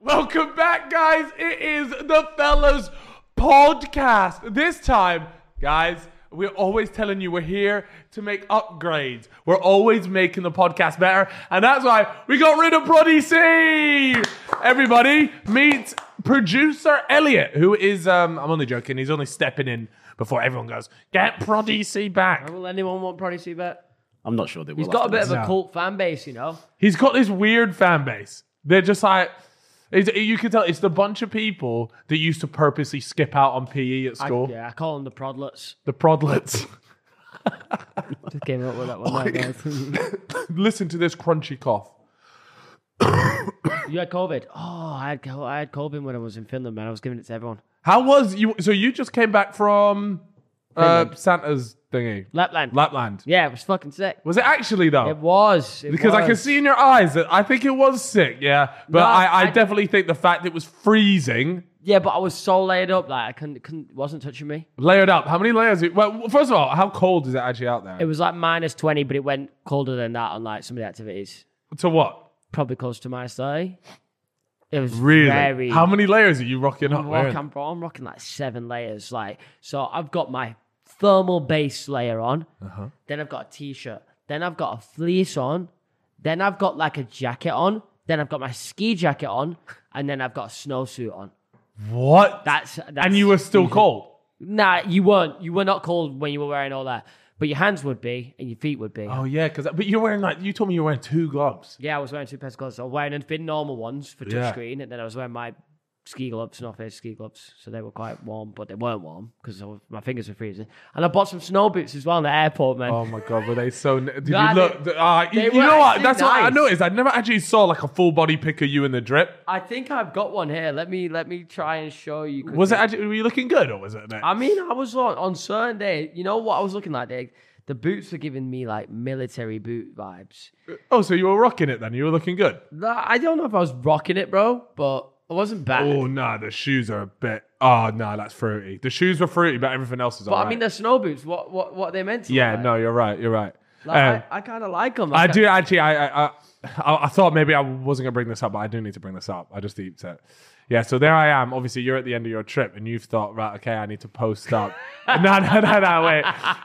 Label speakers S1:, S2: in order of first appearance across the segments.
S1: Welcome back, guys. It is the Fellas Podcast. This time, guys, we're always telling you we're here to make upgrades. We're always making the podcast better. And that's why we got rid of Brody C. Everybody, meet producer Elliot, who is, um, I'm only joking, he's only stepping in before everyone goes, get Brody C back.
S2: Will anyone want Proddy Seabet?
S3: I'm not sure they will.
S2: He's got a
S3: after
S2: bit
S3: this.
S2: of a cult fan base, you know.
S1: He's got this weird fan base. They're just like, it's, you can tell it's the bunch of people that used to purposely skip out on PE at
S2: I,
S1: school.
S2: yeah, I call them the Prodlets.
S1: The prodlets.
S2: Just came up with that one. there, guys.
S1: Listen to this crunchy cough.
S2: you had COVID. Oh, I had co- I had COVID when I was in Finland, man. I was giving it to everyone.
S1: How was you? So you just came back from uh, Santa's thingy,
S2: Lapland.
S1: Lapland.
S2: yeah, it was fucking sick.
S1: Was it actually though?
S2: It was it
S1: because I can
S2: was.
S1: see in your eyes that I think it was sick. Yeah, but
S2: No,
S1: I, I,
S2: I-
S1: definitely think the fact it was freezing,
S2: Yeah, but I was so laid up, like I couldn't, couldn't wasn't touching me.
S1: layered up. How many layers? It, well, first of all, how cold is it actually out there?
S2: It was like minus twenty, but it went colder than that on like some of the activities.
S1: to what?
S2: Probably close to minus thirty. It was
S1: Really?
S2: very
S1: How many layers are you rocking up?
S2: I'm,
S1: wearing?
S2: rock, I'm, bro- I'm rocking like seven layers. Like, so I've got my thermal base layer on.
S1: Uh-huh.
S2: Then I've got a t-shirt. Then I've got a fleece on. Then I've got like a jacket on. Then I've got my ski jacket on. And then I've got a snowsuit on.
S1: What?
S2: That's, that's
S1: and you were still cold.
S2: nah. You weren't. You were not cold when you were wearing all that, but your hands would be and your feet would be.
S1: Oh yeah, because but you're wearing like you told me you were wearing two gloves.
S2: Yeah, I was wearing two pairs of gloves. I was wearing a bit normal ones for
S1: Yeah.
S2: touchscreen, and then I was wearing my ski gloves, not face ski gloves. So they were quite warm, but they weren't warm because my fingers were freezing. And I bought some snow boots as well in the airport, man.
S1: Oh my god, were they so? Did
S2: Nah,
S1: you look?
S2: they-
S1: Ah, you,
S2: they
S1: you
S2: were
S1: know what?
S2: actually
S1: That's what I
S2: nice.
S1: noticed. I never actually saw like a full body pic of you in the drip.
S2: I think I've got one here. Let me let me try and show you. quickly.
S1: Was it actually? Were you looking good or was it? Nick?
S2: I mean, I was on on certain day. You know what I was looking like? They, the boots were giving me like military boot vibes.
S1: Oh, so you were rocking it then? You were looking good.
S2: Nah, I don't know if I was rocking it, bro, but I wasn't bad.
S1: Oh nah, the shoes are a bit. Oh nah, that's fruity. The shoes were fruity, but everything else is.
S2: but I mean, they're snow boots. What what what are they meant to?
S1: yeah,
S2: look like?
S1: no, you're right. You're right. Um,
S2: Like, I, I kind of like them.
S1: I do actually. I, I I- I I thought maybe I wasn't gonna bring this up, but I do need to bring this up. I just deeped it. Yeah, so there I am. Obviously, you're at the end of your trip, and you've thought, right, okay, I need to post up. no, no, no, no, wait.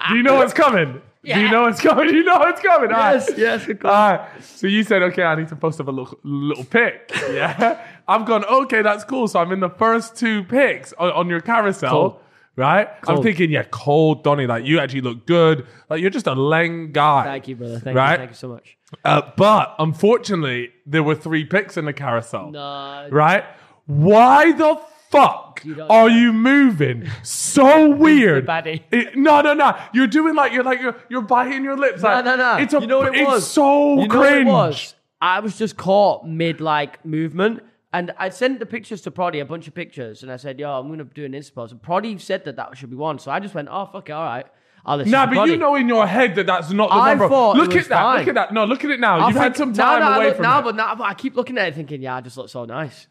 S1: Do you know what's coming? Do you
S2: Yeah.
S1: know what's coming? You know what's coming. All right.
S2: Yes, yes, of course.
S1: All right. So you said, okay, I need to post up a little, little pic. Yeah. I've gone, okay, that's cool. So I'm in the first two pics on, on your carousel.
S2: Cool.
S1: Right? I'm
S2: Cool.
S1: thinking, yeah, cold Donny, like you actually look good. Like you're just a lang guy.
S2: Thank you, brother. Thank
S1: Right?
S2: you. Thank you so much.
S1: Uh, but unfortunately, there were three picks in the carousel.
S2: No.
S1: Right? Why the fuck
S2: You don't-
S1: are you moving so weird?
S2: baddie.
S1: It- no, no, no. You're doing like you're like you're, you're biting your lips.
S2: No,
S1: like,
S2: no, no.
S1: It's a,
S2: you know what it
S1: it's
S2: was?
S1: so
S2: you know what
S1: cringe.
S2: it was? I was just caught mid like movement. And I sent the pictures to Proddy, a bunch of pictures, and I said, "Yo, I'm gonna do an Insta post." And Proddy said that that should be one, so I just went, "Oh, fuck it, all right, I'll listen."
S1: Nah,
S2: to
S1: but
S2: Proddy.
S1: you know in your head that that's not the
S2: I
S1: number.
S2: thought it
S1: look
S2: was
S1: at that. Look
S2: fine.
S1: at that. No, look at it now.
S2: I
S1: You've
S2: was
S1: had
S2: like,
S1: some
S2: "No,
S1: time
S2: no, I
S1: away
S2: look,
S1: from
S2: now,
S1: it.
S2: but now, but I keep looking at it thinking, "Yeah, I just look so nice."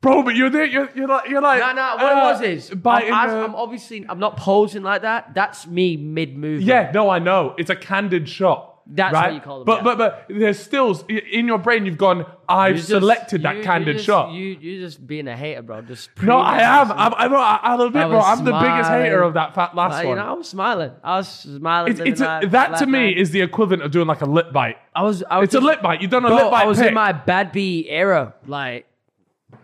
S1: bro. But you're there. You're, you're like you're like.
S2: No, no, what
S1: uh,
S2: it was is,
S1: biting.
S2: I'm,
S1: the-
S2: I'm obviously I'm not posing like that. That's me mid movement.
S1: Yeah, no, I know. It's a candid shot.
S2: That's
S1: right?
S2: what you call them,
S1: But
S2: yeah.
S1: but but there's still in your brain. You've gone. I've
S2: You just-
S1: selected that
S2: you-
S1: candid
S2: you just,
S1: shot.
S2: You you just being a hater, bro. Just
S1: no,
S2: pre-
S1: I am. I'm. I'm, i I'll admit,
S2: I
S1: bro.
S2: was
S1: I'm the biggest hater
S2: smiling.
S1: of that fat last
S2: Like, you
S1: one.
S2: know, I was smiling. I was smiling.
S1: it's,
S2: living
S1: it's a,
S2: life-
S1: that to
S2: life,
S1: me
S2: man.
S1: is the equivalent of doing like a lip bite.
S2: I was. I was
S1: It's a
S2: just-
S1: lip bite. You've done a
S2: Bro,
S1: lip bite.
S2: I was
S1: pic.
S2: in my bad B era. Like,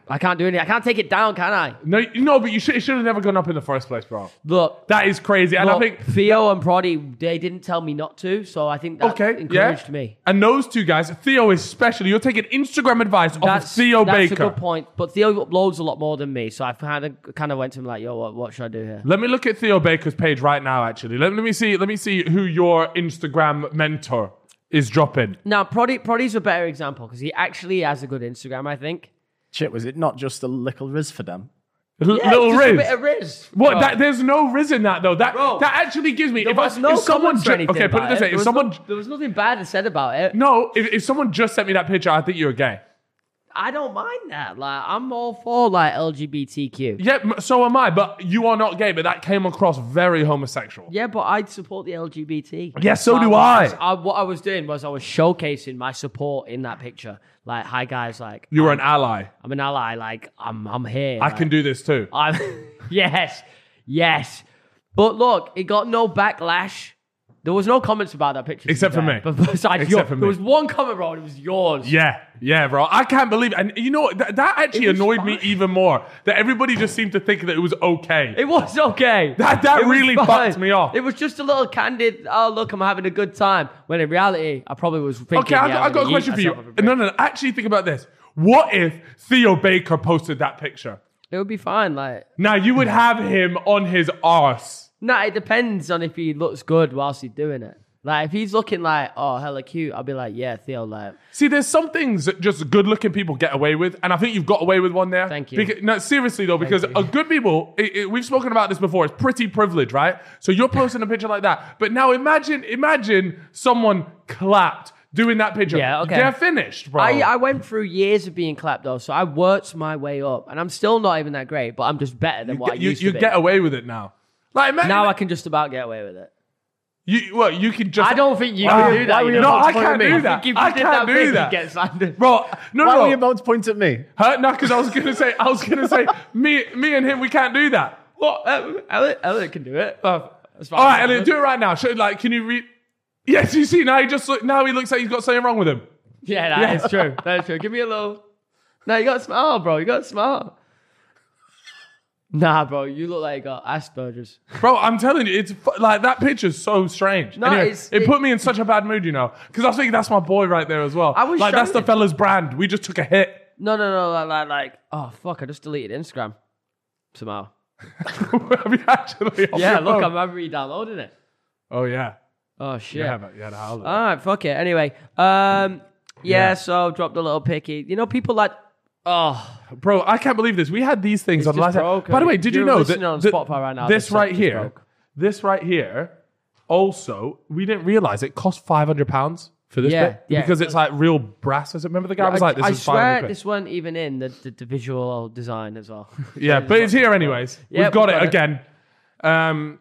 S2: I can't do anything. I can't take it down, can I?
S1: No, you- no, but you should. It should have never gone up in the first place, bro.
S2: Look.
S1: That is crazy, and I
S2: look,
S1: think
S2: Theo and Proddy, they didn't tell me not to, so I think that
S1: okay,
S2: encouraged
S1: yeah.
S2: me.
S1: And those two guys, Theo especially, you're taking Instagram advice off of Theo
S2: that's
S1: Baker.
S2: a good point. But Theo uploads a lot more than me, so I kind of kind of went to him like, "Yo, what, what should I do here?"
S1: Let me look at Theo Baker's page right now. Actually, let, let me see. Let me see who your Instagram mentor is dropping.
S2: Now, Proddy Proddy's a better example because he actually has a good Instagram. I think.
S3: Shit, was it not just a little riz for them?
S1: L- Little
S2: just a
S1: Riz.
S2: bit of Riz.
S1: what?
S2: Bro.
S1: That, there's no Riz in that though. That
S2: Bro.
S1: that actually gives me. If, I,
S2: was no
S1: if someone
S2: comments or
S1: ju-
S2: anything
S1: okay, put it
S2: about
S1: this
S2: it.
S1: way:
S2: There
S1: if
S2: was
S1: someone
S2: There was nothing bad said about it.
S1: no, if, if someone just sent me that picture, I think you're gay.
S2: I don't mind that. Like, I'm all for like LGBTQ. Yeah,
S1: Yeah, m- so am I, but you are not gay, but that came across very homosexual.
S2: but I'd support the LGBT.
S1: Yeah, so do
S2: I, was-
S1: I.
S2: I. What I was doing was I was showcasing my support in that picture. Like, hi guys, like
S1: You were an ally.
S2: I'm an ally. Like, I'm I'm here.
S1: I can do this too.
S2: I'm yes, yes. But look, it got no backlash. There was no comments about that picture, to be
S1: Except for
S2: fair.
S1: me.
S2: But besides
S1: Except
S2: your,
S1: for me.
S2: there was one comment, bro. And it was yours.
S1: Yeah, yeah, bro. I can't believe, and you know what? That, that actually
S2: It was
S1: annoyed me
S2: fine.
S1: even more. That everybody just seemed to think that it was okay.
S2: It was okay.
S1: That- that
S2: It was
S1: really
S2: fine.
S1: fucked me off.
S2: It was just a little candid. Oh look, I'm having a good time. When in reality, I probably was thinking.
S1: okay, I
S2: yeah,
S1: got,
S2: I'm
S1: I got a
S2: gonna yeet
S1: question for you.
S2: myself over
S1: No,
S2: break.
S1: no, no. Actually, think about this. What if Theo Baker posted that picture?
S2: It would be fine. Like,
S1: Now you would have him on his arse.
S2: nah, it depends on if he looks good whilst he's doing it. Like, if he's looking like, oh, hella cute, I'll be like, yeah, Theo, like,
S1: See, there's some things that just good-looking people get away with, and I think you've got away with one there.
S2: Thank you.
S1: Beca- no, seriously though, because a good people, it, it- we've spoken about this before. It's pretty privilege, right? So you're posting a picture like that, but now imagine, imagine someone clapped doing that picture.
S2: Yeah, okay.
S1: They're finished, bro.
S2: I, I went through years of being clapped though, so I worked my way up, and I'm still not even that great, but I'm just better than what I
S1: you
S2: used
S1: you
S2: to be.
S1: get away with it now. Like imagine
S2: now I can just about get away with it.
S1: you, well, you could just.
S2: I don't think you
S1: Wow.
S2: can do that.
S1: Why were
S2: you
S1: you
S2: know?
S1: about to No, I point at can't me? do that.
S2: If you
S1: I
S2: did
S1: can't
S2: that
S1: do
S2: big, you'd
S1: that.
S2: get slandered.
S1: Bro, no,
S3: Why
S1: no,
S3: were you
S1: no.
S3: about to point at me?
S1: Huh? No, because I was gonna say, I was gonna say, me, me and him, we can't do that.
S2: What? Uh, Elliot, Elliot can do it. Uh, that's fine.
S1: All right, Elliot, do it right now. Should, like, can you read? Yes, you see now he just look, now he looks like he's got something wrong with him.
S2: Yeah, that is true. That is true. Give me a little. No, you got a smile, bro. You got a smile. Nah, bro, you look like uh, you got Asperger's.
S1: Bro, I'm telling you, it's fu- like that picture's so strange.
S2: No,
S1: Anyway,
S2: it's-
S1: it,
S2: it-
S1: put me in such a bad mood, you know, because I was thinking that's my boy right there as well.
S2: I was
S1: like, that's the
S2: shocked.
S1: fella's brand. We just took a hit.
S2: No, no, no, like, like, like, oh fuck, I just deleted Instagram somehow.
S1: Have you actually? off
S2: Yeah,
S1: your
S2: look,
S1: phone?
S2: I'm, I'm re-downloading it.
S1: Oh yeah,
S2: Oh shit.
S1: yeah, but yeah, the howler.
S2: All right, fuck it. Anyway, um,
S1: Yeah.
S2: yeah, So dropped a little picky. You know, people like, oh,
S1: Bro, I can't believe this. We had these things on
S2: just
S1: last.
S2: broke,
S1: By the
S2: Elliot.
S1: way,
S2: If
S1: did you
S2: you're
S1: know
S2: listening
S1: that
S2: on
S1: that
S2: Spotify right now,
S1: This
S2: the
S1: right
S2: site just
S1: here,
S2: broke.
S1: this right here. Also, we didn't realize it cost five hundred pounds for this
S2: Yeah,
S1: bit
S2: yeah.
S1: because it's like real brass. Is it? Remember the guy was like, "This
S2: I
S1: is
S2: swear
S1: 500 quid.
S2: this weren't even in the, the, the visual design as well.
S1: Yeah, but it's here anyways.
S2: Yeah,
S1: we've got,
S2: we've
S1: it,
S2: got it.
S1: again. Um.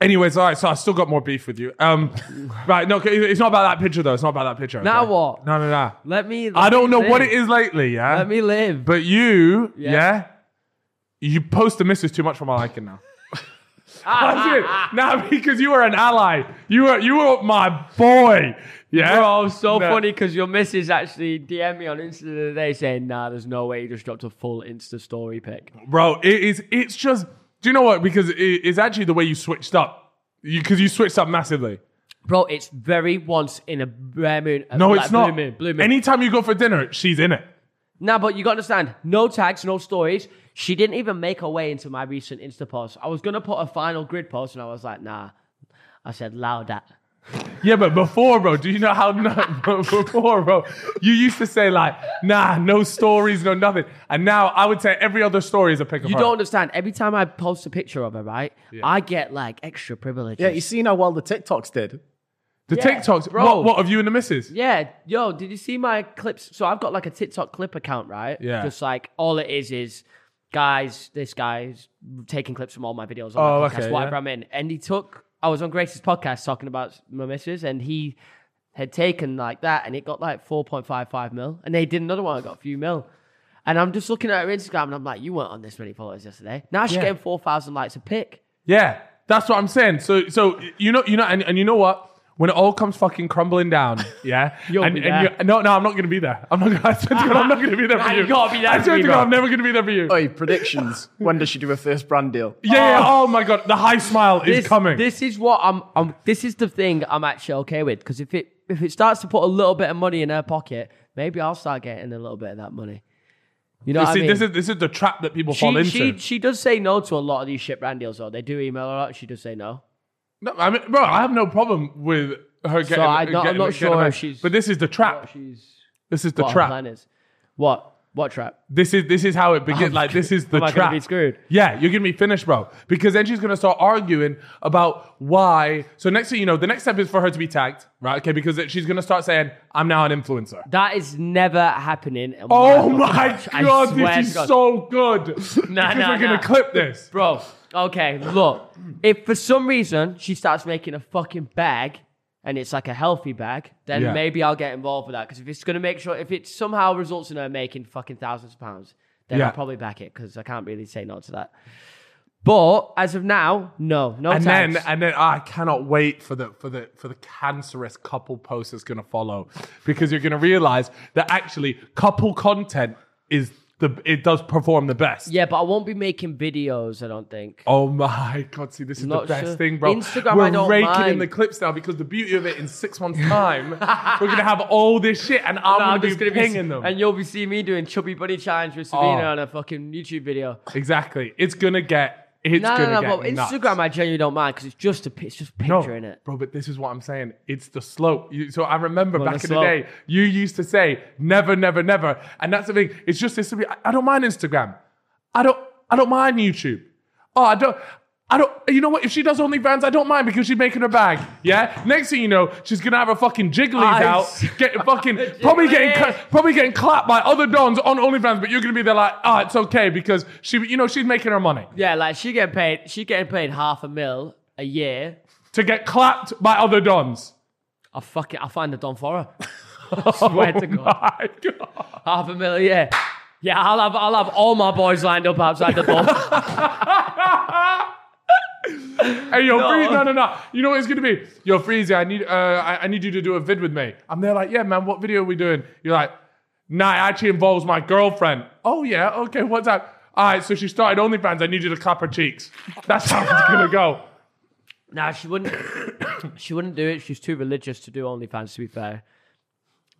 S1: Anyways, all right. So I still got more beef with you. Um. right. No, it's not about that picture though. It's not about that picture.
S2: Now
S1: okay?
S2: what?
S1: No, no, no.
S2: Let me.
S1: I
S2: let
S1: don't
S2: me
S1: know what
S2: live.
S1: it is lately. Yeah.
S2: Let me live.
S1: But you, yeah,
S2: Yeah.
S1: you post the missus too much for my liking now.
S2: Ah,
S1: That's it. Now because you are an ally. You are you are my boy. Yeah.
S2: Bro, so
S1: No.
S2: funny because your missus actually DM'd me on Insta the other day saying, nah, there's no way you just dropped a full Insta story pic.
S1: Bro, it is it's just do you know what? Because it, it's actually the way you switched up. You because you switched up massively.
S2: Bro, it's very once in a rare moon.
S1: No,
S2: like
S1: it's not.
S2: Blue moon, blue moon.
S1: Anytime you go for dinner, she's in it.
S2: Nah, but you gotta understand, no tags, no stories. She didn't even make her way into my recent Insta post. I was gonna put a final grid post, and I was like, nah. I said, loud that.
S1: Yeah, but before, bro, do you know how no- before, bro, you used to say like, nah, no stories, no nothing. And now I would say every other story is a pickup.
S2: You don't understand. Every time I post a picture of her, right, I get like extra privileges.
S3: Yeah, you seen how well the TikToks did.
S1: The
S2: Yeah,
S1: TikToks,
S2: bro.
S1: What, what of you and the missus?
S2: Yeah, yo, did you see my clips? So I've got like a TikTok clip account, right?
S1: Yeah.
S2: Just like all it is is guys, this guy's taking clips from all my videos on
S1: Oh,
S2: my podcast,
S1: okay,
S2: whatever
S1: yeah.
S2: I'm in. And he took I was on Grace's podcast talking about my missus and he had taken like that and it got like four point five five mil. And they did another one, I got a few mil. And I'm just looking at her Instagram and I'm like, you weren't on this many followers yesterday. Now she's
S1: Yeah.
S2: getting four thousand likes a pic.
S1: Yeah, that's what I'm saying. So, so you know, you know, and, and you know what? When it all comes fucking crumbling down, yeah,
S2: You'll
S1: and,
S2: be
S1: and
S2: there.
S1: you- no, no, I'm not gonna be there. I'm not. Gonna, I swear to God, I'm not gonna be there for
S2: Nah,
S1: you.
S2: you gotta be there
S1: I
S2: for
S1: swear
S2: me,
S1: to God,
S2: bro.
S1: I'm never gonna be there for you.
S3: Oi, predictions. when does she do her first brand deal?
S1: yeah, yeah. Oh my God, the high smile
S2: this,
S1: is coming.
S2: This is what I'm. I'm this is the thing I'm actually okay with because if it if it starts to put a little bit of money in her pocket, maybe I'll start getting a little bit of that money. You know
S1: You
S2: what
S1: see,
S2: I mean?
S1: this is this is the trap that people fall
S2: she,
S1: into.
S2: she she does say no to a lot of these shit brand deals though. They do email her out. She does say no.
S1: No, I mean, bro, I have no problem with her getting.
S2: I don't- I'm
S1: getting-
S2: not
S1: getting
S2: sure
S1: away.
S2: if she's-
S1: But this is the trap.
S2: She's
S1: This is the
S2: what her
S1: trap.
S2: plan is. What? What trap?
S1: This is this is how it begins. like this is the
S2: Oh Am I gonna
S1: trap.
S2: be screwed?
S1: Yeah, you're gonna be finished, bro. Because then she's gonna start arguing about why. So next thing you know, the next step is for her to be tagged, right? Okay, because she's gonna start saying, "I'm now an influencer."
S2: That is never happening. in
S1: Oh
S2: podcast.
S1: my
S2: I
S1: god,
S2: swear to
S1: this is
S2: God.
S1: so good. because
S2: nah,
S1: we're gonna
S2: nah.
S1: clip this.
S2: Bro, okay, look. If for some reason she starts making a fucking bag and it's like a healthy bag, then
S1: Yeah.
S2: maybe I'll get involved with that. Because if it's going to make sure, if it somehow results in her making fucking thousands of pounds, then
S1: Yeah.
S2: I'll probably back it because I can't really say no to that. But as of now, no, no
S1: And
S2: tags.
S1: then, and then I cannot wait for the for the for the cancerous couple post that's gonna follow, because you're gonna realize that actually couple content is the it does perform the best.
S2: yeah, but I won't be making videos, I don't think.
S1: Oh my god! See, this is the
S2: Not
S1: best
S2: sure.
S1: thing, bro.
S2: Instagram,
S1: we're
S2: I don't
S1: raking in
S2: mind.
S1: the clips now because the beauty of it in six months' time, we're gonna have all this shit, and I'm,
S2: No,
S1: gonna
S2: I'm just
S1: be
S2: going to be.
S1: pinging them.
S2: And you'll be seeing me doing Chubby Bunny Challenge with Sabina
S1: Oh.
S2: on a fucking YouTube video.
S1: exactly, it's gonna get. It's
S2: No,
S1: gonna
S2: no,
S1: get
S2: no, but
S1: nuts.
S2: Instagram, I genuinely don't mind because it's just a, pi- it's just
S1: No,
S2: picturing it.
S1: bro, but this is what I'm saying. It's the slope. You, so I remember
S2: on,
S1: back in
S2: the
S1: the
S2: slope.
S1: day, you used to say never, never, never, and that's the thing. It's just this. I, I don't mind Instagram. I don't. I don't mind YouTube. Oh, I don't. I don't. You know what? If she does OnlyFans, I don't mind because she's making her bag. Yeah. Next thing you know, she's gonna have her fucking jigglies
S2: I
S1: out,
S2: s-
S1: getting fucking probably getting
S2: Jigglies.
S1: cla- probably getting clapped by other dons on OnlyFans. But you're gonna be there like, ah, it's okay because she, you know, she's making her money
S2: Yeah, like she getting paid. She getting paid half a mil a year.
S1: to get clapped by other dons.
S2: I fucking I find a don for her. Swear to God,
S1: Oh My God.
S2: half a mil a year. Yeah, I'll have I'll have all my boys lined up outside the door.
S1: Hey, yo, Freeze, no, no, no. You know what it's gonna be? Yo, Freezy, I need, uh, I, I need you to do a vid with me. I'm there, like, yeah, man. What video are we doing? You're like, nah, it actually involves my girlfriend. Oh yeah, okay. What's that? All right, so she started OnlyFans. I need you to clap her cheeks. That's how it's gonna go.
S2: nah, she wouldn't. She wouldn't do it. She's too religious to do OnlyFans. To be fair,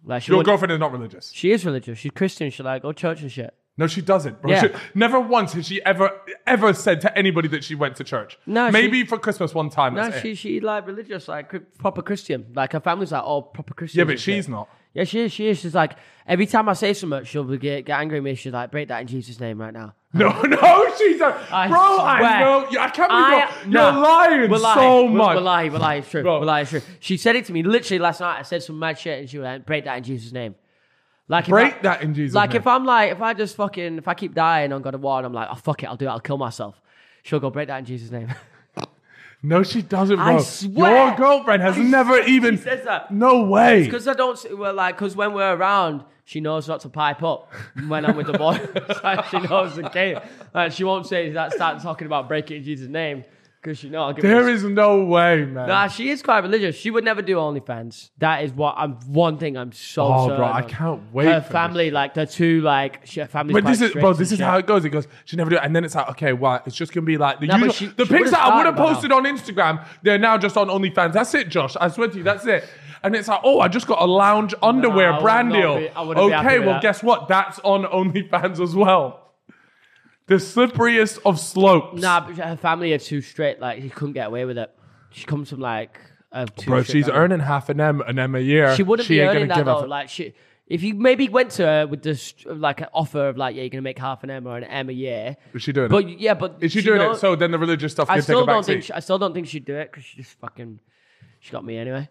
S2: like she
S1: Your
S2: would
S1: girlfriend is not religious.
S2: She is religious. She's Christian. She like go church and shit.
S1: No, she doesn't, bro.
S2: Yeah.
S1: She- never once has she ever, ever said to anybody that she went to church.
S2: No, she-
S1: maybe for Christmas one time.
S2: No,
S1: that's it.
S2: she she like religious, like cri- proper Christian. Like her family's like all proper Christian.
S1: Yeah, but she's not.
S2: Yeah, she is. She is. She's like every time I say something, she'll be- get, get angry at me. She's like, break that in Jesus' name right now.
S1: No, no, she's not.
S2: I
S1: bro, I
S2: swear.
S1: know. you- I can't believe you're,
S2: nah.
S1: you're lying
S2: We're
S1: so
S2: We're-
S1: much.
S2: We're lying. We're lying. It's true.
S1: Bro.
S2: We're lying. It's true. She said it to me literally last night. I said some mad shit, and she was like, break that in Jesus' name. Like if
S1: Break
S2: I-
S1: that in Jesus'
S2: Like
S1: name.
S2: if I'm like, if I just fucking, if I keep dying on God of War, and I'm like, oh fuck it, I'll do it. I'll kill myself. She'll go break that in Jesus' name.
S1: No, she doesn't, bro.
S2: I swear.
S1: Your girlfriend has
S2: I
S1: never
S2: swear she
S1: even.
S2: says that.
S1: No way.
S2: Because I don't, s- well, like, because when we're around, she knows not to pipe up when I'm with the boys. like, she knows the game. Like, she won't say that, start talking about breaking in Jesus' name, because she know I'll give her a
S1: There is no way, man.
S2: Nah, she is quite religious. She would never do OnlyFans. That is what I'm. One thing I'm so.
S1: Oh,
S2: certain
S1: bro, I
S2: of.
S1: can't wait
S2: Her
S1: for
S2: family, like the two, like she, her family.
S1: but this is, bro, this is how it goes. It goes, she never do it. And then it's like, okay, well, it's just going to be like the
S2: Nah, but
S1: usual.
S2: she-
S1: the
S2: she
S1: pics
S2: would've
S1: that I would
S2: started
S1: have
S2: by now.
S1: posted on Instagram, they're now just on OnlyFans. That's it, Josh. I swear to you, that's it. And it's like, oh, I just got a lounge underwear
S2: I would
S1: brand
S2: not
S1: deal.
S2: be- I wouldn't be happy
S1: okay,
S2: with
S1: well,
S2: that.
S1: guess what? That's on OnlyFans as well. The slipperiest of slopes.
S2: Nah, but her family are too strict. Like she couldn't get away with it. She comes from like. A too
S1: bro, if
S2: strict
S1: she's
S2: family.
S1: earning half an M, an M a year.
S2: She wouldn't be
S1: ain't gonna
S2: earning that
S1: give a
S2: though. Like she, if you maybe went to her with this like an offer of like, yeah, you're gonna make half an M or an M a year.
S1: Is she doing
S2: But
S1: it?
S2: yeah, but
S1: Is she, doing
S2: know-
S1: it? So then the religious stuff can
S2: I
S1: take
S2: still
S1: a back
S2: don't
S1: seat.
S2: think she, I still don't think she'd do it because she just fucking she got me anyway.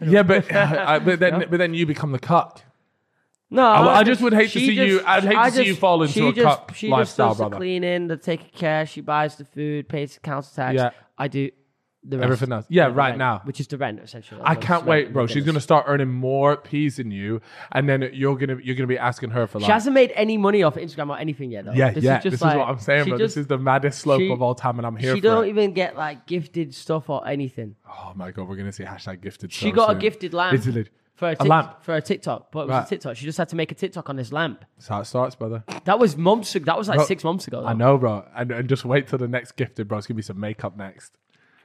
S1: yeah, but I, but then but then you become the cuck.
S2: No,
S1: I just would hate to
S2: she
S1: see you- I'd hate to
S2: I
S1: see you fall into
S2: she
S1: a
S2: just,
S1: cuck
S2: she
S1: lifestyle,
S2: just does
S1: brother.
S2: The cleaning, the taking care. She buys the food, pays the council tax.
S1: Yeah.
S2: I do the rest,
S1: Everything else. Yeah,
S2: The
S1: right
S2: rent,
S1: now.
S2: which is the rent essentially.
S1: I can't wait, bro. She's gonna start earning more peas than you, and then you're gonna you're gonna be asking her for
S2: She
S1: like.
S2: hasn't made any money off Instagram or anything yet, though.
S1: Yeah,
S2: This
S1: yeah.
S2: Is just
S1: this
S2: like,
S1: is what I'm saying,
S2: she
S1: bro.
S2: Just,
S1: this is the maddest slope
S2: she-
S1: of all time, and I'm here
S2: she e-
S1: for
S2: don't
S1: it.
S2: even get like gifted stuff or anything.
S1: oh my god, we're gonna see hashtag gifted.
S2: She
S1: so
S2: got
S1: soon.
S2: a gifted lamp
S1: It's lit.
S2: for a,
S1: a
S2: tic-
S1: lamp.
S2: for a TikTok, but it was
S1: Right.
S2: a TikTok. She just had to make a TikTok on this lamp.
S1: That's how it starts, brother.
S2: That was months. ag- That was like
S1: Bro,
S2: six months ago. Though.
S1: I know, bro. And, and just wait till the next gifted, bro. It's gonna be some makeup next.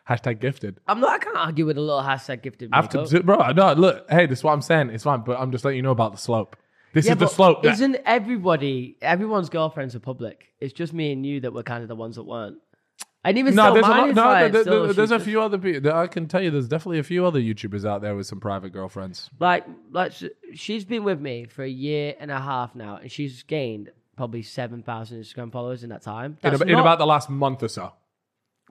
S1: Hashtag gifted.
S2: I'm not. I can't argue with a little hashtag gifted.
S1: After,
S2: makeup.
S1: bro, I know. Look, hey, this is what I'm saying. It's fine, but I'm just letting you know about the slope. This
S2: Yeah,
S1: is the
S2: but
S1: slope. that-
S2: Isn't everybody, everyone's girlfriends are public? It's just me and you that were kind of the ones that weren't. And even
S1: No,
S2: still,
S1: there's a
S2: mine
S1: lot,
S2: is
S1: no,
S2: like,
S1: there- there-
S2: still,
S1: there's
S2: she
S1: a
S2: just-
S1: few other people. I can tell you, there's definitely a few other YouTubers out there with some private girlfriends.
S2: like like sh- she's been with me for a year and a half now, and she's gained probably seven thousand Instagram followers in that time.
S1: In,
S2: That's
S1: ab- in
S2: not-
S1: about the last month or so.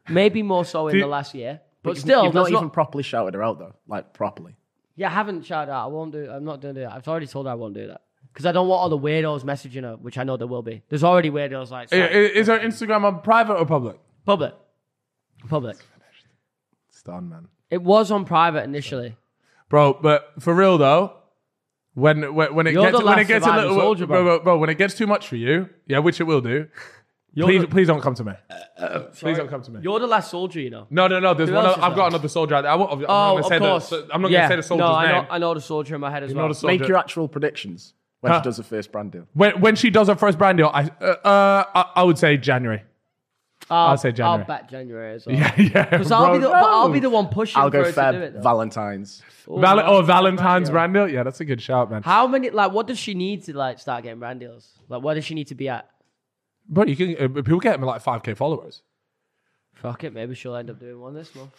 S2: maybe more so in
S1: Do-
S2: the last year, but
S3: You've-
S2: still,
S3: you've not
S2: that's
S3: even
S2: not-
S3: properly shouted her out though, like properly.
S2: yeah, I haven't shouted out. I won't do. I'm not doing that. I've already told her I won't do that because I don't want all the weirdos messaging her, which I know there will be. There's already weirdos like
S1: I- i- Is her Instagram on private or public?
S2: public, public.
S3: It's done, man.
S2: It was on private initially.
S1: bro. But for real though, when when, when it
S2: You're
S1: gets
S2: the
S1: when it
S2: last
S1: gets a
S2: surviving
S1: little
S2: soldier,
S1: bro.
S2: bro.
S1: Bro, bro, when it gets too much for you, yeah, which it will do. Please,
S2: the- Uh,
S1: please don't come to me.
S2: Sorry.
S1: don't come to me.
S2: You're the last soldier, you know.
S1: No, no, no. There's
S2: Who
S1: one.
S2: else
S1: Other,
S2: is
S1: I've got
S2: there?
S1: another soldier. out there. I won't, I'm
S2: Oh,
S1: not
S2: of
S1: gonna say
S2: course.
S1: The, I'm not
S2: Yeah.
S1: gonna say the soldier's
S2: no, I
S1: name.
S2: Know, I know the soldier in my head as
S1: know
S2: well.
S1: the soldier.
S3: Make your actual predictions when
S1: Huh.
S3: she does her first brand deal.
S1: when when she does her first brand deal, I uh, uh I, I would say January.
S2: I'll,
S1: say January.
S2: I'll bet January as well.
S1: Yeah, yeah.
S2: Because I'll, be
S1: bro,
S2: the- but I'll
S1: no.
S2: be the one pushing
S3: I'll go
S2: for her to do it.
S3: Feb
S2: though.
S3: Valentine's.
S2: Oh,
S1: Val- oh,
S2: Valentine's
S1: Valentine's
S2: brand deal.
S1: brand deal. Yeah, that's a good shout, man.
S2: How many, like, what does she need to, like, start getting brand deals? Like, what does she need to be at?
S1: Bro, you can uh, people get him like 5k followers.
S2: Fuck it, maybe she'll end up doing one this month.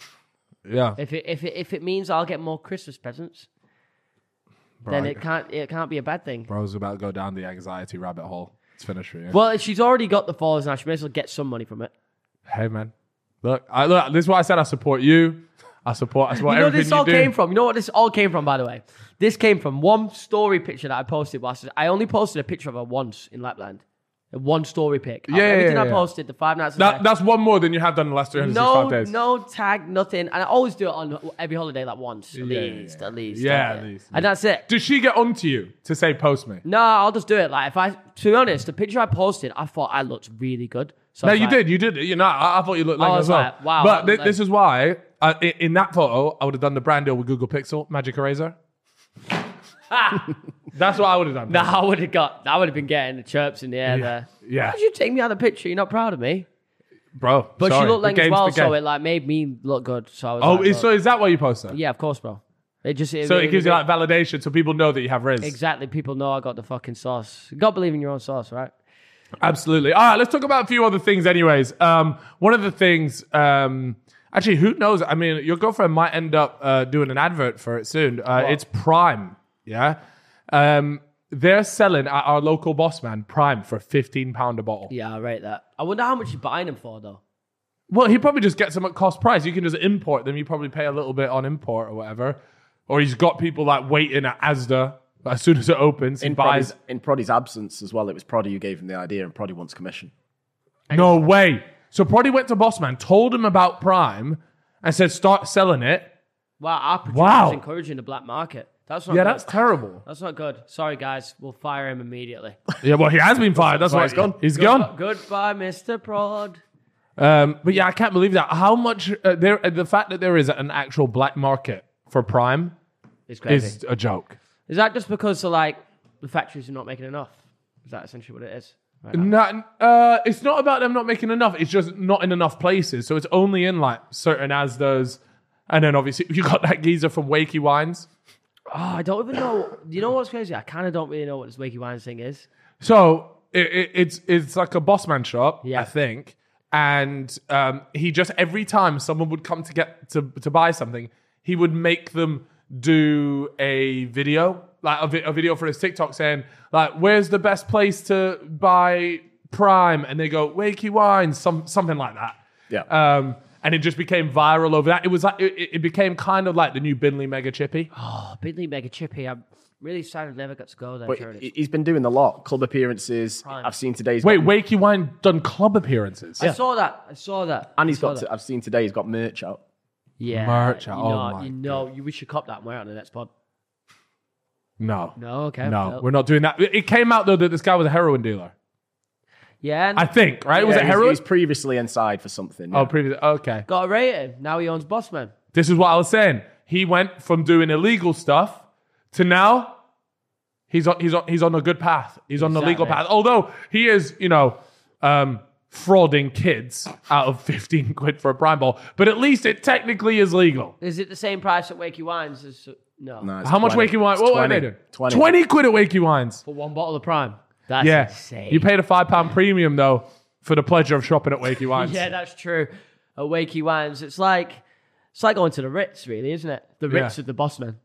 S1: Yeah,
S2: If it, if it, if it means I'll get more Christmas presents,
S1: bro,
S2: then
S1: I-
S2: it can't, it can't be a bad thing.
S1: bro's about to go down the anxiety rabbit hole. It's finished for you.
S2: Well, if she's already got the followers now, she may as well get some money from it.
S1: Hey man, look, I, look. This is why I said I support you. I support. I support
S2: you know
S1: everything
S2: this all
S1: you do.
S2: came from. You know what this all came from, by the way. This came from one story picture that I posted. Last, I only posted a picture of her once in Lapland, a one story pic. Out of
S1: Yeah, yeah,
S2: everything
S1: yeah,
S2: I
S1: yeah.
S2: posted, the five nights. a
S1: That,
S2: day.
S1: that's one more than you have done in the last 365
S2: no,
S1: days.
S2: no tag, nothing. And I always do it on every holiday, like once at
S1: Yeah, yeah,
S2: least, at least.
S1: Yeah,
S2: like,
S1: at least,
S2: And that's it.
S1: Did she get onto you to say post me?
S2: No, I'll just do it. Like if I, to be honest, the picture I posted, I thought I looked really good. So
S1: No,
S2: I was
S1: you
S2: like,
S1: did. You did. You know, I, I thought you looked like
S2: I
S1: it
S2: was
S1: as well.
S2: like, wow,
S1: But
S2: that-
S1: thi- this is why I, in, in that photo I would have done the brand deal with Google Pixel Magic Eraser. that's what I would have done.
S2: Nah, I would have got. I would have been getting the chirps in the air there.
S1: yeah.
S2: Why did you take me out of the picture? You're not proud of me.
S1: bro.
S2: But
S1: sorry.
S2: she looked
S1: The
S2: like as
S1: game's
S2: well,
S1: the
S2: so
S1: game.
S2: it like made me look good. So I was
S1: Oh,
S2: like,
S1: is, so
S2: look-
S1: is that why you post that?
S2: yeah, of course, bro. It just
S1: So it gives you like validation, so people know that you have Riz.
S2: exactly. People know I got the fucking sauce. You gotta believe in your own sauce, right?
S1: Absolutely. All right, let's talk about a few other things, anyways. Um, one of the things, um, actually, who knows? I mean, your girlfriend might end up uh, doing an advert for it soon. Uh, it's Prime, yeah. Um, they're selling at our local boss man Prime for fifteen pound a bottle.
S2: Yeah, I rate that. I wonder how much you're buying them for though.
S1: Well, he probably just gets them at cost price. You can just import them. You probably pay a little bit on import or whatever. Or he's got people like waiting at ASDA. As soon as it opens, he
S3: In
S1: buys.
S3: Proddy's, in Proddy's absence as well, it was Proddy who gave him the idea, and Proddy wants commission.
S1: No way. So Proddy went to Bossman, told him about Prime, and said, start selling it.
S2: Wow, our producer's
S1: Wow.
S2: encouraging the black market. That's not
S1: Yeah,
S2: good.
S1: that's terrible.
S2: That's not good. Sorry, guys. We'll fire him immediately.
S1: yeah, well, he has been fired. That's why
S3: he's gone.
S1: He's gone.
S2: Goodbye, Mr. Prod.
S1: Um, but yeah, I can't believe that. How much uh, there? Uh, the fact that there is an actual black market for Prime
S2: It's crazy.
S1: is
S2: Is,
S1: a joke.
S2: that just because of, like the factories are not making enough? Is that essentially what it is? Right now?
S1: No, uh, it's not about them not making enough. It's just not in enough places. So it's only in like certain Asdas, and then obviously you got that geezer from Wakey Wines.
S2: Oh, I don't even know. Do you know what's crazy? I kind of don't really know what this Wakey Wines thing is.
S1: So it, it, it's it's like a boss man shop,
S2: Yeah.
S1: I think. And um, he just every time someone would come to get to to buy something, he would make them do a video, like a, vi- a video for his TikTok saying like, "Where's the best place to buy Prime?" And they go, "Wakey Wine," some something like that.
S3: Yeah.
S1: Um, and it just became viral over that. It was like it, it- it became kind of like the new Binley Mega Chippy.
S2: Oh, Big League Mega Chippy. I'm really sad I've never got to go there.
S3: But
S2: Charlie.
S3: he- he's been doing a lot. Club appearances.
S2: Prime.
S3: I've seen today's.
S1: Wait,
S3: got,
S1: Wakey Wine done club appearances.
S2: I saw that. I saw that.
S3: and he's
S2: I saw
S3: got.
S2: that.
S3: To, I've seen today. He's got merch out.
S2: yeah.
S1: Merch.
S2: You
S1: Oh
S2: know,
S1: my
S2: you know, you, we should cop that and wear it on the next pod.
S1: No.
S2: No, okay.
S1: No,
S2: Well,
S1: we're not doing that. It it came out though that this guy was a heroin dealer.
S2: yeah. and
S1: I think, right? was
S3: Yeah,
S1: it
S3: he's-
S1: heroin?
S3: He's previously inside for something.
S1: oh,
S3: yeah.
S1: previous. Okay.
S2: got a rating. Now he owns Bossman.
S1: This is what I was saying. He went from doing illegal stuff to now he's on he's on he's on a good path. He's on the legal
S2: Exactly.
S1: path. Although he is, you know, um, frauding kids out of 15 quid for a prime ball. But at least it technically is legal.
S2: Is it the same price at Wakey Wines? As, no.
S3: No, it's
S1: How much
S3: 20.
S1: Wakey Wine?
S3: It's
S1: What were they
S3: 20.
S1: doing?
S3: 20.
S1: 20 quid at Wakey Wines.
S2: For one bottle of Prime. That's
S1: Yeah.
S2: insane.
S1: You paid a five pound premium though for the pleasure of shopping at Wakey Wines.
S2: Yeah, that's true. At Wakey Wines, it's like it's like going to the Ritz, really, isn't it? The Ritz
S1: Yeah.
S2: of the boss man.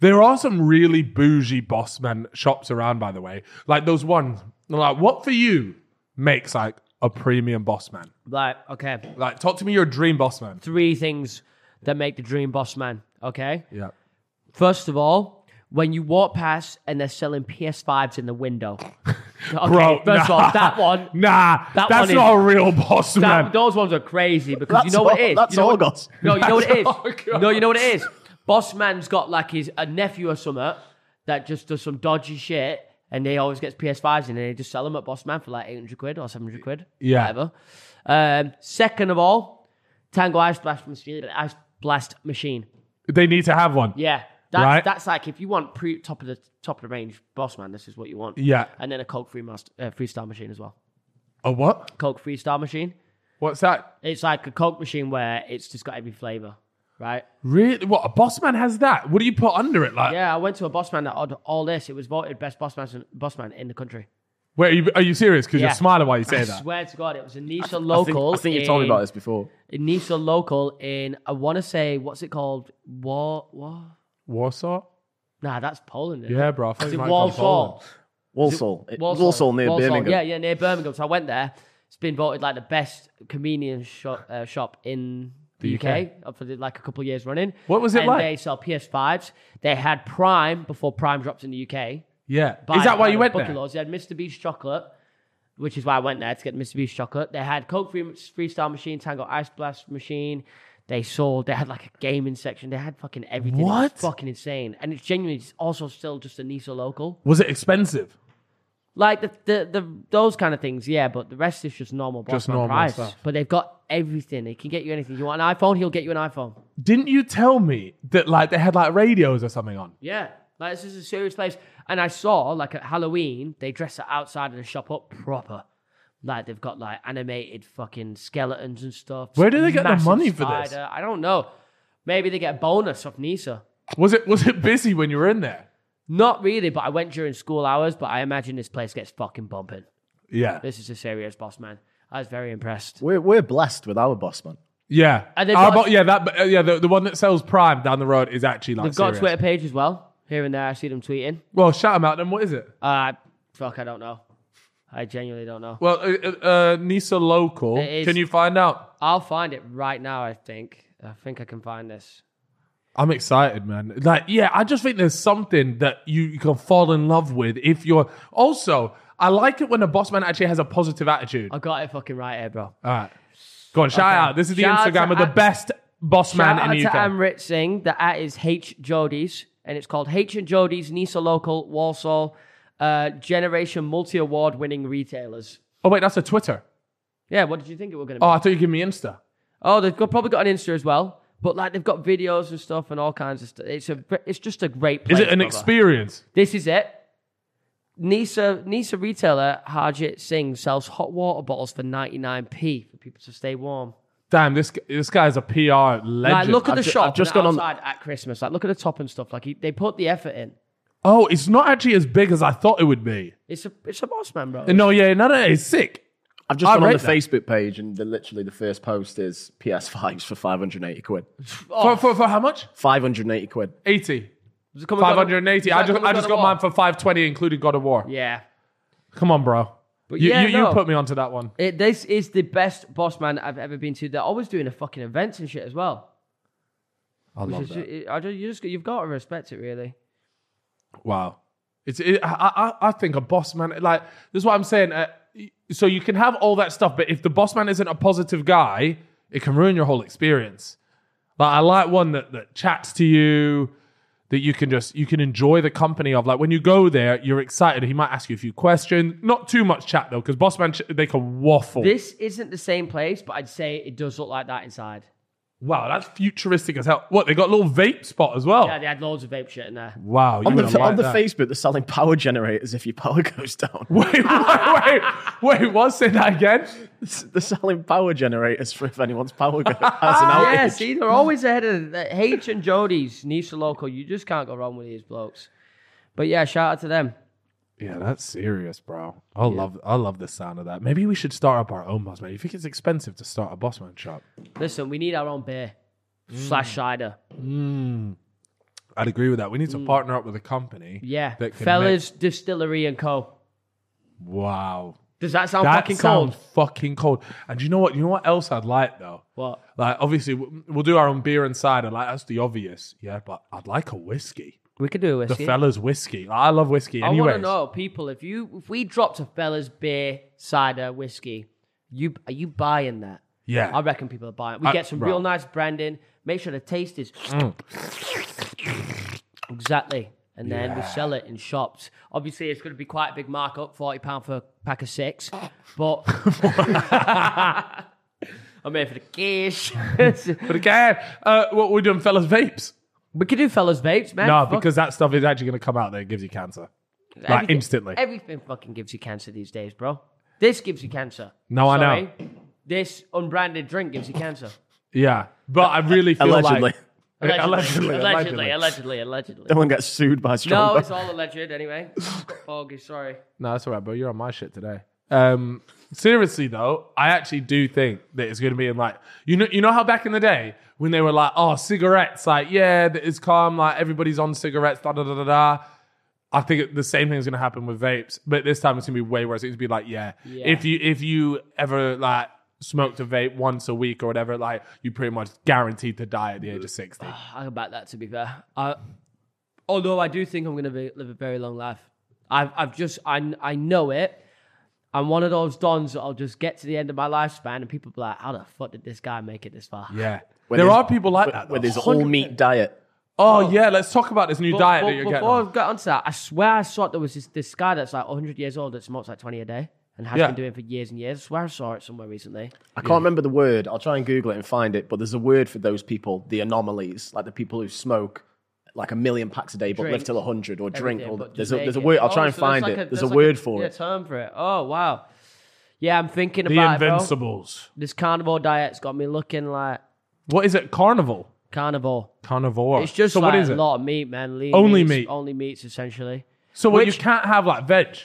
S1: There are some really bougie boss men shops around, by the way. Like those ones, they're like, what for you makes like a premium boss man?
S2: Like, okay,
S1: Like, talk to me your dream boss man.
S2: three things that make the dream boss man. Okay,
S1: Yeah.
S2: first of all, when you walk past and they're selling PS5s in the window. Okay,
S1: Bro,
S2: first of all,
S1: nah.
S2: that one.
S1: Nah,
S2: That
S1: that's
S2: one
S1: not a real boss
S2: That-
S1: man.
S2: those ones are crazy because you
S3: That's
S2: know what
S3: all-
S2: it is.
S3: that's
S2: you know
S3: all
S2: what-
S3: got.
S2: No, you know what it is.
S1: That's all I got.
S2: no, you know what it is. Boss man's got like his a nephew or something that just does some dodgy shit, and he always gets PS5s in, and they just sell them at Boss Man for like eight hundred quid or seven hundred quid.
S1: Yeah.
S2: Whatever. Um, second of all, Tango Ice Blast machine. Ice Blast machine.
S1: They need to have one.
S2: Yeah. That's,
S1: Right.
S2: that's like if you want pre top of the top of the range boss man, this is what you want.
S1: Yeah.
S2: And then a Coke free master, uh, freestyle machine as well.
S1: A what?
S2: Coke freestyle machine.
S1: What's that?
S2: It's like a Coke machine where it's just got every flavor, right?
S1: Really? What? A boss man has that? What do you put under it? Like,
S2: Yeah, I went to a boss man that had all this. It was voted best boss man, boss man in the country.
S1: wait, are you, are you serious? Because
S2: Yeah.
S1: you're smiling while you say
S2: I
S1: that.
S2: swear to God, it was a Nisa
S3: I think,
S2: local.
S3: I think you've told me about
S2: in-
S3: this before.
S2: a Nisa local in I want to say what's it called? War? War?
S1: Warsaw?
S2: Nah, that's Poland. isn't it?
S1: Yeah, bro. I thought
S2: It's
S1: you
S2: in
S1: might have gone
S2: Warsaw.
S3: Walsall. It- Walsall, near Birmingham.
S2: Yeah, yeah, near Birmingham. So I went there. It's been voted like the best comedian shop, uh, shop in the, UK, up for the, like a couple of years running.
S1: What was it
S2: and
S1: like?
S2: They sell PS5s. They had Prime before Prime dropped in the UK.
S1: Yeah.
S2: By-
S1: Is that why
S2: by
S1: you
S2: the
S1: went
S2: bucket
S1: there?
S2: Laws. They had Mr. Beast chocolate, which is why I went there to get Mr. Beast chocolate. They had Coke Free Freestyle Machine, Tango Ice Blast Machine. They sold. They had like a gaming section. They had fucking everything. It was
S1: What?
S2: fucking insane. And it's genuinely just also still just a Nisa local
S1: Was it expensive?
S2: like the, the the those kind of things, yeah. But the rest is just normal, boss
S1: Just
S2: man
S1: normal
S2: price.
S1: stuff.
S2: But they've got everything. They can get you anything. You want an iPhone? He'll get you an iPhone.
S1: Didn't you tell me that like they had like radios or something on?
S2: Yeah, like this is a serious place. And I saw like at Halloween, they dress it outside of the shop up proper. Like they've got like animated fucking skeletons and stuff.
S1: Where do they get the
S2: Massive
S1: money for this?
S2: spider. I don't know. Maybe they get a bonus off Nisa.
S1: Was it was it busy when you were in there?
S2: Not really, but I went during school hours. But I imagine this place gets fucking bumping.
S1: Yeah.
S2: This is a serious boss man. I was very impressed.
S3: We're, we're blessed with our boss, man.
S1: Yeah.
S2: And they've
S1: How
S2: got-
S1: about- yeah, that uh, yeah, the, the one that sells Prime down the road is actually like
S2: They've got a
S1: serious.
S2: Twitter page as well. Here and there, I see them tweeting.
S1: Well, shout them out then. What is it?
S2: Uh, fuck, I don't know. I genuinely don't know.
S1: Well, uh, uh, uh, Nisa Local.
S2: It is-
S1: Can you find out?
S2: I'll find it right now. I think. I think I can find this.
S1: I'm excited, man. Like, yeah, I just think there's something that you, you can fall in love with if you're. Also, I like it when a boss man actually has a positive attitude.
S2: I got it fucking right here, bro.
S1: All right. Go on, shout out. This is the
S2: Shout out
S1: Instagram
S2: to
S1: of the
S2: Am-
S1: best boss
S2: Shout
S1: man
S2: out
S1: in the
S2: to
S1: UK.
S2: Amrit Singh. The at is H Jody's, and it's called H and Jody's Nisa Local Walsall uh, Generation Multi Award Winning Retailers.
S1: oh, wait, that's a Twitter.
S2: Yeah, what did you think it were going to be?
S1: Oh,
S2: Oh,
S1: I thought you give me Insta.
S2: they've got, probably got an Insta as well, but like they've got videos and stuff and all kinds of stuff. It's a, it's just a great.
S1: Is
S2: Place,
S1: it an
S2: brother.
S1: experience?
S2: This is it. Nisa Nisa retailer Harjit Singh sells hot water bottles for 99p for people to stay warm.
S1: Damn, this g- this guy's a PR legend.
S2: Like, look at the
S3: I've ju-
S2: shop
S3: I've just
S2: and
S3: gone on-
S2: outside at Christmas. Like, look at the top and stuff. Like, he, they put the effort in.
S1: oh, it's not actually as big as I thought it would be.
S2: It's a it's a boss man, bro.
S1: No, yeah, no, no, it's sick.
S3: I've just
S1: I
S3: gone on the
S1: rate that.
S3: Facebook page and the, literally the first post is PS5s for 580 quid.
S2: Oh.
S1: For, for, for how much?
S3: 580 quid.
S1: 80.
S2: Does it come with God of-
S1: 580.
S2: does
S1: I
S2: that
S1: just,
S2: come with
S1: I
S2: God
S1: just
S2: of
S1: got
S2: War?
S1: mine for 520, including God of War.
S2: Yeah.
S1: Come on, bro. you,
S2: yeah,
S1: you,
S2: no.
S1: you put me onto that one.
S2: It, this is the best boss man I've ever been to. They're always doing a fucking events and shit as well.
S1: I
S2: Which
S1: love
S2: is,
S1: that.
S2: ju- I just, you just you've got to respect it really.
S1: Wow. It's, it, I, I, I think a boss man, like, this is what I'm saying. Uh, so you can have all that stuff, but if the boss man isn't a positive guy, it can ruin your whole experience. Like, I like one that, that chats to you, that you can just, you can enjoy the company of. Like, when you go there, you're excited. He might ask you a few questions. Not too much chat, though, because boss man, ch- they can waffle.
S2: This isn't the same place, but I'd say it does look like that inside.
S1: wow, that's futuristic as hell. What, they got a little vape spot as well?
S2: Yeah, they had loads of vape shit in there.
S1: Wow.
S3: On
S1: you're
S3: the,
S1: gonna like
S3: on the
S1: that.
S3: Facebook, they're selling power generators if your power goes down.
S1: Wait, wait, wait, wait, what? Say that again.
S3: they're selling power generators for if anyone's power goes has an outage.
S2: Yeah, see, they're always ahead of the H and Jody's Nisa Local. You just can't go wrong with these blokes. But yeah, shout out to them.
S1: Yeah, that's serious, bro. I love I love the sound of that. Maybe we should start up our own Bossman. You think it's expensive to start a Bossman shop?
S2: Listen, we need our own beer
S1: Mm.
S2: slash cider.
S1: I'd agree with that. We need to partner up with a company.
S2: Mm. Yeah,
S1: that can
S2: Fellas Distillery and Co.
S1: make- wow,
S2: Does that sound
S1: that
S2: fucking
S1: sounds
S2: cold?
S1: fucking cold. And you know what? You know what else I'd like though.
S2: What?
S1: Like obviously w- we'll do our own beer and cider. Like that's the obvious. Yeah, but I'd like a whiskey.
S2: We could do a
S1: The
S2: whiskey.
S1: fellas whiskey. Like, I love whiskey.
S2: I want to
S1: Anyways,
S2: know, people, if you if we dropped a fellas beer, cider, whiskey, you are you buying that?
S1: yeah, Uh,
S2: I reckon people are buying. We
S1: I-
S2: get some
S1: bro.
S2: real nice branding. Make sure the taste is
S1: Mm.
S2: exactly, and then we sell it in shops. Obviously, it's going to be quite a big markup, forty pound for a pack of six. But I'm here for the cash.
S1: but again, uh, what we're doing, fellas vapes.
S2: we could do fellas vapes, man.
S1: No,
S2: Fuck
S1: because that stuff is actually going to come out there and gives you cancer. Like
S2: everything-
S1: instantly.
S2: Everything fucking gives you cancer these days, bro. This gives you cancer.
S1: No, I know.
S2: Sorry. This unbranded drink gives you cancer.
S1: yeah, but I really feel
S3: Allegedly.
S1: like
S2: Allegedly,
S1: Allegedly,
S2: allegedly,
S1: allegedly.
S2: allegedly, allegedly.
S3: No one gets sued by
S2: No,
S3: Strongbow.
S2: it's all alleged anyway. Foggy, sorry.
S1: No, that's all right, bro. You're on my shit today. Um, seriously though, I actually do think that it's going to be in like you know you know how back in the day when they were like oh cigarettes like yeah that is calm like everybody's on cigarettes da da da da da. I think it- the same thing's going to happen with vapes, but this time it's going to be way worse. It's going to be like yeah,
S2: Yeah.
S1: if you if you ever like smoked a vape once a week or whatever, like you pretty much guaranteed to die at the age of sixty.
S2: I can back that to be fair. I, although I do think I'm going to be, live a very long life. I've, I've just, I, I know it. I'm one of those dons that I'll just get to the end of my lifespan and people be like, how the fuck did this guy make it this far?
S1: Yeah,
S3: Where
S1: there
S3: there's-
S1: are people like that.
S3: With
S1: though.
S3: his all meat diet.
S1: oh yeah, let's talk about this new
S2: But-
S1: diet
S2: but
S1: that you're getting.
S2: before
S1: on.
S2: I got onto that, I swear I saw there was this, this guy that's like 100 years old that smokes like 20 a day and has
S1: Yeah.
S2: been doing it for years and years. I swear I saw it somewhere recently.
S3: I can't remember the word. I'll try and Google it and find it. But there's a word for those people, the anomalies, like the people who smoke like a million packs a day but live
S2: Drink.
S3: till 100 or drink.
S2: Everything,
S3: Or,
S2: but
S3: there's,
S2: just
S3: a,
S2: make
S3: there's a
S2: it.
S3: word. I'll
S2: Oh,
S3: try and
S2: so there's
S3: find
S2: like
S3: it. there's a
S2: like
S3: word for
S2: yeah,
S3: it.
S2: term for it. Oh, wow. Yeah, I'm thinking
S1: The
S2: about it, bro.
S1: Invincibles.
S2: This carnivore diet's got me looking like
S1: What is it? Carnival.
S2: carnivore.
S1: Carnivore.
S2: It's just
S1: so.
S2: like
S1: what is
S2: a
S1: it?
S2: lot of meat, man. Lean
S1: Only
S2: meats,
S1: meat.
S2: Only meats, essentially.
S1: So what you
S2: which-
S1: can't have like veg.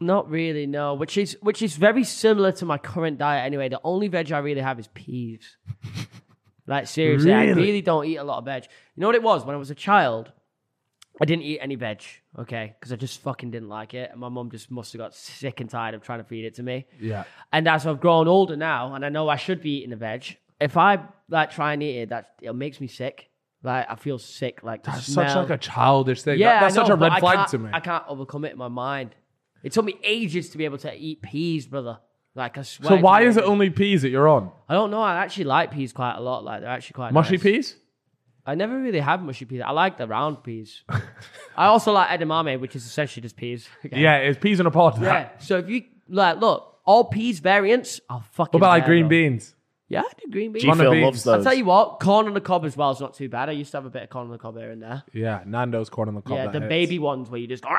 S2: Not really, no. Which is which is very similar to my current diet anyway. The only veg I really have is peas. like seriously, I
S1: Really?
S2: really don't eat a lot of veg. You know what it was when I was a child? I didn't eat any veg, okay, because I just fucking didn't like it, and my mum just must have got sick and tired of trying to feed it to me.
S1: Yeah.
S2: And as I've grown older now, and I know I should be eating the veg, if I like try and eat it, that it makes me sick. Like I feel sick. Like the
S1: That's
S2: smell.
S1: such like a childish thing.
S2: Yeah,
S1: That- that's
S2: I know,
S1: such a
S2: but I
S1: red flag
S2: can't-
S1: to me.
S2: I can't overcome it in my mind. It took me ages to be able to eat peas, brother. Like I swear.
S1: so
S2: to
S1: why
S2: you,
S1: is it only peas that you're on?
S2: I don't know. I actually like peas quite a lot. Like they're actually quite
S1: Mushy
S2: nice.
S1: peas?
S2: I never really have mushy peas. I like the round peas. I also like edamame, which is essentially just peas. Okay.
S1: Yeah, it's peas in a pod.
S2: Yeah. So if you like, look, all peas variants are fucking.
S1: What about like
S2: rare,
S1: green
S2: bro.
S1: beans?
S2: Yeah, I do green beans.
S3: G Phil
S1: beans.
S3: loves
S1: I'll
S3: those.
S2: I'll tell you what, corn on the cob as well is not too bad. I used to have a bit of corn on the cob here and there.
S1: Yeah, Nando's corn on the cob.
S2: yeah,
S1: that
S2: the
S1: hits.
S2: baby ones where you just go.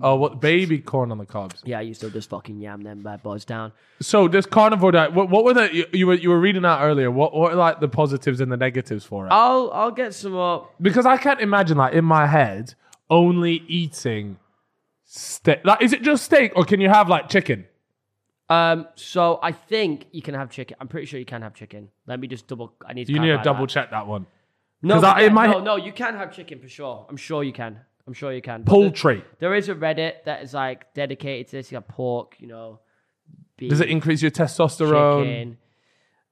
S1: Oh, what baby corn on the cobs?
S2: Yeah, I used to just fucking yam them bad boys down.
S1: So this carnivore diet. What, what were the you, you were you were reading out earlier? What what are like the positives and the negatives for it?
S2: I'll I'll get some more.
S1: because I can't imagine like in my head only eating steak. Like, is it just steak or can you have like chicken?
S2: Um, so I think you can have chicken. I'm pretty sure you can have chicken. Let me just double. I need. To
S1: You need to
S2: clarify
S1: double
S2: that.
S1: check that one.
S2: No,
S1: 'cause I-
S2: yeah,
S1: in my
S2: no,
S1: head-
S2: no, you can have chicken for sure. I'm sure you can. I'm sure you can. But
S1: Poultry.
S2: there- there is a Reddit that is like dedicated to this. You got pork, you know. Beef.
S1: Does it increase your testosterone?
S2: chicken.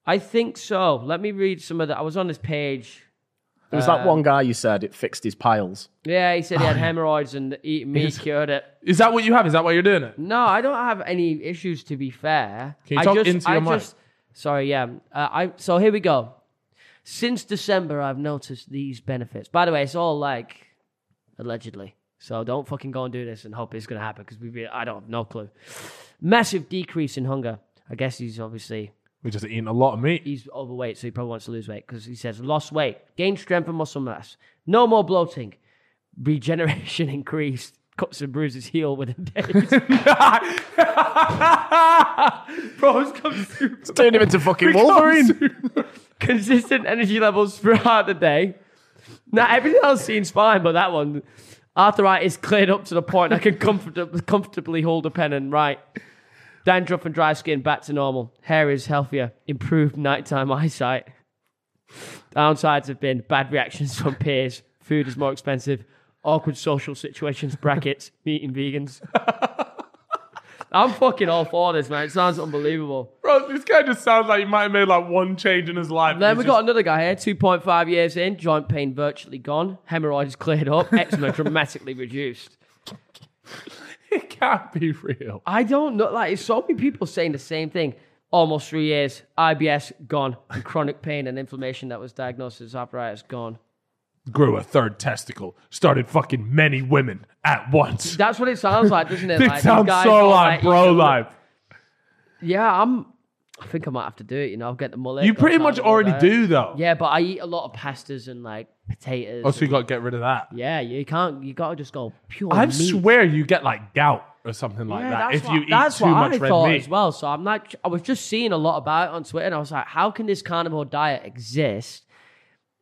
S2: I think so. Let me read some of the. I was on this page.
S3: There was
S2: uh,
S3: that one guy you said it fixed his piles.
S2: Yeah, he said he had hemorrhoids and eating meat cured it.
S1: Is that what you have? Is that why you're doing it?
S2: No, I don't have any issues. To be fair,
S1: Can you
S2: I
S1: talk
S2: just,
S1: into
S2: I
S1: your mic?
S2: just, Sorry, yeah. Uh, I so here we go. Since December, I've noticed these benefits. By the way, it's all like allegedly. So don't fucking go and do this and hope it's gonna happen because we, really, I don't have no clue. Massive decrease in hunger. I guess he's obviously
S1: We're just eating a lot of meat.
S2: he's overweight, so he probably wants to lose weight because he says lost weight, gained strength and muscle mass, no more bloating, regeneration increased, cuts and bruises heal within days.
S1: Bros comes
S3: Turned him into fucking Wolverine.
S2: consistent energy levels throughout the day. Now everything else seems fine, but that one. Arthritis cleared up to the point I can comfort- comfortably hold a pen and write. Dandruff and dry skin back to normal. Hair is healthier. Improved nighttime eyesight. Downsides have been bad reactions from peers. Food is more expensive. Awkward social situations, brackets, meeting vegans. I'm fucking all for this, man. It sounds unbelievable.
S1: Bro, this guy just sounds like he might have made like one change in his life.
S2: Then
S1: He's
S2: we
S1: just-
S2: got another guy here, 2.5 years in, joint pain virtually gone, hemorrhoids cleared up, eczema dramatically reduced.
S1: It can't be real.
S2: I don't know. Like, it's so many people saying the same thing. Almost three years, IBS gone, and chronic pain and inflammation that was diagnosed as arthritis gone.
S1: Grew a third testicle. Started fucking many women at once.
S2: That's what it sounds like, doesn't it?
S1: It
S2: like, these
S1: sounds
S2: guys
S1: so
S2: are,
S1: like bro life.
S2: Yeah, I'm. I think I might have to do it. You know, I'll get the mullet.
S1: You
S2: go
S1: pretty
S2: down
S1: much
S2: the road
S1: already
S2: there.
S1: do though.
S2: Yeah, but I eat a lot of pastas and like potatoes.
S1: Oh, so you got to get rid of that.
S2: yeah, you can't. You gotta just go pure.
S1: I
S2: meat.
S1: swear you get like gout or something like
S2: Yeah,
S1: that
S2: that's
S1: if
S2: what-
S1: you eat
S2: that's
S1: too
S2: what
S1: much
S2: I
S1: red
S2: thought
S1: meat.
S2: as well. So I'm not. I was just seeing a lot about it on Twitter, and I was like, how can this carnivore diet exist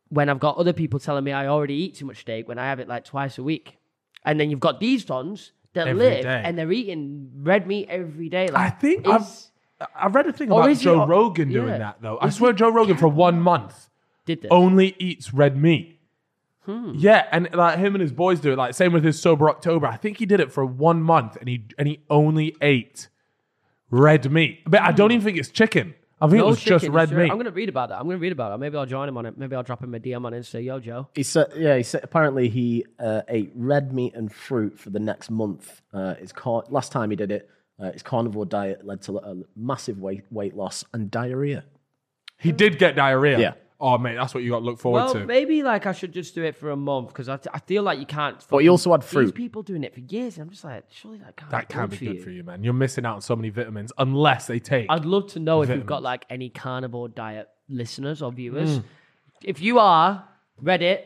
S2: when I've got other people telling me I already eat too much steak when I have it like twice a week, and then you've got these tons that
S1: Every
S2: live
S1: day.
S2: and they're eating red meat every day.
S1: I
S2: Like,
S1: think I've
S2: is-
S1: I read a thing
S2: Or
S1: about
S2: Oh, is he-
S1: Joe
S2: or-
S1: Rogan doing
S2: yeah.
S1: that though. I swear Joe Rogan for one month
S2: did this.
S1: only eats red meat.
S2: Hmm.
S1: Yeah, and like him and his boys do it. Like same with his sober October. I think he did it for one month, and he and he only ate red meat. But I don't even think it's chicken. I think it was just
S2: Hmm. chicken,
S1: red
S2: sure.
S1: meat.
S2: I'm gonna read about that. I'm gonna read about it. Maybe I'll join him on it. Maybe I'll drop him a DM on Insta. Yo, Joe.
S3: He said, yeah, he said, apparently he uh, ate red meat and fruit for the next month. Uh, his car- last time he did it, uh, his carnivore diet led to a massive weight, weight loss and diarrhea.
S1: He did get diarrhea.
S3: Yeah.
S1: Oh mate, that's what you got to look forward
S2: Well,
S1: to.
S2: maybe like I should just do it for a month because I, I feel like you can't.
S3: But he also had
S2: These
S3: fruit.
S2: people doing it for years, and I'm just like, surely that can't,
S1: that can
S2: be
S1: be good for you, man. You're missing out on so many vitamins unless they take.
S2: I'd love to know if you've got like any carnivore diet listeners or viewers.
S1: Hmm.
S2: If you are Reddit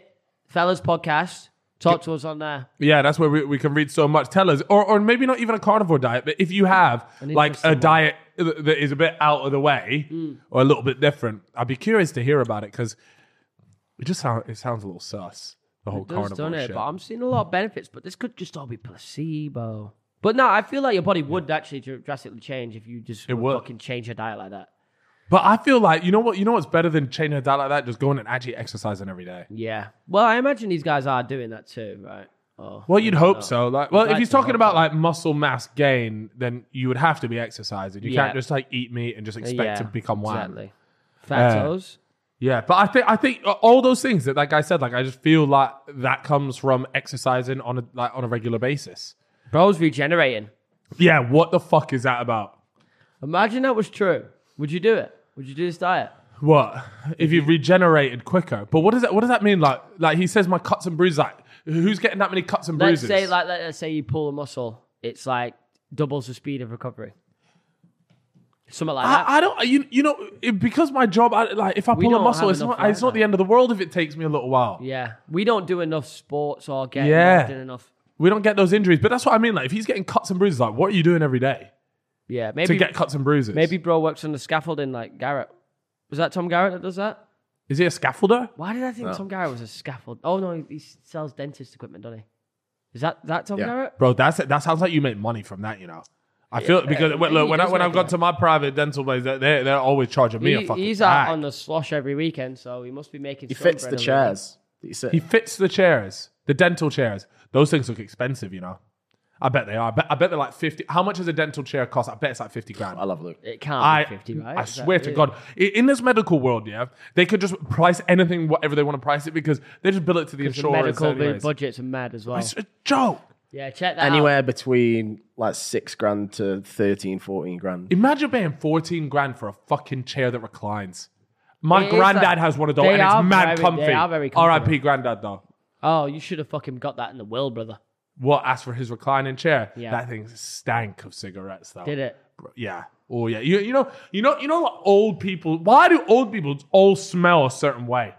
S2: fellas podcast, talk to us on there.
S1: Yeah, that's where we, we can read so much. Tell us, or or maybe not even a carnivore diet, but if you have
S2: need
S1: like
S2: to
S1: a
S2: someone-
S1: diet th- that is a bit out of the way
S2: Mm.
S1: or a little bit different, I'd be curious to hear about it because it just sounds it sounds a little sus. The whole
S2: Does,
S1: carnivore
S2: done it,
S1: shit.
S2: but I'm seeing a lot of benefits. But this could just all be placebo. But no, I feel like your body would actually dr- drastically change if you just would
S1: would.
S2: fucking change your diet like that.
S1: But I feel like you know what you know what's better than changing a diet like that? Just going and actually exercising every day.
S2: Yeah. Well, I imagine these guys are doing that too, right? Oh.
S1: Well, you'd hope so. Like, well, if
S2: like
S1: he's
S2: to
S1: talking
S2: hope
S1: about
S2: so.
S1: like muscle mass gain, then you would have to be exercising. You
S2: Yeah.
S1: can't just like eat meat and just expect to become one.
S2: Exactly. Fatos.
S1: Yeah, but I think I think uh, all those things that that guy said, like I just feel like that comes from exercising on a like on a regular basis.
S2: Bro's regenerating.
S1: Yeah, what the fuck is that about?
S2: Imagine that was true. Would you do it? Would you do this diet?
S1: What if you regenerated quicker? But what does that what does that mean? Like like he says, my cuts and bruises. Like who's getting that many cuts and
S2: Let's
S1: bruises?
S2: say, like, let's say you pull a muscle. It's like doubles the speed of recovery. Something like that.
S1: I, I don't you you know it, because my job I, like if I pull a
S2: don't
S1: muscle,
S2: have
S1: it's
S2: enough
S1: not it's not
S2: either.
S1: the end of the world if it takes me a little while.
S2: yeah, we don't do enough sports or get
S1: Yeah.
S2: involved in enough.
S1: We don't get those injuries, but that's what I mean. Like if he's getting cuts and bruises, like what are you doing every day
S2: Yeah,
S1: to
S2: maybe
S1: get cuts and bruises?
S2: maybe bro works on the scaffolding like Garrett. Was that Tom Garrett that does that?
S1: is he a scaffolder?
S2: Why did I think Tom Garrett was a scaffold? Oh no, he- he sells dentist equipment, doesn't he? Is that that Tom
S3: Yeah.
S2: Garrett?
S1: bro. That's that sounds like you make money from that, you know. I feel because
S2: yeah,
S1: when,
S2: he
S1: look, when I
S2: does
S1: when
S2: make
S1: I've gone
S2: it.
S1: to my private dental place, they they're, they're always charging me
S2: He-
S1: a fucking.
S2: he's
S1: bag.
S2: out on the slosh every weekend, so he must be making.
S3: He fits the chairs. that He
S1: he
S3: said,
S1: fits the chairs, the dental chairs. Those things look expensive, you know. I bet they are. I bet, I bet they're like fifty. How much does a dental chair cost? I bet it's like fifty grand.
S3: I love Luke.
S2: It can't
S1: I,
S2: be fifty, right?
S1: I
S2: Is that
S1: swear to
S2: really-
S1: God, I- in this medical world, yeah, they could just price anything, whatever they want to price it, because they just bill it to the
S2: the
S1: insurance.
S2: medical bu-
S1: anyways.
S2: budgets are mad as well.
S1: It's a joke.
S2: Yeah, check that out.
S3: Anywhere between like six grand to 13, 14 grand.
S1: Imagine paying 14 grand for a fucking chair that reclines. My
S2: It is
S1: granddad
S2: like-
S1: has one of those,
S2: they
S1: and
S2: are
S1: it's mad
S2: very-
S1: comfy.
S2: they are very comfy.
S1: R.I.P. granddad, though.
S2: Oh, you should have fucking got that in the will, brother.
S1: What asked for his reclining chair?
S2: Yeah.
S1: That thing stank of cigarettes, though.
S2: Did it?
S1: Bro, Yeah. Oh yeah. You, you know you know you know what old people? Why do old people all smell a certain way?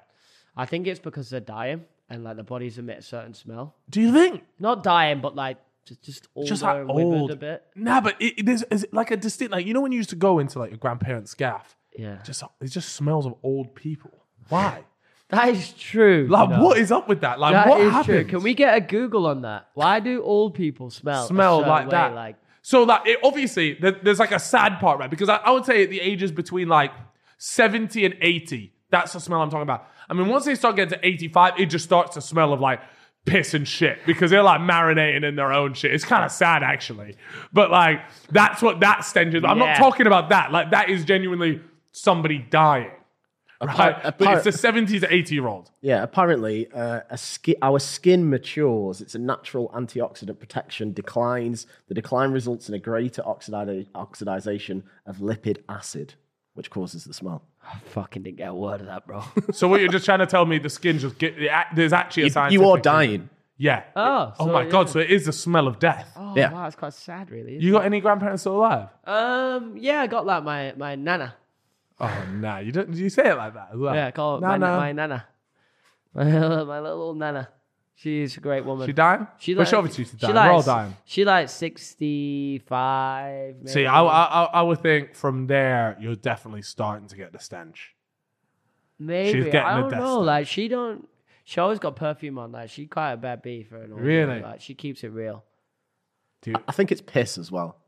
S2: I think it's because they're dying and like the bodies emit a certain smell.
S1: Do you think?
S2: Not dying, but like just just older
S1: Just like
S2: and withered
S1: old.
S2: a bit.
S1: Nah, but it, it- there's is like a distinct like you know when you used to go into like your grandparents' gaff.
S2: Yeah.
S1: Just it just smells of old people. Why?
S2: That is true.
S1: Like,
S2: you know.
S1: what is up with that? Like,
S2: That
S1: what
S2: is
S1: happened?
S2: Can we get a Google on that? Why do old people smell a
S1: smell
S2: certain
S1: like
S2: way,
S1: that?
S2: Like
S1: so that it, obviously there, there's like a sad part, right? Because I, I would say at the ages between like 70 and 80, that's the smell I'm talking about. I mean, once they start getting to 85, it just starts to smell of like piss and shit because they're like marinating in their own shit. It's kind of sad actually, but like that's what that stench is. I'm
S2: Yeah.
S1: not talking about that. Like that is genuinely somebody dying, right?
S3: Apart-
S1: but
S3: apart-
S1: it's the 70 to 80 year old.
S3: Yeah, apparently, uh, a ski- our skin matures. It's a natural antioxidant protection declines. The decline results in a greater oxidi- oxidization of lipid acid, which causes the smell.
S2: I fucking didn't get a word of that, bro.
S1: So what you're just trying to tell me, the skin just get the act- there's actually a science.
S3: You are dying.
S1: Yeah.
S2: Oh,
S1: oh
S2: so,
S1: my god!
S2: yeah.
S1: So it is the smell of death.
S2: Oh
S3: Yeah.
S2: wow, it's quite sad, really.
S1: You got any grandparents still alive?
S2: um, yeah, I got like my my nana.
S1: Oh nah, you don't. You say it like that as well.
S2: Yeah, I call
S1: nah,
S2: my,
S1: nah.
S2: my nana. My, little- my little nana. She's a great woman.
S1: She dying?
S2: She
S1: Which
S2: like-
S1: obviously she's
S2: she
S1: dying. We're all
S2: likes-
S1: dying.
S2: She like sixty five.
S1: See, I, I, I, I would think from there you're definitely starting to get the stench.
S2: maybe
S1: getting
S2: I
S1: the
S2: don't
S1: death
S2: know.
S1: star.
S2: Like she don't. She always got perfume on. Like she quite a bad bee for an old woman,
S1: Really?
S2: Like she keeps it real.
S1: Dude,
S3: I think it's piss as well.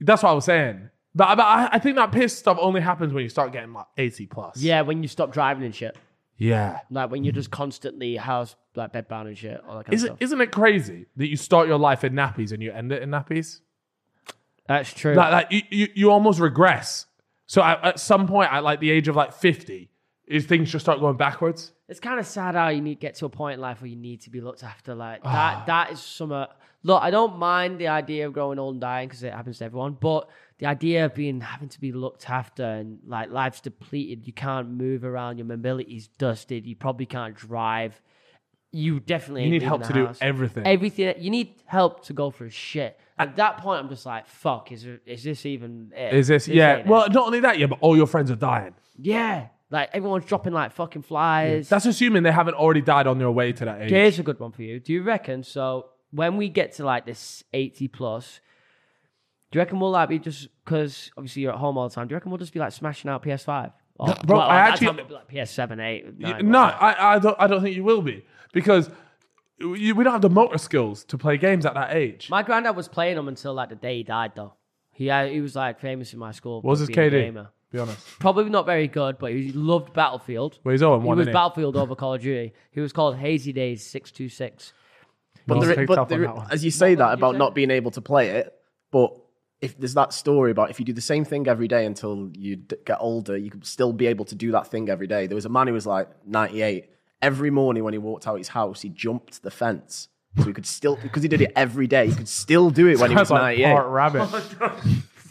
S1: that's what I was saying. But, but I, I think that piss stuff only happens when you start getting like 80 plus.
S2: Yeah, when you stop driving and shit.
S1: Yeah.
S2: Like when you're just constantly house like bedbound and shit, all that kind
S1: Is
S2: of
S1: it,
S2: stuff.
S1: isn't it crazy that you start your life in nappies and you end it in nappies?
S2: That's true.
S1: Like, like you, you, you almost regress. So I, at some point, at like the age of like 50, is things just start going backwards?
S2: it's kind of sad how you need get to a point in life where you need to be looked after. Like
S1: Ah.
S2: that. that is some. uh, Look, I don't mind the idea of growing old and dying because it happens to everyone. But the idea of being having to be looked after and like life's depleted, you can't move around, your mobility's dusted, you probably can't drive. You definitely
S1: You
S2: ain't
S1: need
S2: leaving
S1: help
S2: the
S1: to do
S2: house.
S1: everything.
S2: Everything you need help to go for shit. At that point, I'm just like, fuck. Is is this even? It?
S1: Is this, yeah.
S2: ain't it.
S1: Well, not only that, yeah, but all your friends are dying.
S2: Yeah. Like everyone's dropping like fucking flies.
S1: That's assuming they haven't already died on their way to that age.
S2: Here's a good one for you. Do you reckon? So when we get to like this 80 plus, do you reckon we'll like be just because obviously you're at home all the time? Do you reckon we'll just be like smashing out PS5? Or,
S1: bro, I
S2: at that
S1: actually-
S2: time it'd be, like PS7, 8.
S1: Y-
S2: 9,
S1: no,
S2: whatever.
S1: I, I don't. I don't think you will be because you, we don't have the motor skills to play games at that age.
S2: My granddad was playing them until like the day he died, though. He had, he was like famous in my school.
S1: What was
S2: for
S1: his
S2: being a
S1: KD?
S2: gamer.
S1: Be honest.
S2: Probably not very good, but he loved Battlefield.
S1: Well, he's all in
S2: He
S1: one.
S2: was
S1: innit?
S2: Battlefield over Call of Duty. He was called Hazy Days 626.
S3: But,
S1: Well,
S3: there-
S1: picked
S3: but
S1: up on
S3: there-
S1: that one.
S3: as you say that
S2: did you
S3: about
S2: say?
S3: not being able to play it, but if there's that story about if you do the same thing every day until you d- get older, you could still be able to do that thing every day. There was a man who was like 98. Every morning when he walked out his house, he jumped the fence. So he could still, because he did it every day, he could still do it when he was
S1: That's like
S3: 98.
S1: Bart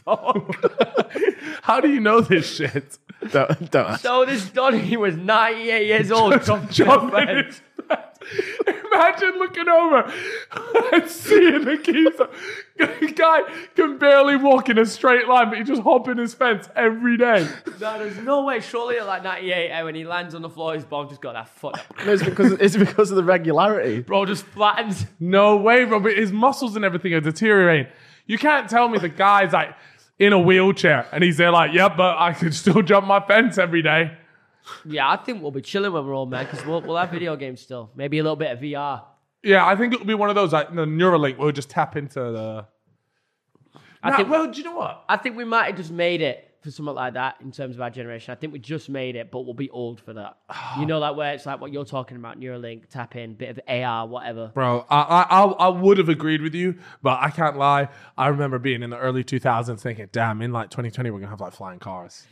S2: Oh,
S1: Rabbit. How do you know this shit?
S3: Don't, don't ask.
S2: So this Donny was 98 years old. Jumped the
S1: Jump in
S2: fence.
S1: his bed. Imagine looking over and seeing the keys. guy can barely walk in a straight line, but he just hopping his fence every day.
S2: No, there's no way. Surely at like 98, and when he lands on the floor, his bomb just got that foot.
S3: No, it's because it's because of the regularity.
S2: Bro just flattens.
S1: No way, bro. But his muscles and everything are deteriorating. You can't tell me the guy's like in a wheelchair and he's there like, yeah, but I could still jump my fence every day.
S2: Yeah, I think we'll be chilling when we're old, man, because we'll, we'll have video games still. Maybe a little bit of VR.
S1: Yeah, I think it'll be one of those like the Neuralink will just tap into the.
S2: I
S1: Nah,
S2: think-
S1: well, do you know what?
S2: I think we might have just made it for something like that in terms of our generation. I think we just made it, but we'll be old for that. you know, like where it's like what you're talking about, Neuralink, tap in, bit of AR, whatever.
S1: Bro, I, I I I would have agreed with you, but I can't lie. I remember being in the early 2000s thinking, damn, in like 2020 we're gonna have like flying cars.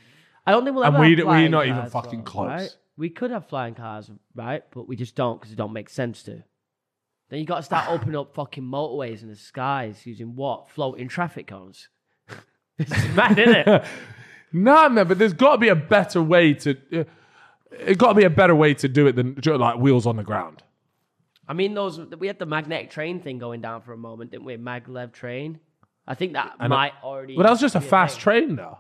S2: I don't think we'll
S1: And
S2: ever.
S1: we
S2: have
S1: d- we're
S2: flying
S1: not even
S2: cars,
S1: fucking
S2: though,
S1: close.
S2: right? We could have flying cars, right? But we just don't because it don't make sense to. Then you got to start opening up fucking motorways in the skies using what floating traffic cones. it's mad, isn't it?
S1: Nah, man, but there's got to be a better way to. Uh, it got to be a better way to do it than ju- like wheels on the ground.
S2: I mean, those we had the magnetic train thing going down for a moment, didn't we? Maglev train. I think that might already.
S1: But uh, that was just a
S2: be
S1: fast
S2: thing.
S1: train, though.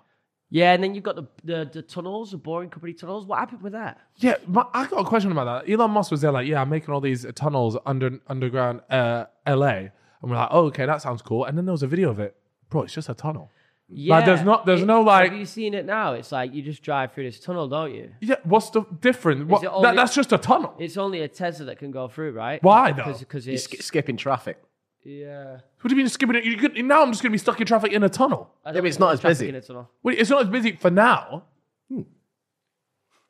S2: Yeah, and then you've got the, the the tunnels, the boring company tunnels. What happened with that?
S1: Yeah, my, I got a question about that. Elon Musk was there, like, yeah, I'm making all these uh, tunnels under underground uh, LA, and we're like, oh, okay, that sounds cool. And then there was a video of it, bro. It's just a tunnel.
S2: Yeah,
S1: there's not- there's
S2: It-
S1: no, like-
S2: Have you seen it now? It's like you just drive through this tunnel, don't you?
S1: Yeah, what's the different? What,
S2: it
S1: that,
S2: only-
S1: that's just a tunnel.
S2: It's only a Tesla that can go through, right?
S1: Why, though?
S2: Because
S3: You're
S2: it's
S3: sk- skipping traffic.
S2: yeah.
S1: What do you mean skipping it? You could, now I'm just going to be stuck in traffic in a tunnel.
S2: I
S3: Yeah,
S2: don't
S3: but it's
S2: think
S3: not
S2: there's
S3: as
S2: traffic
S3: busy.
S2: in a tunnel.
S1: Well, it's not as busy for now.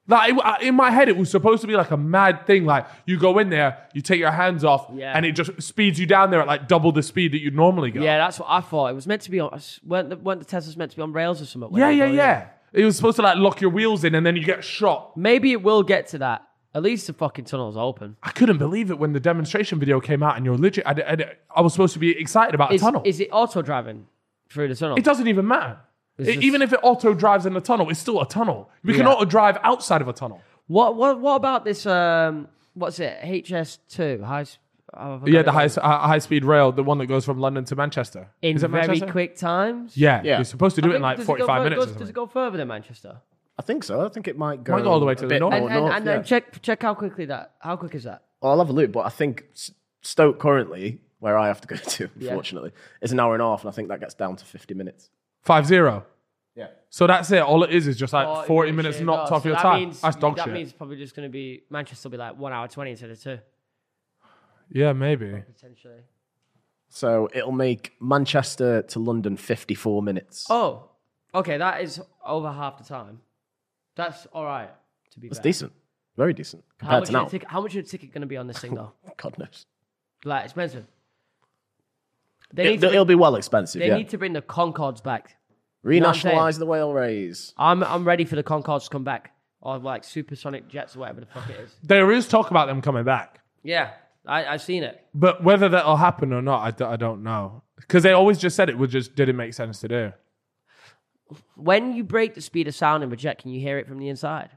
S1: Like it- I- in my head, it was supposed to be like a mad thing. Like you go in there, you take your hands off,
S2: Yeah.
S1: and it just speeds you down there at like double the speed that you'd normally go.
S2: Yeah, that's what I thought. It was meant to be on. weren't the, weren't the Teslas meant to be on rails or something? when
S1: yeah,
S2: they
S1: yeah,
S2: go in?
S1: yeah. It was supposed to like lock your wheels in, and then you get shot.
S2: Maybe it will get to that. At least the fucking tunnel's open.
S1: I couldn't believe it when the demonstration video came out, and you're legit. I, I, I was supposed to be excited about
S2: Is,
S1: a tunnel.
S2: is it auto driving through the tunnel?
S1: It doesn't even matter.
S2: It's
S1: E-
S2: just-
S1: even if it auto drives in a tunnel, it's still a tunnel. We can
S2: Yeah.
S1: auto drive outside of a tunnel.
S2: What what what about this? Um, what's it? HS two high. s- oh, I forgot
S1: Yeah,
S2: it.
S1: the high, uh, high speed rail, the one that goes from London to Manchester.
S2: in
S1: Is it
S2: very
S1: Manchester?
S2: quick times.
S1: Yeah,
S3: Yeah.
S1: you're supposed to do it in like
S2: Does it go
S1: 45
S2: fur-
S1: minutes. or
S2: goes- does it
S1: something.
S2: go further than Manchester?
S3: I think so. I think it might go,
S1: Might go all the way to
S3: a
S1: the
S3: bit
S1: north.
S3: more
S2: And, and,
S3: north,
S2: and
S3: Oh, yeah.
S2: then check check how quickly that how quick is that?
S3: Well, I'll have a look, but I think S- Stoke currently, where I have to go to, unfortunately, is an hour and a half, and I think that gets down to 50 minutes.
S1: Five zero.
S3: Yeah.
S1: So that's it. All it is is just like 40, minutes
S2: Oh, shit,
S1: knocked
S2: no,
S1: off
S2: so
S1: your
S2: that
S1: time.
S2: means-
S1: that's dog
S2: that
S1: shit.
S2: means it's probably just going to be Manchester will be like one hour twenty instead of two
S1: yeah, maybe.
S2: potentially.
S3: So it'll make Manchester to London 54 minutes.
S2: Oh, okay, that is over half the time. That's all right. To be
S3: That's
S2: fair.
S3: decent. Very decent
S2: How much,
S3: compared to
S2: is a
S3: now.
S2: ticket, how much is a ticket going to be on this thing though?
S3: God knows.
S2: like expensive. They need
S3: It,
S2: to
S3: will be well expensive,
S2: They
S3: yeah.
S2: need to bring the Concords back.
S3: Renationalise the whale rays.
S2: I'm I'm ready for the Concords to come back. Or like supersonic jets or whatever the fuck it is.
S1: There is talk about them coming back.
S2: Yeah. I, I've seen it.
S1: But whether that'll happen or not, I, d- I don't know. Because they always just said it would just didn't make sense to do.
S2: When you break the speed of sound and reject, can you hear it from the inside?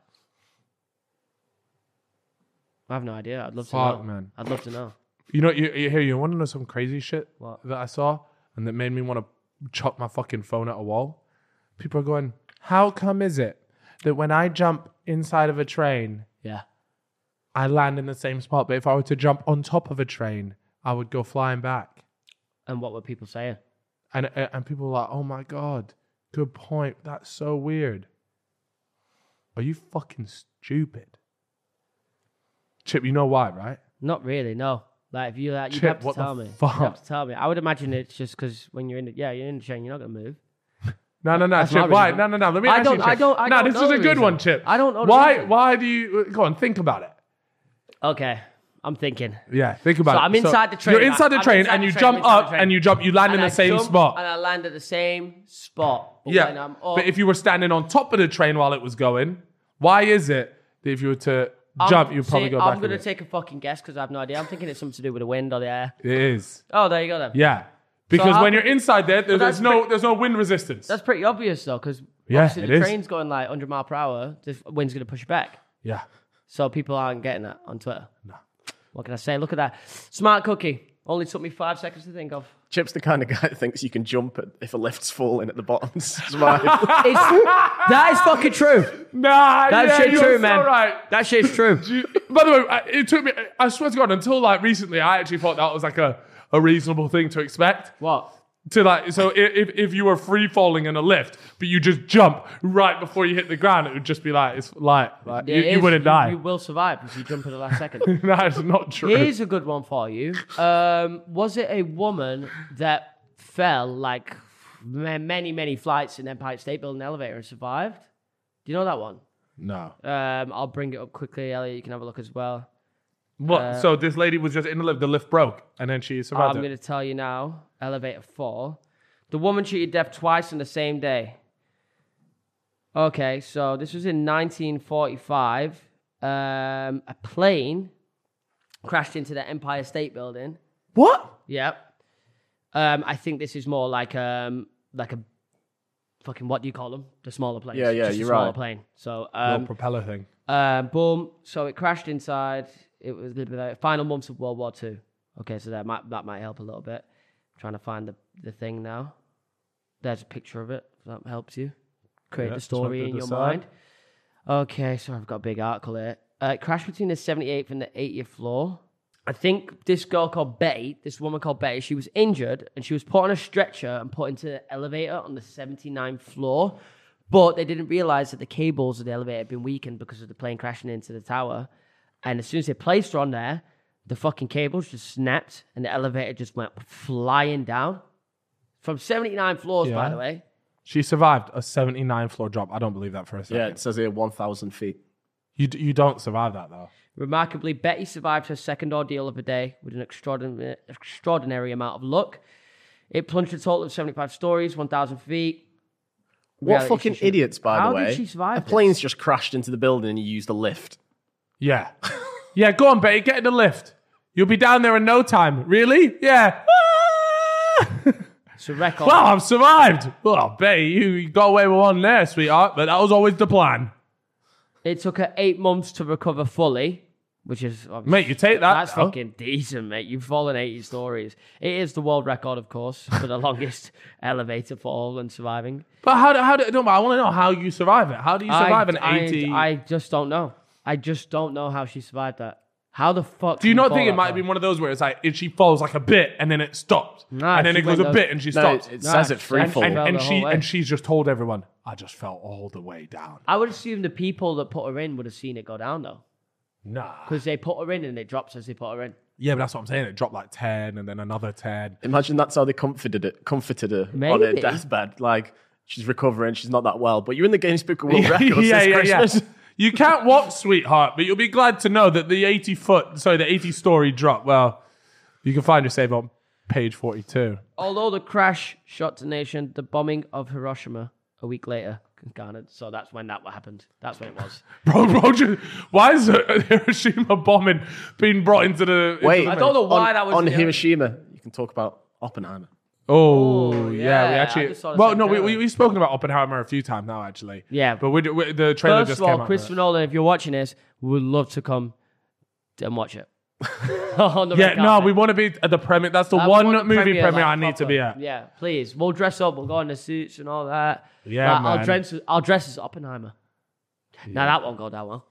S2: I have no idea. I'd love to
S1: Fuck,
S2: know.
S1: man.
S2: I'd love to know.
S1: You know, you, you hear you want to know some crazy shit
S2: What?
S1: that I saw and that made me want to chop my fucking phone at a wall. People are going, how come is it that when I jump inside of a train,
S2: Yeah.
S1: I land in the same spot, but if I were to jump on top of a train, I would go flying back.
S2: And what were people saying?
S1: And and and people are like, oh my god, good point. That's so weird. Are you fucking stupid, Chip? You know why, right?
S2: Not really, no. Like if you like, you'd
S1: Chip,
S2: have to
S1: what the
S2: tell me.
S1: fuck?
S2: You'd have to tell me. I would imagine it's just because when you're in the yeah, you're in the train, you're not gonna move.
S1: No, no, no,
S2: That's
S1: Chip.
S2: my
S1: Why?
S2: reason.
S1: No, no, no. Let me
S2: I
S1: ask you,
S2: don't- I
S1: Chip.
S2: don't- I
S1: no,
S2: don't
S1: this
S2: know
S1: is a
S2: the
S1: good
S2: reason.
S1: one, Chip.
S2: I don't know the
S1: Why?
S2: reason.
S1: Why do you? Go on, think about it.
S2: Okay. I'm thinking.
S1: Yeah, think about
S2: So
S1: it.
S2: I'm inside the train,
S1: You're inside the
S2: I'm
S1: train,
S2: inside
S1: and
S2: the
S1: you
S2: train, I'm
S1: jump
S2: inside the
S1: up,
S2: train.
S1: and you jump. You land in
S2: And
S1: the
S2: I
S1: same
S2: jump
S1: spot.
S2: And I land at the same spot. But when
S1: yeah,
S2: I'm up,
S1: but if you were standing on top of the train while it was going, why is it that if you were to
S2: I'm-
S1: jump, you'd probably
S2: see,
S1: go
S2: I'm
S1: back? a
S2: gonna
S1: bit?
S2: take a fucking guess because I have no idea. I'm thinking it's something to do with the wind or the air.
S1: It is.
S2: Oh, there you go then.
S1: Yeah. Because
S2: how-
S1: when you're inside there, there-
S2: that's
S1: there's no
S2: pre-
S1: there's no wind resistance.
S2: That's pretty obvious though, because
S1: Yeah,
S2: obviously
S1: it
S2: the
S1: is.
S2: train's going like 100 mile per hour. The f- wind's gonna push it back,
S1: Yeah.
S2: so people aren't getting that on Twitter. No. What can I say? Look at that smart cookie. Only took me five seconds to think of.
S3: Chip's the kind of guy that thinks you can jump at, if a lift's falling at the bottom. Survive.
S2: It's, that is fucking true.
S1: Nah,
S2: That
S1: yeah,
S2: shit's
S1: you're
S2: true,
S1: so
S2: man.
S1: right.
S2: That shit's true.
S1: You- By the way, I- it took me. I swear to God, until like recently, I actually thought that was like a, a reasonable thing to expect.
S2: what?
S1: To like, so i- if if you were free falling in a lift, but you just jump right before you hit the ground, it would just be like it's light. Like you,
S2: It
S1: you
S2: is-
S1: wouldn't die.
S2: You will survive if you jump at the last second.
S1: That's not true.
S2: Here's a good one for you. Um, was it a woman that fell like ma- many, many flights in Empire State Building elevator and survived? Do you know that one?
S1: no.
S2: Um, I'll bring it up quickly, Elliot. You can have a look as well.
S1: What? so this lady was just in the lift. The lift broke, and then she survived.
S2: Uh, I'm
S1: it.
S2: going to tell you now. Elevator four. The woman cheated death twice on the same day. Okay, so this was in 1945. Um, a plane crashed into the Empire State Building.
S1: What?
S2: Yep. Um, I think this is more like um like a fucking what do you call them? The smaller plane.
S3: Yeah, yeah,
S2: Just a
S3: you're
S2: smaller
S3: right.
S2: plane. So
S1: Little
S2: um,
S1: propeller thing.
S2: uh, boom. So it crashed inside. It was a little bit like final months of World War Two. Okay, so that might that might help a little bit. trying to find the the thing now. There's a picture of it. If that helps you create
S1: Yeah,
S2: the
S1: swipe
S2: story
S1: to
S2: in
S1: the
S2: your
S1: side.
S2: mind. Okay, so I've got a big article here. Uh, it crashed between the 78th and the 80th floor. I think this girl called Betty, this woman called Betty, she was injured and she was put on a stretcher and put into the elevator on the 79th floor. But they didn't realize that the cables of the elevator had been weakened because of the plane crashing into the tower. And as soon as they placed her on there, the fucking cables just snapped and the elevator just went flying down from 79 floors, by
S1: Yeah.
S2: the way.
S1: She survived a 79 floor drop. I don't believe that for a second.
S3: Yeah, it says here 1,000 feet.
S1: You, d- you don't survive that, though.
S2: Remarkably, Betty survived her second ordeal of the day with an extraordinary, extraordinary amount of luck. It plunged a total of 75 stories, 1,000 feet.
S3: What
S2: Reality
S3: fucking
S2: should-
S3: idiots, by
S2: How
S3: the
S2: did
S3: way.
S2: she survive
S3: A
S2: this?
S3: plane's just crashed into the building and you used a lift.
S1: Yeah. yeah, go on, Betty. Get in the lift. You'll be down there in no time. Really? Yeah.
S2: It's a record.
S1: Well, I've survived. Well, Betty, you, you got away with one there, sweetheart, but that was always the plan.
S2: It took her eight months to recover fully, which is obviously,
S1: Mate, you take that.
S2: that's
S1: though.
S2: fucking decent, mate. You've fallen 80 stories. It is the world record, of course, for the longest elevator fall and surviving.
S1: But how do, how do, no, but I want to know how you survive it. How do you survive an 80?
S2: I, I just don't know. I just don't know how she survived that. How the fuck?
S1: do you not think it might have been one of those where it's like, if she falls like a bit and then it stops,
S2: Nah,
S1: and then
S2: she
S1: it goes
S2: went
S1: a
S2: up-
S1: bit and she
S3: No,
S1: stops?
S3: it, it
S2: No,
S3: says
S2: it's-
S3: it free
S2: and-
S3: fall.
S1: and,
S2: fell
S1: and
S2: the
S1: she
S2: whole way.
S1: and she's just told everyone, I just fell all the way down.
S2: I would assume the people that put her in would have seen it go down though,
S1: Nah.
S2: because they put her in and it drops as they put her in.
S1: Yeah, but that's what I'm saying. It dropped like ten, and then another ten.
S3: Imagine that's how they comforted it, comforted her on her
S2: Maybe.
S3: deathbed. Like she's recovering, she's not that well, but you're in the Guinness Book of World Records
S1: yeah,
S3: this
S1: yeah, yeah.
S3: Christmas.
S1: You can't walk, sweetheart, but you'll be glad to know that the eighty foot, sorry, the eighty story drop. Well, you can find your save on page forty two.
S2: Although the crash shot the nation, the bombing of Hiroshima a week later garnered. So that's when that happened. That's when it was.
S1: Bro, bro, ju- why is the Hiroshima bombing being brought into the? into
S3: Wait,
S1: the-
S2: I don't know why
S3: on,
S2: that was
S3: on
S2: the-
S3: Hiroshima. You can talk about Oppenheimer.
S1: oh, yeah, we
S2: yeah, I
S1: actually.
S2: just saw the
S1: Well,
S2: same
S1: no, we,
S2: trailer.
S1: we we've spoken about Oppenheimer a few times now, actually.
S2: Yeah.
S1: but we, we the trailer
S2: First
S1: just
S2: of
S1: came
S2: all,
S1: out.
S2: Christopher Nolan, if you're watching this, would love to come and watch it. On the
S1: yeah,
S2: red
S1: no,
S2: carpet.
S1: we want to be at the premiere. That's the
S2: I
S1: one
S2: want the
S1: movie premiere,
S2: like,
S1: I need to
S2: proper.
S1: be at.
S2: Yeah, please. We'll dress up. We'll go in the suits and all that.
S1: Yeah,
S2: Like,
S1: man.
S2: I'll dress. as- I'll dress as Oppenheimer. Now that won't go down well.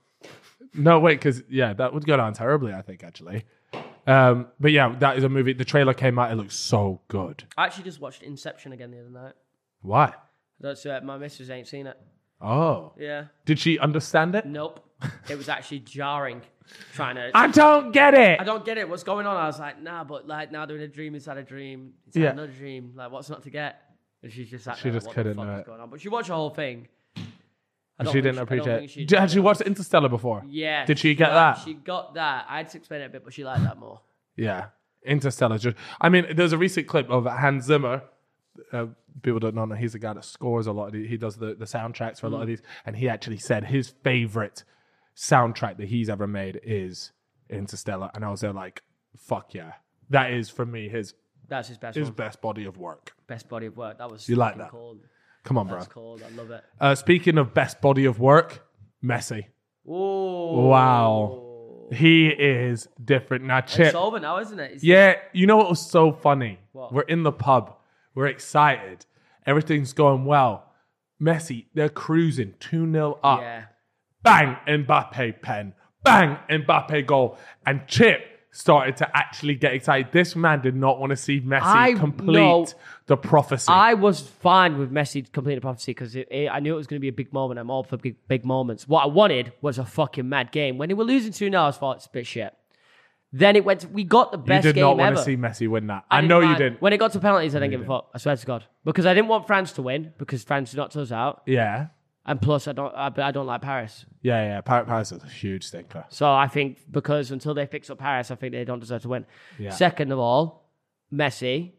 S1: No, wait, because yeah, that would go down terribly, I think, actually. Um, but yeah, that is a movie. The trailer came out; it looks so good.
S2: I actually just watched Inception again the other night.
S1: Why?
S2: That's uh, my missus ain't seen it.
S1: Oh,
S2: Yeah.
S1: did she understand it?
S2: Nope. it was actually jarring. Trying to.
S1: I don't get it.
S2: I don't get it. What's going on? I was like, nah, but like now doing a dream inside a dream, inside
S1: Yeah.
S2: another dream. Like, what's not to get? And she's just like,
S1: She just
S2: what
S1: couldn't
S2: the
S1: do
S2: fuck
S1: it.
S2: is going on? But she watched the whole thing. I don't
S1: she
S2: think
S1: didn't
S2: I don't
S1: appreciate.
S2: think she
S1: it. Did- Had
S2: did.
S1: she watched Interstellar before?
S2: Yeah.
S1: Did she get that?
S2: She got that. I had to explain it a bit, but she liked that more.
S1: Yeah, Interstellar. Just, I mean, there's a recent clip of Hans Zimmer. Uh, people don't know that he's the guy that scores a lot. Of these. He does the, the soundtracks for a lot
S2: Mm.
S1: of these, and he actually said his favorite soundtrack that he's ever made is Interstellar. And I was there like, "Fuck yeah, that is for me his
S2: That's his best
S1: his
S2: one.
S1: best body of work."
S2: best body of work. That was
S1: You like
S2: fucking
S1: that?
S2: Cold.
S1: Come on, bro.
S2: That's cold. I love it.
S1: Uh, speaking of best body of work, Messi.
S2: Ooh.
S1: Wow, he is different. Now, Chip.
S2: It's over now, isn't it? It's-
S1: Yeah, you know what was so funny?
S2: What?
S1: We're in the pub, we're excited, everything's going well. Messi, they're cruising 2 0 up.
S2: Yeah.
S1: Bang, Mbappe pen. Bang, Mbappe goal. And Chip started to actually get excited. This man did not want to see Messi
S2: I
S1: complete
S2: know.
S1: the prophecy.
S2: I was fine with Messi completing the prophecy because it, it- I knew it was going to be a big moment. I'm all for big, big moments. What I wanted was a fucking mad game. When they were losing 2 0, I was like, it's a bit shit. Then it went, to, we got the
S1: you
S2: best
S1: did
S2: game
S1: not want
S2: ever.
S1: to see Messi win that.
S2: I
S1: I,
S2: didn't
S1: know you
S2: mind-
S1: didn't.
S2: When it got to penalties, I didn't give a fuck. I swear to God. Because I didn't want France to win because France knocked us out.
S1: Yeah.
S2: And plus, I don't, I, I don't like Paris.
S1: Yeah, yeah. Par- Paris is a huge stinker.
S2: So I think because until they fix up Paris, I think they don't deserve to win.
S1: Yeah.
S2: Second of all, Messi,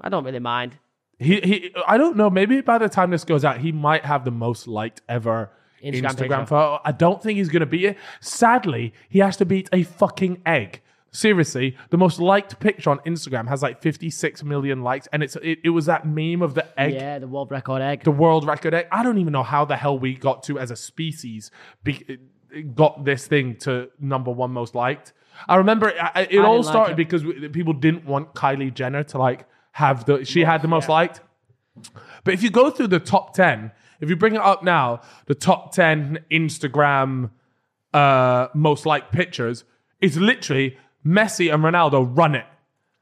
S2: I don't really mind.
S1: he, he I don't know. Maybe by the time this goes out, he might have the most liked ever
S2: Instagram
S1: Instagram,
S2: picture.
S1: photo. I don't think he's gonna beat it. Sadly, he has to beat a fucking egg. Seriously, the most liked picture on Instagram has like 56 million likes, and it's it, it was that meme of the egg,
S2: Yeah, the world record egg.
S1: the world record egg. I don't even know how the hell we got to as a species be, got this thing to number one most liked. I remember it, I- it all
S2: like
S1: started
S2: it.
S1: because we, people didn't want Kylie Jenner to like have the she had the most liked. But if you go through the top 10, if you bring it up now, the top 10 Instagram uh, most liked pictures, it's literally Messi and Ronaldo run it.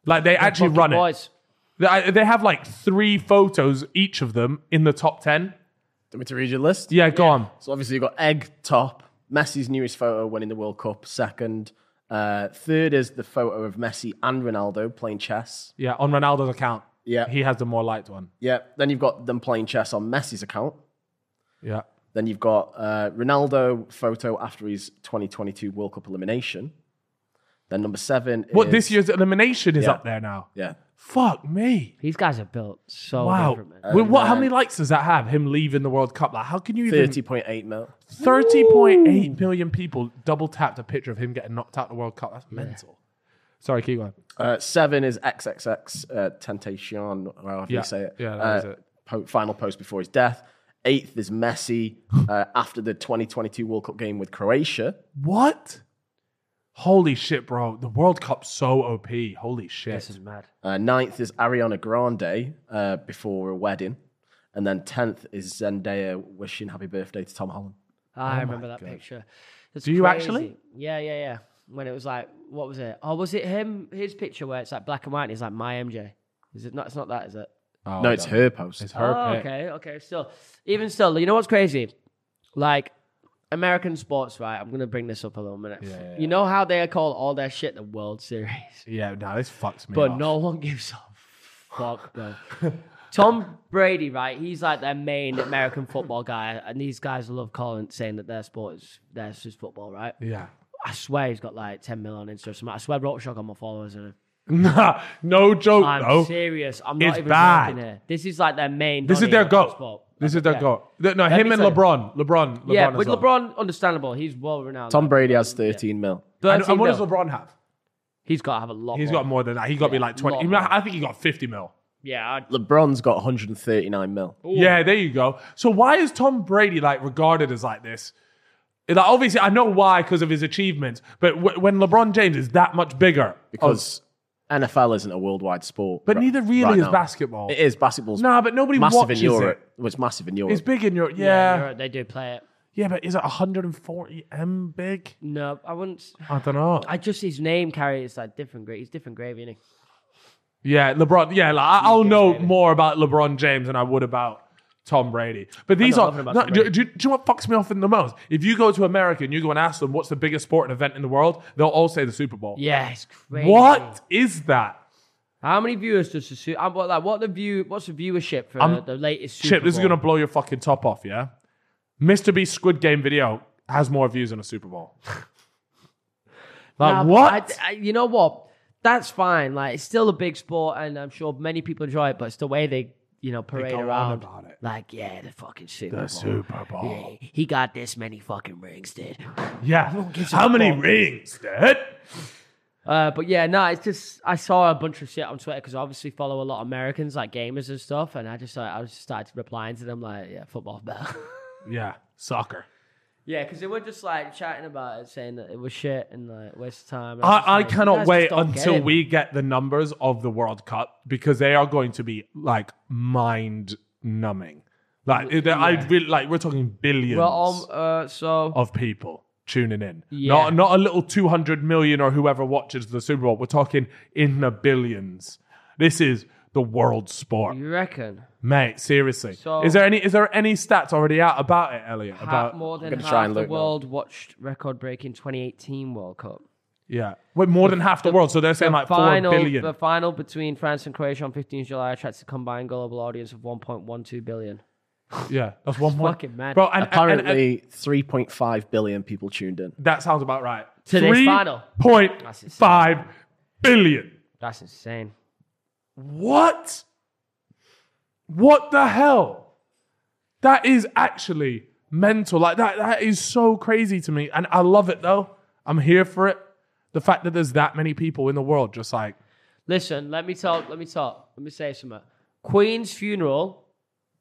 S1: Like they actually
S2: Fucking
S1: run it.
S2: boys.
S1: They- I- They have like three photos each of them in the top ten.
S3: Want me to read your list?
S1: Yeah, go on.
S3: So obviously you've got egg top, Messi's newest photo winning the World Cup, second. Uh, third is the photo of Messi and Ronaldo playing chess.
S1: Yeah, on Ronaldo's account.
S3: Yeah.
S1: he has the more liked one.
S3: Yeah. Then you've got them playing chess on Messi's account.
S1: Yeah,
S3: Then you've got uh, Ronaldo photo after his 2022 World Cup elimination. Then number seven.
S1: what
S3: is-
S1: this year's elimination is
S3: Yeah.
S1: up there now.
S3: Yeah.
S1: Fuck me.
S2: These guys are built so
S1: Wow.
S2: different, man.
S1: Wait, what, how
S3: then-
S1: many likes does that have? Him leaving the World Cup? Like, how can you even
S3: 30.8 mil.
S1: 30.8 million people double tapped a picture of him getting knocked out of the World Cup. That's mental. Sorry, keep going.
S3: Uh, seven is XXX uh, Temptation, or however
S1: Yeah,
S3: you say it.
S1: yeah, that
S3: uh,
S1: was it.
S3: po- final post before his death. Eighth is Messi uh, after the 2022 World Cup game with Croatia.
S1: What? Holy shit, bro. The World Cup's so OP. Holy shit.
S2: This is mad.
S3: Uh, ninth is Ariana Grande uh, before a wedding. And then tenth is Zendaya wishing happy birthday to Tom Holland.
S2: I remember that picture. It's
S1: Oh Do you
S2: crazy.
S1: actually?
S2: Yeah, yeah, yeah. When it was like, what was it? Oh, was it him? His picture where it's like black and white. and He's like my MJ. Is it not? It's not that, is it?
S1: Oh,
S3: no, it's her post.
S1: It's her
S2: oh,
S1: pick.
S2: okay, okay. Still, even still, you know what's crazy? Like American sports, right? I'm gonna bring this up a little minute.
S1: Yeah.
S2: You know how they call all their shit the World Series?
S1: Yeah, no, this fucks me
S2: but
S1: off.
S2: no one gives a fuck though. Tom Brady, right? He's like their main American football guy, and these guys love calling saying that their sport is theirs is football, right?
S1: Yeah.
S2: I swear he's got like 10 mil on Insta. or something. I swear Rock Shock on my followers. And
S1: Nah, no joke,
S2: I'm
S1: though.
S2: serious. I'm
S1: It's
S2: not even
S1: bad.
S2: joking here. This is like their main.
S1: This is
S2: Donny
S1: their
S2: in the
S1: goat.
S2: sport.
S1: This is their
S2: Yeah.
S1: goal. No, him
S2: me
S1: and
S2: tell you.
S1: LeBron. LeBron. LeBron
S2: Yeah,
S1: as
S2: with
S1: well.
S2: LeBron, understandable. He's well renowned.
S3: Tom Brady has 13 mil.
S1: And,
S2: 13
S1: and what does
S2: mil.
S1: LeBron have?
S2: He's got to have a lot.
S1: He's
S2: more.
S1: got more than that. He got to be like 20.
S2: lot
S1: You know,
S2: more.
S1: I think he got 50 mil.
S2: Yeah, I'd,
S3: LeBron's got 139 mil.
S1: Yeah, there you go. So why is Tom Brady like regarded as like this? Like, obviously, I know why because of his achievements, but w- when LeBron James is that much bigger,
S3: Because NFL isn't a worldwide sport.
S1: but
S3: ri-
S1: neither really
S3: right
S1: is
S3: now.
S1: basketball.
S3: It is basketball's
S1: Nah, but nobody
S3: massive in
S1: watches
S3: Europe.
S1: it.
S3: Well, it's massive in
S1: It's
S3: Europe.
S1: big in Europe.
S2: yeah,
S1: Yeah, yeah,
S2: Europe, they do play it.
S1: but is it 140 m big?
S2: No, I wouldn't.
S1: I don't know.
S2: I just his name carries like different. gra- He's different gravy, innit?
S1: Yeah, LeBron. Yeah, like, I- I'll know more about LeBron James than I would about Tom Brady. But these
S2: know
S1: are.
S2: nothing about
S1: no,
S2: Tom
S1: do,
S2: Brady.
S1: do- do you know what fucks me off in the most? If you go to America and you go and ask them what's the biggest sporting event in the world, they'll all say the Super Bowl.
S2: Yeah, it's crazy.
S1: What is that?
S2: How many viewers does the suit? I'm like, what the view? What's the viewership for
S1: I'm-
S2: the latest? Super
S1: Chip, this is
S2: Bowl?
S1: gonna blow your fucking top off, yeah? Mr. Beast Squid Game video has more views than a Super Bowl. like
S2: Nah, but
S1: what?
S2: I- I- you know what? That's fine. Like, it's still a big sport, and I'm sure many people enjoy it. But it's the way they, you know, parade
S1: go on
S2: around.
S1: about it.
S2: Like, yeah, the fucking Super Bowl.
S1: Super Bowl.
S2: Yeah, he got this many fucking rings, dude.
S1: Yeah. How many rings, dude?
S2: Uh, but yeah, no, it's just I saw a bunch of shit on Twitter because I obviously follow a lot of Americans like gamers and stuff, and I just like, I just started replying to them like, yeah, football's better.
S1: Yeah. Soccer.
S2: Yeah, because they were just like chatting about it, saying that it was shit and like waste of time. And was just
S1: I, I
S2: like, you guys
S1: cannot
S2: just
S1: wait
S2: don't get
S1: until
S2: it, man.
S1: we get the numbers of the World Cup because they are going to be like mind numbing. Like it- I really, like we're talking 1000000000s
S2: Well, um, uh, so
S1: of people tuning in.
S2: Yeah.
S1: Not not a little 200 million or whoever watches the Super Bowl. We're talking in the billions. This is the world sport.
S2: you reckon
S1: Mate, seriously.
S2: So-
S1: is there any is there any stats already out about it, Elliot?
S2: half,
S1: about
S2: more than
S3: gonna
S2: half
S3: try and
S2: the
S3: look now.
S2: world watched record-breaking 2018 World Cup?
S1: Yeah. Wait, more than half the, world. So they're saying like 4 billion.
S2: the final between France and Croatia on 15 July attracts a combined global audience of 1.12 billion.
S1: yeah. That's one point.
S2: fucking mad.
S1: Bro, and, and- and- and-
S3: Apparently, 3.5 billion people tuned in.
S1: That sounds about right.
S2: To this final.
S1: Point
S2: That's insane.
S1: five billion.
S2: That's insane.
S1: What? What the hell? That is actually mental. Like that. That is so crazy to me, and I love it though. I'm here for it. The fact that there's that many people in the world, just like
S2: Listen, let me talk. Let me talk. Let me say something. Queen's funeral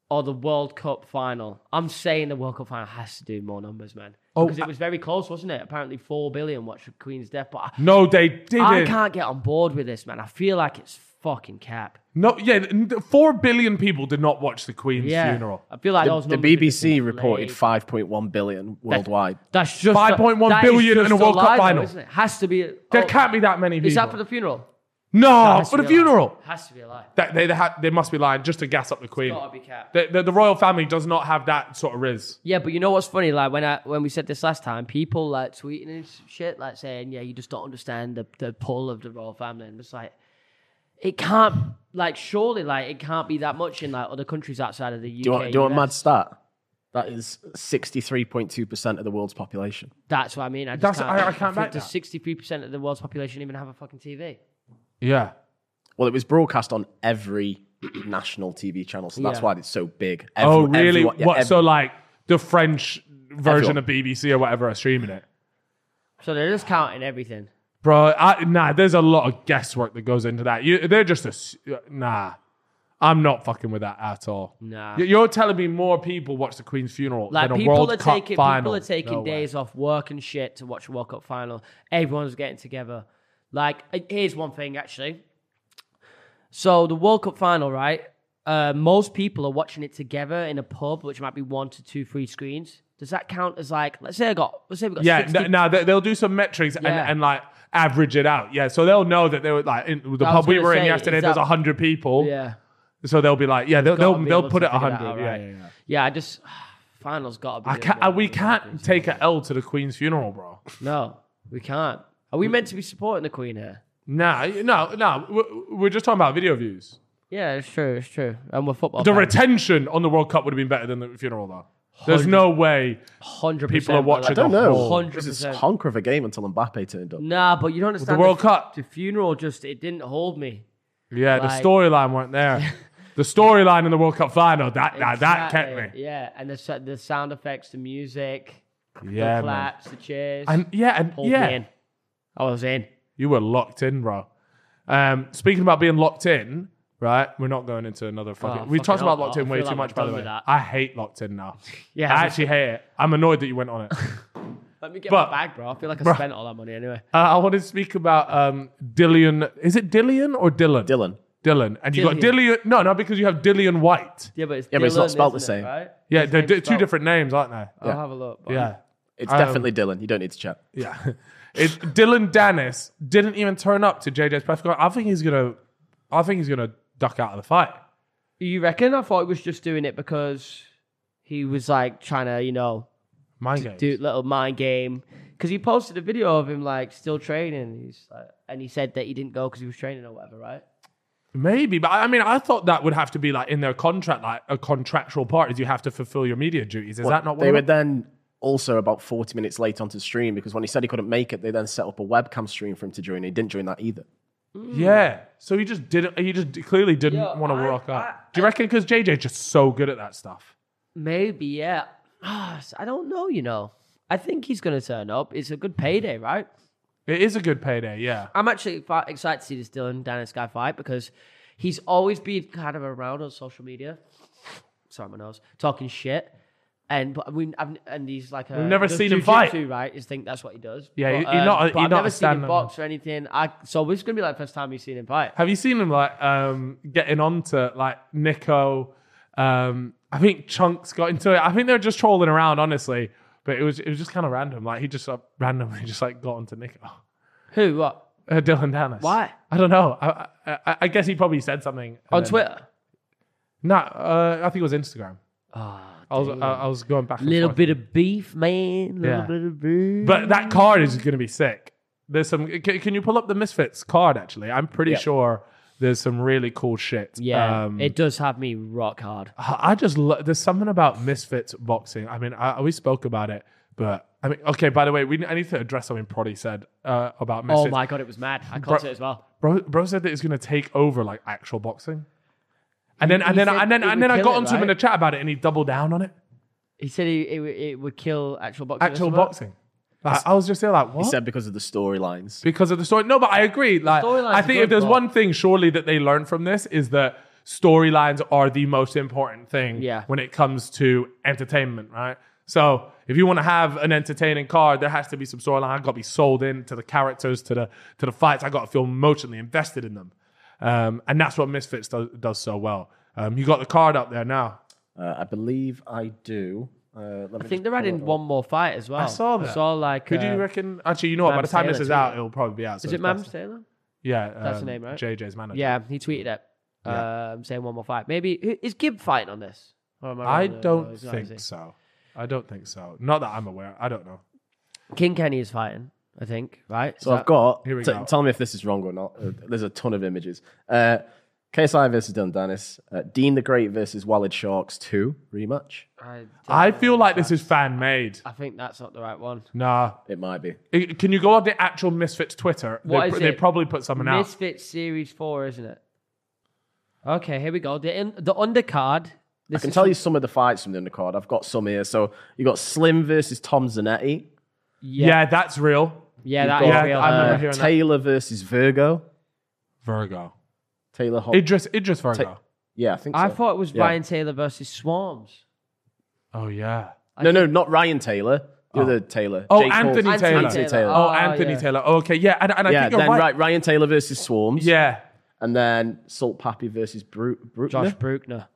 S2: or the World Cup final. I'm saying the World Cup final has to do more numbers, man.
S1: Oh,
S2: because
S1: I-
S2: it was very close, wasn't it? Apparently, four billion watched Queen's death, but I,
S1: No, they didn't.
S2: I can't get on board with this, man. I feel like it's fucking cap.
S1: No, yeah, n- four billion people did not watch the Queen's
S2: Yeah,
S1: funeral.
S2: I feel like those
S3: The
S2: numbers are just
S3: BBC
S2: inflated.
S3: reported 5.1 billion worldwide.
S2: That's just
S1: 5.1
S2: that is
S1: billion
S2: just
S1: in a World Cup
S2: lie, though,
S1: final.
S2: isn't it? Has to be.
S1: There
S2: oh,
S1: can't be that many people.
S2: Is that for the funeral?
S1: no,
S2: Has
S1: for
S2: to
S1: the
S2: be a lie.
S1: funeral.
S2: Has to be a lie.
S1: That, they, they, ha- they must be lying just to gas up the Queen.
S2: Gotta be cap.
S1: The, the, the royal family does not have that sort of riz.
S2: Yeah, but you know what's funny? Like when I when we said this last time, people like tweeting and s- shit, like saying, "Yeah, you just don't understand the the pull of the royal family." And it's like, it can't like surely like it can't be that much in like other countries outside of the UK.
S3: Do you want, do you want a
S2: US.
S3: mad stat? That is 63.2% of the world's population.
S2: That's what I mean. I just
S1: That's-
S2: can't,
S1: I- I can't back
S2: Does
S1: that.
S2: sixty three percent of the world's population even have a fucking TV?
S1: Yeah.
S3: Well, it was broadcast on every national TV channel, so that's
S2: Yeah.
S3: why it's so big.
S1: Oh,
S3: Every-
S1: really?
S3: everyone- yeah,
S1: what?
S3: ev-
S1: so, like, the French version
S3: Everyone.
S1: of BBC or whatever are streaming it.
S2: So they're just counting everything.
S1: Bro, I, nah, there's a lot of guesswork that goes into that. You, they're just a. s- Nah. I'm not fucking with that at all.
S2: Nah.
S1: Y- You're telling me more people watch the Queen's funeral
S2: Like
S1: than a
S2: people
S1: World
S2: are,
S1: Cup
S2: taking,
S1: final.
S2: people are taking
S1: No way.
S2: days off work and shit to watch a World Cup final. Everyone's getting together. Like uh, here's one thing actually. So the World Cup final, right? Uh, most people are watching it together in a pub, which might be one to two, three screens. Does that count as like? Let's say I got. Let's say we got.
S1: Yeah, no,
S2: 60
S1: no, they- they'll do some metrics
S2: Yeah.
S1: and, and like average it out. Yeah, so they'll know that they were like in the
S2: I was
S1: pub we
S2: gonna
S1: were
S2: say,
S1: in yesterday.
S2: is
S1: There's
S2: that-
S1: a hundred people,
S2: yeah.
S1: so they'll be like, yeah, they'll they'll,
S2: Gotta be
S1: they'll
S2: able
S1: put
S2: to
S1: it a
S2: figure that
S1: hundred.
S2: out,
S1: Yeah,
S2: right?
S1: yeah, yeah.
S2: Yeah, I just finals got to be.
S1: I
S2: a
S1: can't,
S2: bit
S1: uh,
S2: more
S1: we
S2: than that.
S1: can't take an L to the Queen's funeral, bro.
S2: No, we can't. Are we meant to be supporting the Queen here?
S1: Nah, you- no, no. we're- We're just talking about video views.
S2: Yeah, it's true. It's true. And we're football.
S1: The
S2: fans.
S1: retention on the World Cup would have been better than the funeral, though. There's no way.
S2: hundred
S1: People are watching
S3: I don't know.
S2: Hundred
S3: It was a
S2: percent.
S3: honker of a game until Mbappe turned up.
S2: Nah, but you don't understand
S1: World
S2: f-
S1: Cup.
S2: The funeral just it didn't hold me.
S1: Yeah,
S2: Like-
S1: the storyline weren't there. the storyline in the World Cup final that that, that kept
S2: Exactly.
S1: me.
S2: Yeah, and the s- the sound effects, the music,
S1: Yeah,
S2: the
S1: man.
S2: claps, the cheers.
S1: And yeah, and
S2: pulled
S1: yeah,
S2: me in. I was in.
S1: You were locked in, bro. Um, speaking about being locked in, right? We're not going into another fucking.
S2: Oh,
S1: we
S2: fucking
S1: talked about
S2: hell,
S1: locked
S2: I
S1: in way
S2: feel
S1: too
S2: like
S1: much,
S2: we're
S1: by the
S2: done
S1: way.
S2: with that.
S1: I hate locked in now.
S2: Yeah,
S1: I
S2: we-
S1: actually hate it. I'm annoyed that you went on it. uh,
S2: Let me get
S1: But-
S2: my bag, bro. I feel like I spent all that money anyway.
S1: I want to speak about um, Dillian. Is it Dillian or Dylan?
S3: Dylan.
S1: Dylan. And you got
S2: Dillian.
S1: Dillian. No, no, because you have Dillian White.
S2: Yeah, but it's
S3: Yeah, but it's not
S2: Dylan,
S3: spelt the
S2: isn't it,
S3: same.
S2: right?
S1: Yeah,
S2: His
S1: they're
S2: name's Oh,
S1: d- two
S2: spelt-
S1: different names, aren't they?
S2: I'll have a look. but-
S1: Yeah.
S3: It's definitely Dylan. You don't need to check.
S1: Yeah. It, Dylan Dennis didn't even turn up to JJ's press conference. I think he's gonna I think he's gonna duck out of the fight.
S2: You reckon? I thought he was just doing it because he was like trying to, you know,
S1: Mind games.
S2: do little mind game because he posted a video of him like still training. He's like, and he said that he didn't go because he was training or whatever, right?
S1: Maybe, but I I mean, I thought that would have to be like in their contract, like a contractual part is you have to fulfill your media duties. Is that not what
S3: They were then also about 40 minutes late onto stream because when he said he couldn't make it, they then set up a webcam stream for him to join. He didn't join that either.
S1: Yeah. So he just didn't. He just clearly didn't
S2: Yeah,
S1: want to
S2: I-
S1: rock up.
S2: I-
S1: Do you reckon? Because JJ's just so good at that stuff.
S2: Maybe, yeah. Ah, s- I don't know, you know. I think he's gonna turn up. It's a good payday, right?
S1: It is a good payday. Yeah.
S2: I'm actually fi- excited to see this Dylan Dennis guy fight because he's always been kind of around on social media. Sorry, my nose. Talking shit. And but we, I've, and he's like a,
S1: We've never
S2: does
S1: seen him fight.
S2: jujitsu, Right, is think that's what he does.
S1: Yeah,
S2: but, um,
S1: he- he not a-
S2: but
S1: he
S2: I've
S1: not
S2: never
S1: a
S2: seen him
S1: stand-up.
S2: box or anything. I so this is gonna be like the first time you've seen him fight.
S1: Have you seen him like um getting onto like Nico? Um, I think Chunks got into it. I think they're just trolling around, honestly. But it was it was just kind of random. Like he just uh, randomly just like got onto Nico.
S2: Who? What?
S1: Uh, Dylan Dennis.
S2: Why?
S1: I don't know. I I, I- I guess he probably said something and
S2: On
S1: then-
S2: Twitter?
S1: No, uh, I think it was Instagram.
S2: Ah,
S1: I was I, I was going back. and
S2: little
S1: forth.
S2: bit of beef, man. Little
S1: Yeah.
S2: bit of beef.
S1: But that card is going to be sick. There's some. Can, can you pull up the Misfits card? Actually, I'm pretty
S3: Yeah.
S1: sure there's some really cool shit.
S2: yeah,
S1: Um,
S2: it does have me rock hard.
S1: I I just lo- there's something about Misfits boxing. I mean, I, we spoke about it, but I mean, okay. By the way, we I need to address something Proddy said uh, about
S2: Oh
S1: Misfits.
S2: my god, it was mad. I
S1: Bro-
S2: caught it as well.
S1: Bro, bro said that it's going to take over like actual boxing. And then, and
S2: he
S1: then,
S2: said
S1: and then,
S2: it
S1: and then,
S2: would
S1: I
S2: kill
S1: got
S2: it,
S1: onto him in a
S2: right?
S1: chat about it, and he doubled down on it.
S2: He said he, it, w- it would kill actual boxing. or
S1: Actual
S2: something.
S1: boxing. Like, I was just there like, what?
S3: He said because of the storylines.
S1: because of the story. No, but I agree. Like,
S2: Storylines
S1: I
S2: are
S1: think
S2: good,
S1: if there's
S2: but-
S1: one thing surely that they learn from this is that storylines are the most important thing
S2: Yeah.
S1: when it comes to entertainment, right? So if you want to have an entertaining card, there has to be some storyline. I've got to be sold in to the characters, to the to the fights. I got to feel emotionally invested in them, um, and that's what Misfits does, does so well. Um, you got the card up there now.
S3: Uh, I believe I do. Uh, let me
S2: I think they're adding one more fight as well. I
S1: saw that.
S2: It's all like.
S1: Who do
S2: uh,
S1: you reckon? Actually, you know what? By the
S2: Mams
S1: time this
S2: Taylor,
S1: is
S2: too.
S1: out, it'll probably be out. so
S2: Is it
S1: it's
S2: Mams
S1: best-
S2: Taylor?
S1: Yeah,
S2: That's the
S1: um,
S2: name, right?
S1: JJ's manager.
S2: Yeah, he tweeted it. Um, saying one more fight. Maybe who- is Gib fighting on this? Or am
S1: I
S2: wrong? No, no,
S1: don't
S2: he's not,
S1: think
S2: is
S1: so. I don't think so. Not that I'm aware. I don't know.
S2: he? King Kenny is fighting. I think right.
S3: So I've got.
S1: Here we
S3: t-
S1: go.
S3: Tell me if this is wrong or not. Uh, There's a ton of images. Uh, KSI versus Dundanis. Uh, Dean the Great versus Walid Sharks 2 rematch.
S2: I,
S1: I feel like this is fan made.
S2: I think that's not the right one.
S1: Nah.
S3: It might be.
S1: I- Can you go on the actual Misfits Twitter?
S2: What
S1: they,
S2: is
S1: they
S2: it?
S1: probably put something out.
S2: Misfit Series Four, isn't it? Okay, here we go. The in, the undercard.
S3: I
S2: This
S3: can
S2: is
S3: tell you some of the fights from the undercard. I've got some here. So you got Slim versus Tom Zanetti.
S1: Yeah,
S2: yeah, yeah,
S1: that's real.
S2: that
S3: got-
S2: is
S1: Yeah,
S2: real.
S1: I remember
S3: Uh,
S1: hearing that.
S3: Taylor versus Virgo.
S1: Virgo.
S3: Taylor Hall.
S1: Idris Idris Virgo.
S3: yeah, I think so.
S2: I thought it was
S3: Yeah.
S2: Ryan Taylor versus Swarms.
S1: oh yeah.
S2: I
S3: no,
S2: think-
S3: no, not Ryan Taylor. The other Taylor.
S1: Oh,
S3: Jake Paul.
S1: Anthony Taylor.
S3: Anthony Taylor.
S1: Oh,
S2: Ah,
S1: Anthony
S2: yeah.
S1: Taylor. Oh, okay, yeah, and, and I
S3: yeah,
S1: think you're
S3: then
S1: right.
S3: right. Ryan Taylor versus Swarms.
S1: Yeah,
S3: And then Salt Pappy versus Bru- Bruckner.
S2: Josh Bruckner.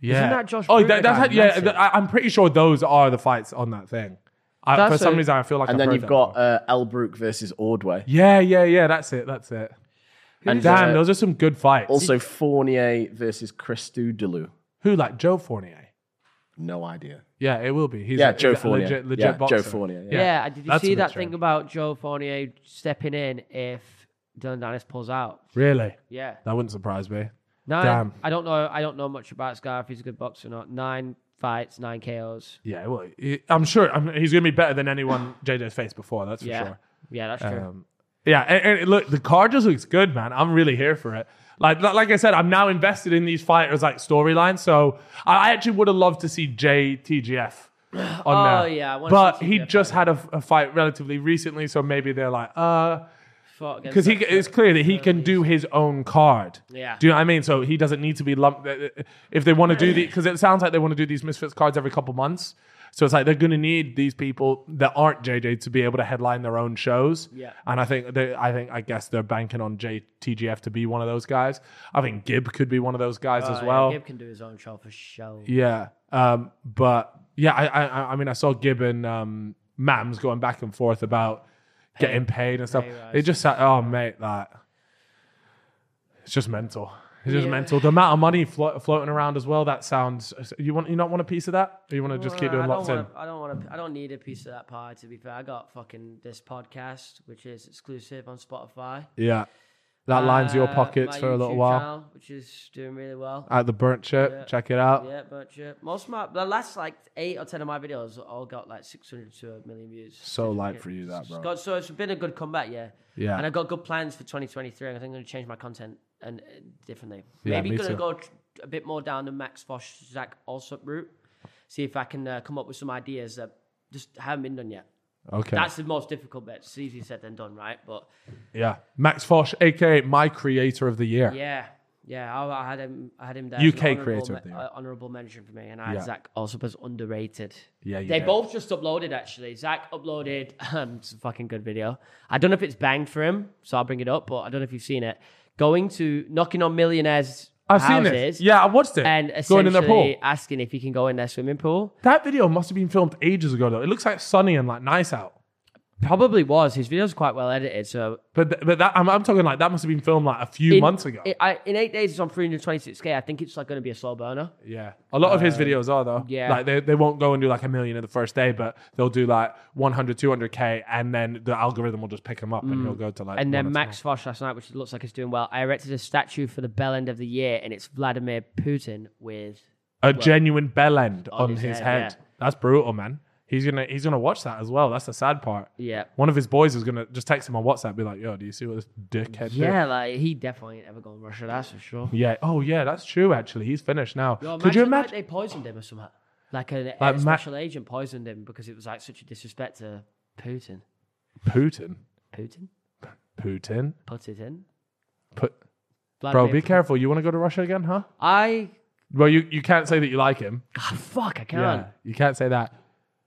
S1: yeah.
S2: that Josh
S1: Oh,
S2: Brugger
S1: that, that's
S2: guy?
S1: how, yeah.
S2: Massive.
S1: th- I, I'm pretty sure those are the fights on that thing. I,
S2: That's
S1: for some
S2: a-
S1: reason, I feel like.
S3: and
S1: I've
S3: then
S1: heard
S3: you've
S1: that
S3: got
S1: before.
S3: uh, Elbrook versus Ordway.
S1: yeah, yeah, yeah. That's it. That's it. And
S2: Who's,
S1: damn,
S3: uh,
S1: those are some good fights.
S3: Also Fournier versus Christou Deleu.
S1: Who like Joe Fournier?
S3: No idea.
S1: Yeah, it will be. He's
S3: Yeah,
S1: a,
S3: Joe
S1: he's a
S3: Fournier.
S1: Legit, legit
S3: Yeah, Joe
S1: boxer.
S3: Fournier, yeah.
S2: Yeah, did you
S1: that's
S2: see
S1: a big
S2: that
S1: trend.
S2: thing about Joe Fournier stepping in if Dylan Dennis pulls out?
S1: Really?
S2: Yeah.
S1: That wouldn't surprise me.
S2: Nine.
S1: Damn.
S2: I don't know. I don't know much about Scar if he's a good boxer or not. Nine fights, nine KOs.
S1: Yeah, well, he- I'm sure I'm, he's going to be better than anyone JJ's faced before. That's for
S2: Yeah,
S1: sure.
S2: yeah, that's true.
S1: Um, yeah, and, and look, the card just looks good, man. I'm really here for it. Like, li- like I said, I'm now invested in these fighters' like storylines. So I I actually would have loved to see JTGF on
S2: Oh,
S1: there.
S2: yeah, I wanna
S1: but
S2: see
S1: he
S2: TGF
S1: just had a, f- a fight relatively recently, so maybe they're like, uh,
S2: Fought against
S1: because he
S2: that-
S1: it's clear that he can do his own card.
S2: Yeah.
S1: Do you know what I mean? So he doesn't need to be lumped if they want to do the because it sounds like they want to do these misfits cards every couple months. So it's like they're going to need these people that aren't JJ to be able to headline their own shows.
S2: Yeah.
S1: And I think they, I think I guess they're banking on JTGF to be one of those guys. I think Gibb could be one of those guys
S2: Oh,
S1: as
S2: yeah,
S1: well.
S2: Gibb can do his own show for sure.
S1: Yeah. Um, but yeah, I, I I mean I saw Gibb and um, Mams going back and forth about getting paid and stuff.
S2: pay rise.
S1: It just sat oh mate, that it's just mental. It's just
S2: Yeah.
S1: mental. The amount of money flo- floating around as well. That sounds. You want you not want a piece of that? Or you want to just keep
S2: Well,
S1: doing
S2: Uh, I
S1: locked
S2: don't
S1: in?
S2: wanna- I don't want to. I don't need a piece of that pie. To be fair, I got fucking this podcast, which is exclusive on Spotify.
S1: Yeah, that lines your
S2: Uh,
S1: pockets
S2: my
S1: for a little
S2: YouTube
S1: while.
S2: channel, which is doing really well.
S1: At the burnt chip, check it out.
S2: Yeah, but yeah, most of my the last like eight or ten of my videos all got like six hundred to a million views.
S1: So light for you, that
S2: It's
S1: bro.
S2: got- so it's been a good comeback, yeah.
S1: Yeah.
S2: And I've got good plans for 2023. and I think I'm going to change my content and uh, differently.
S1: Yeah,
S2: Maybe
S1: me
S2: going to
S1: too.
S2: go tr- a bit more down the Max Fosh, Zach Alsop route. See if I can uh, come up with some ideas that just haven't been done yet.
S1: okay.
S2: That's the most difficult bit. It's easier said than done, right? But
S1: yeah, Max Fosh, aka my creator of the year.
S2: yeah, yeah, I, I had him. I had him there.
S1: UK creator of the year.
S2: uh, honorable mention for me, and I had
S1: Yeah.
S2: Zach Alsop as underrated.
S1: Yeah, you
S2: They
S1: did.
S2: both just uploaded actually. Zach uploaded um, it's a fucking good video. I don't know if it's banged for him, so I'll bring it up. But I don't know if you've seen it. Going to knocking on millionaires'
S1: I've seen
S2: houses
S1: it. Yeah, I watched it.
S2: and
S1: going in their
S2: essentially
S1: pool.
S2: asking if he can go in their swimming pool.
S1: That video must have been filmed ages ago, though. It looks like sunny and like nice out.
S2: Probably was. His video's quite well edited, so
S1: But th- but that I'm, I'm talking like that must have been filmed like a few
S2: in-
S1: months ago.
S2: i- I, in eight days, it's on 326k. I think it's like going to be a slow burner.
S1: yeah, a lot of his videos are though.
S2: Oh, yeah.
S1: like they, they won't go and do like a million in the first day, but they'll do like 100, 200 k, and then the algorithm will just pick him up and he'll go to like.
S2: Mm. And
S1: one
S2: then
S1: or
S2: Max Fosh last night, which looks like it's doing well. I erected a statue for the bell end of the year, and it's Vladimir Putin with.
S1: two. a genuine bell end on,
S2: his
S1: his,
S2: head,
S1: head.
S2: yeah.
S1: That's brutal, man. He's gonna he's gonna watch that as well. That's the sad part.
S2: Yeah.
S1: One of his boys is gonna just text him on WhatsApp, be like, "Yo, do you see what this dickhead did?"
S2: Yeah, like he definitely ain't ever going to Russia, that's for sure.
S1: Yeah. Oh, yeah. That's true. Actually, he's finished now.
S2: Yo,
S1: Could you
S2: like,
S1: imagine?
S2: they poisoned him or something? Like a, a
S1: Like Ma-
S2: special agent poisoned him because it was like such a disrespect to Putin.
S1: Putin.
S2: Putin?
S1: Putin.
S2: Put it in?
S1: Put Bro,
S2: Vladimir
S1: be
S2: Putin.
S1: careful. You want to go to Russia again, huh?
S2: I
S1: Well, you, you can't say that you like him.
S2: Ah, fuck, I can't.
S1: Yeah, you can't say that.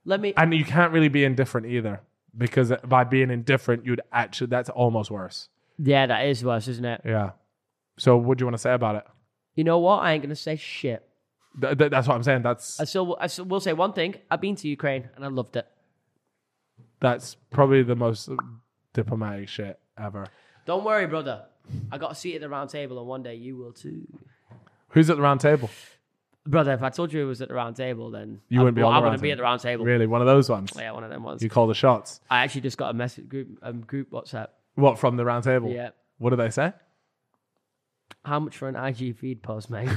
S2: Let me.
S1: And you can't really be indifferent either because by being indifferent, you'd actually, that's almost worse.
S2: yeah, that is worse, isn't it?
S1: Yeah. So what do you want to say about it?
S2: You know what? I ain't gonna say shit.
S1: Th- th- that's what I'm saying. That's,
S2: I still, I still will say one thing. I've been to Ukraine and I loved it.
S1: that's probably the most diplomatic shit ever.
S2: Don't worry, brother. I got a seat at the round table, and one day you will too.
S1: Who's at the round table?
S2: Brother, if I told you it was at the round table, then
S1: You
S2: I,
S1: wouldn't be
S2: well,
S1: on the
S2: I
S1: round
S2: wouldn't be at
S1: table.
S2: the round table.
S1: Really? One of those ones?
S2: Yeah, one of them ones.
S1: You call the shots.
S2: I actually just got a message group um, group WhatsApp.
S1: What, from the round table?
S2: Yeah.
S1: What do they say?
S2: How much for an IG feed post, mate?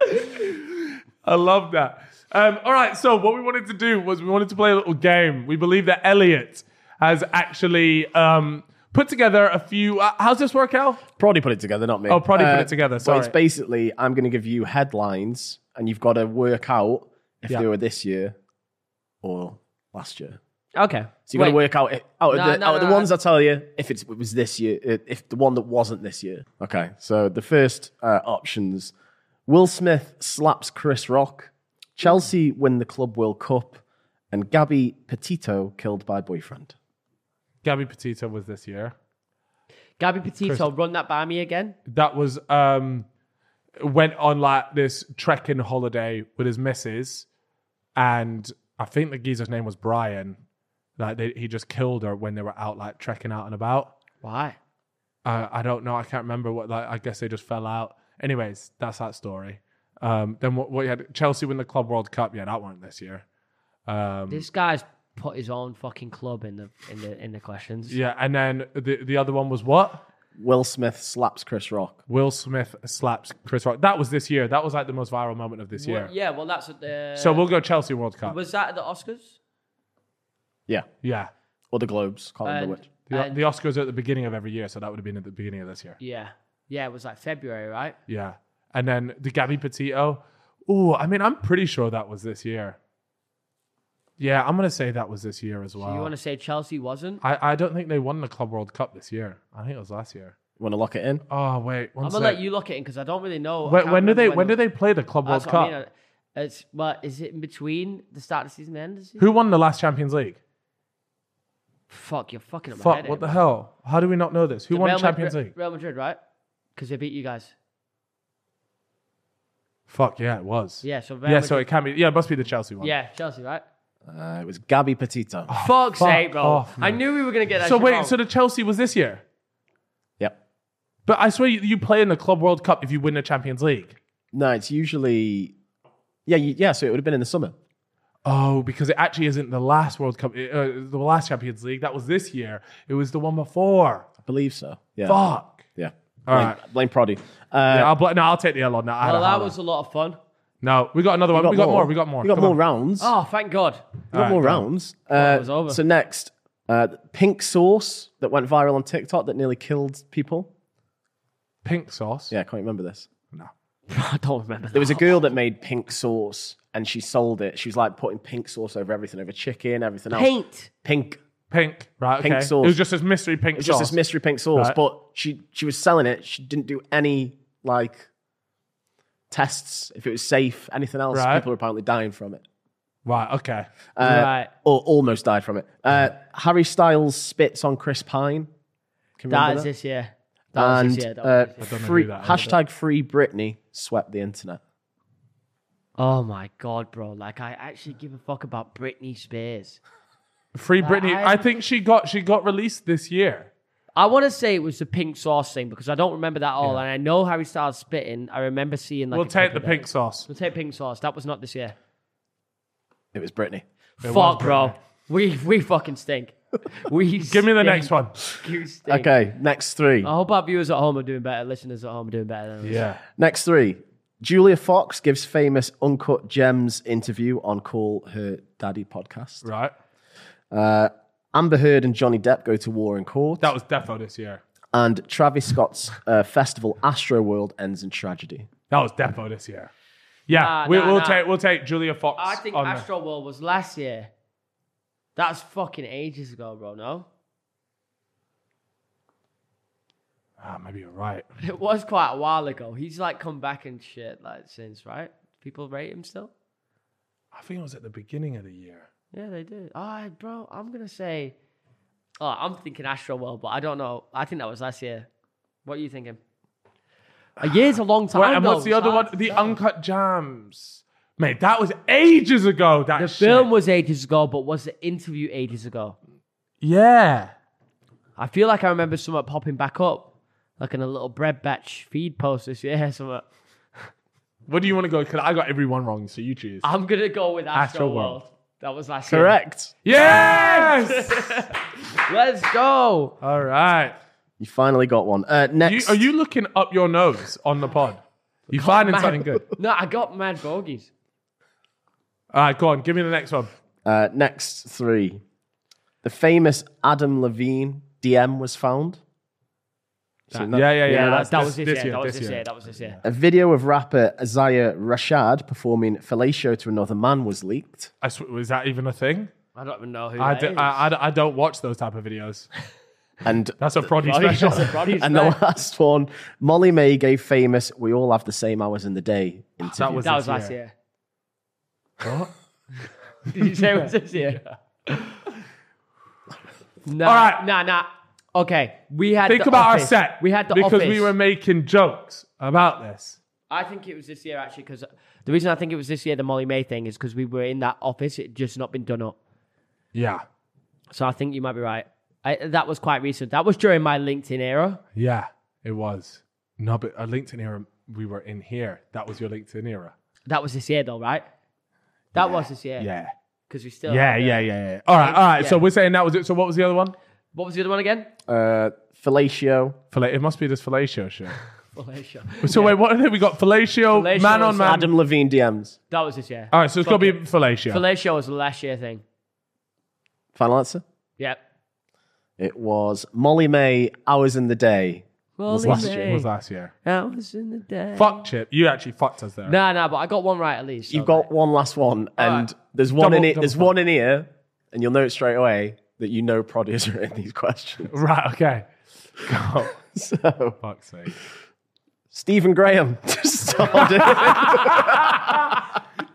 S1: I love that. Um, all right, so what we wanted to do was we wanted to play a little game. We believe that Elliot has actually um, put together a few. Uh, how's this work out?
S3: Proddy put it together, not me.
S1: Oh, Proddy put it together,
S3: but
S1: sorry.
S3: it's basically I'm going to give you headlines, and you've got to work out if
S1: Yeah.
S3: they were this year or last year.
S2: okay.
S3: So you got to
S2: Wait,
S3: work out i- out of
S2: No,
S3: the,
S2: no,
S3: out of the
S2: no,
S3: ones I tell you if it's, it was this year, i- if the one that wasn't this year. Okay, so the first uh, options: Will Smith slaps Chris Rock, Chelsea win the Club World Cup, and Gabby Petito killed by boyfriend.
S1: Gabby Petito was this year.
S2: Gabby Petito, run that by me again.
S1: That was um, went on like this trekking holiday with his missus, and I think the geezer's name was Brian. Like they, he just killed her when they were out like trekking out and about.
S2: Why?
S1: uh, I don't know. I can't remember what. Like, I guess they just fell out. Anyways, that's that story. Um, then what? What you had? Chelsea win the Club World Cup. Yeah, that weren't this year. Um,
S2: This guy's put his own fucking club in the in the in the questions.
S1: yeah, and then the the other one was what?
S3: Will Smith slaps Chris Rock.
S1: Will Smith slaps Chris Rock. That was this year. That was like the most viral moment of this year.
S2: Well, yeah, well, that's what the.
S1: So we'll go Chelsea World Cup.
S2: was that at the Oscars?
S3: Yeah,
S1: yeah.
S3: or the Globes. Can't remember
S2: And-
S3: which.
S1: The,
S2: and-
S1: the Oscars are at the beginning of every year, so that would have been at the beginning of this year.
S2: yeah, yeah, it was like February, right?
S1: Yeah. And then the Gabby Petito. Oh, I mean, I'm pretty sure that was this year. Yeah, I'm gonna say that was this year as well.
S2: You want to say Chelsea wasn't?
S1: I, I don't think they won the Club World Cup this year. I think it was last year.
S3: Want to lock it in?
S1: Oh wait, one
S2: I'm gonna let you look at it because I don't really know. I
S1: When,
S2: can't
S1: when do
S2: remember
S1: they? When, do they play the Club World
S2: That's
S1: Cup?
S2: what I mean. uh, I- It's well, is it in between the start of the season and the end of the season?
S1: Who won the last Champions League?
S2: Fuck, you're fucking up my
S1: Fuck!
S2: head
S1: What the
S2: here.
S1: hell? How do we not know this? Who
S2: The
S1: won
S2: Real
S1: the Champions
S2: Madrid,
S1: League?
S2: Real Madrid, right? Because they beat you guys.
S1: Fuck yeah, it was.
S2: Yeah, so Real
S1: Yeah,
S2: Madrid,
S1: so it can be. Yeah, it must be the Chelsea one.
S2: yeah, Chelsea, right?
S3: Uh, it was Gabby Petito.
S2: Fuck's
S1: Ah, fuck
S2: sake, bro!
S1: off,
S2: I
S1: man.
S2: knew we were gonna get that.
S1: So
S2: shit
S1: wait,
S2: wrong.
S1: so the Chelsea was this year,
S3: Yep.
S1: but I swear you, you play in the Club World Cup if you win the Champions League.
S3: No, it's usually yeah, you, yeah. So it would have been in the summer.
S1: Oh, because it actually isn't the last World Cup, uh, the last Champions League. That was this year. It was the one before.
S3: I believe so. Yeah.
S1: Fuck.
S3: Yeah.
S1: All
S3: blame,
S1: right.
S3: blame Proddy. Uh,
S1: I'll, bl- no, I'll take the L on that. I had
S2: well,
S1: a
S2: that
S1: howler.
S2: was a lot of fun.
S1: No, we got another one. we got more. We got more.
S3: We got
S1: Come
S3: more
S1: on.
S3: rounds.
S2: Oh, thank God!
S3: we got
S1: All
S3: more
S1: right, go on.
S3: rounds.
S2: it was over.
S3: So next, uh, pink sauce that went viral on TikTok that nearly killed people.
S1: Pink sauce.
S3: Yeah, I can't remember this.
S1: No.
S2: I don't remember.
S3: There was a girl that made pink sauce and she sold it. She was like putting pink sauce over everything, over chicken, everything else.
S2: paint.
S3: Pink.
S1: Pink. Right. Okay.
S3: Pink sauce.
S1: It was just this mystery pink
S3: It's
S1: sauce.
S3: just this mystery pink sauce,
S1: Right.
S3: but she she was selling it. She didn't do any like tests if it was safe, anything else.
S1: Right.
S3: People were apparently dying from it.
S1: right. Okay.
S3: Uh,
S2: right,
S3: or almost died from it. Uh, Harry Styles spits on Chris Pine. Can you
S2: that
S3: remember
S2: is this year. That was
S3: And
S2: this year. That
S3: uh,
S2: was this year.
S1: don't know
S3: free,
S1: who that is.
S3: hashtag free Britney swept the internet.
S2: Oh my God, bro! Like I actually give a fuck about Britney Spears.
S1: Free Britney.
S2: I-
S1: I think she got she got released this year.
S2: I want to say it was the pink sauce thing because I don't remember that all, and I know Harry Styles spitting. I remember seeing like
S1: We'll
S2: a
S1: take
S2: clip
S1: the
S2: of it.
S1: pink sauce.
S2: We'll take pink sauce. That was not this year.
S3: It was Britney.
S1: was
S2: Fuck, bro. We we fucking stink. We
S1: Give me the next one.
S2: stink.
S3: Okay, next three.
S2: I hope our viewers at home are doing better. Listeners at home are doing better. Than us.
S1: Yeah.
S3: Next three. Julia Fox gives famous Uncut Gems interview on Call Her Daddy podcast.
S1: Right.
S3: Uh, Amber Heard and Johnny Depp go to war in court.
S1: That was Defo this year.
S3: and Travis Scott's uh, festival Astro World ends in tragedy.
S1: That was Defo this year. Yeah.
S2: Nah,
S1: we,
S2: nah,
S1: will
S2: nah.
S1: take we'll take Julia Fox.
S2: I think
S1: on the-
S2: Astro World was last year. That's fucking ages ago, bro. No,
S1: Ah, maybe you're right.
S2: It was quite a while ago. He's like come back and shit like since, right? People rate him still.
S1: I think it was at the beginning of the year.
S2: Yeah, they do. All right, bro. I'm gonna say. Oh, I'm thinking Astro World, but I don't know. I think that was last year. What are you thinking? A year's a long time.
S1: Right, and what's
S2: though.
S1: the other
S2: It's
S1: one?
S2: hard to
S1: The
S2: tell.
S1: Uncut Jams. Mate, that was ages ago. That
S2: The
S1: shit.
S2: film was ages ago, but was the interview ages ago?
S1: Yeah.
S2: I feel like I remember something popping back up, like in a little bread batch feed post this year. Something.
S1: What do you want to go? Because I got everyone wrong, so you choose.
S2: I'm gonna go with Astro,
S1: Astro
S2: World.
S1: World.
S2: That was last
S3: Correct.
S1: yes.
S2: year. Let's go.
S1: All right.
S3: You finally got one. Uh,
S1: You,
S3: next.
S1: are you looking up your nose on the pod? You finding
S2: man.
S1: something good?
S2: No, I got mad bogeys.
S1: All right, go on. Give me the next one.
S3: Uh, next three. The famous Adam Levine DM was found. So
S1: Yeah, yeah, yeah.
S2: Yeah,
S1: that's
S2: that, that
S1: this-
S2: was this, year. That was this year. That was this year.
S3: A video of rapper Isaiah Rashad performing fellatio to another man was leaked.
S1: I sw- was that even a thing?
S2: I don't even know who
S1: I
S2: that
S1: d-
S2: is.
S1: I, I d- I don't watch those type of videos.
S3: And
S1: That's a proddy
S2: Roddy-
S1: special.
S2: that's a Roddy's
S3: and the
S2: name.
S3: last one, Molly May gave famous "We all have the same hours in the day" interview.
S1: was
S2: that
S1: this
S2: was last
S1: year.
S2: year.
S1: What?
S2: Did you say it was this year? No,
S1: All right.
S2: nah, nah. Okay, we had.
S1: Think
S2: the
S1: about
S2: office.
S1: our set.
S2: We had the
S1: because
S2: office.
S1: we were making jokes about this.
S2: I think it was this year actually, because the reason I think it was this year, the Molly May thing, is because we were in that office. It had just not been done up.
S1: Yeah,
S2: So I think you might be right. I, that was quite recent. That was during my LinkedIn era.
S1: yeah, it was. No, but a LinkedIn era. We were in here. That was your LinkedIn era.
S2: That was this year, though, right? That was this year.
S1: Yeah.
S2: Because we still.
S1: Yeah, yeah, yeah, yeah. All right, all right. So
S2: Yeah.
S1: we're saying that was it. So what was the other one?
S2: What was the other one again?
S3: Uh, fellatio.
S1: Fella- it must be this fellatio shit.
S2: Malaysia.
S1: So wait, what? We got fellatio,
S2: Fellatio
S1: man on
S2: was
S1: man.
S3: Adam Levine DMs.
S2: That was this year.
S1: All right, so it's got to be fellatio.
S2: Malaysia was the last year thing.
S3: Final answer.
S2: Yep.
S3: It was Molly May hours in the day.
S2: Was
S1: last year. Was last year.
S2: That was in the day.
S1: Fuck chip. You actually fucked us there.
S2: Nah, nah, but I got one right at least. so
S3: You've got one last one, and
S1: Alright.
S3: there's one in
S1: Double-
S3: it. There's
S1: double
S3: one in here, and you'll know it straight away that you know Prod is in these questions.
S1: Right. Okay. God,
S3: So
S1: fuck's sake.
S3: Stephen Graham started.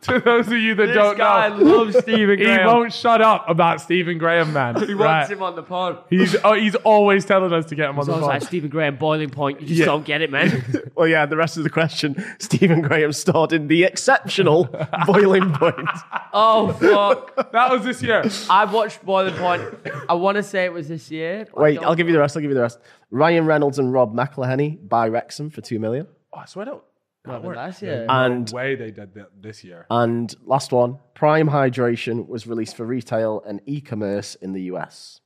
S1: to those of you that
S2: This
S1: don't
S2: guy
S1: know,
S2: loves Stephen
S1: he
S2: Graham.
S1: won't shut up about Stephen Graham, man.
S2: He
S1: Right.
S2: wants him on the pod.
S1: He's oh, he's always telling us to get him on
S2: So I
S1: the
S2: was like,
S1: phone.
S2: Stephen Graham, boiling point. You just
S1: Yeah.
S2: don't get it, man.
S3: well, yeah. The rest of the question, Stephen Graham started the exceptional boiling point.
S2: oh, fuck.
S1: That was this year.
S2: I watched Boiling Point. I want to say it was this year. but I
S3: Wait,
S2: don't-
S3: I'll give you the rest. I'll give you the rest. Ryan Reynolds and Rob McElhenney by Wrexham for two million.
S1: Oh, I swear to
S2: No, but
S1: worked.
S2: last year.
S1: no
S3: And
S1: way they did that this year.
S3: and last one, Prime Hydration was released for retail and e-commerce in the US.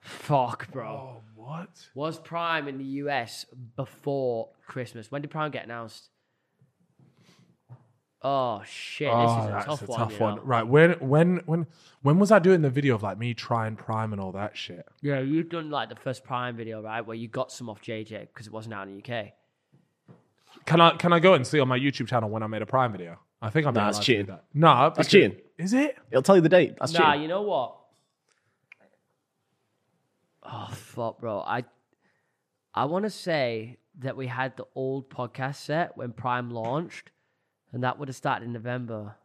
S2: Fuck, bro.
S1: Oh, what?
S2: Was Prime in the US before Christmas? When did Prime get announced? Oh shit! this
S1: Oh,
S2: is a
S1: that's
S2: tough
S1: a
S2: one.
S1: tough
S2: you
S1: one.
S2: know?
S1: Right. When when when when was I doing the video of like me trying Prime and all that shit?
S2: Yeah, you've done like the first Prime video, right? Where you got some off JJ because it wasn't out in the UK.
S1: Can I can I go and see on my YouTube channel when I made a Prime video? I think I'm
S3: Nah, that's cheating.
S1: That. No,
S3: That's cheating.
S1: Is it?
S3: It'll tell you the date. That's
S2: Nah,
S3: cheating.
S2: you know what? Oh fuck, bro! I I want to say that we had the old podcast set when Prime launched, and that would have started in November.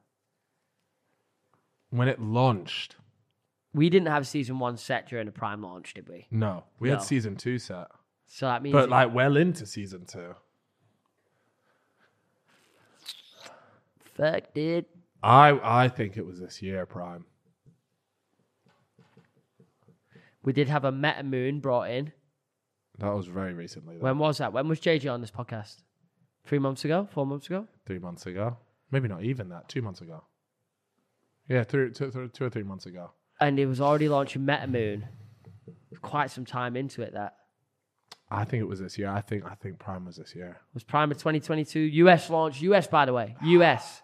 S1: When it launched?
S2: We didn't have season one set during the Prime launch, did we?
S1: No, we
S2: No.
S1: had season two set,
S2: So that means
S1: but like well into season two.
S2: fuck, dude.
S1: I I think it was this year Prime.
S2: We did have a Meta Moon brought in.
S1: That was very recently, though.
S2: When was that? When was JJ on this podcast? Three months ago? Four months ago?
S1: three months ago. Maybe not even that. Two months ago. Yeah, three, two, three, two or three months ago.
S2: And he was already launching Meta Moon. Quite some time into it, that.
S1: I think it was this year. I think I think Prime was this year.
S2: was Prime of 2022 US launch. US, by the way, US.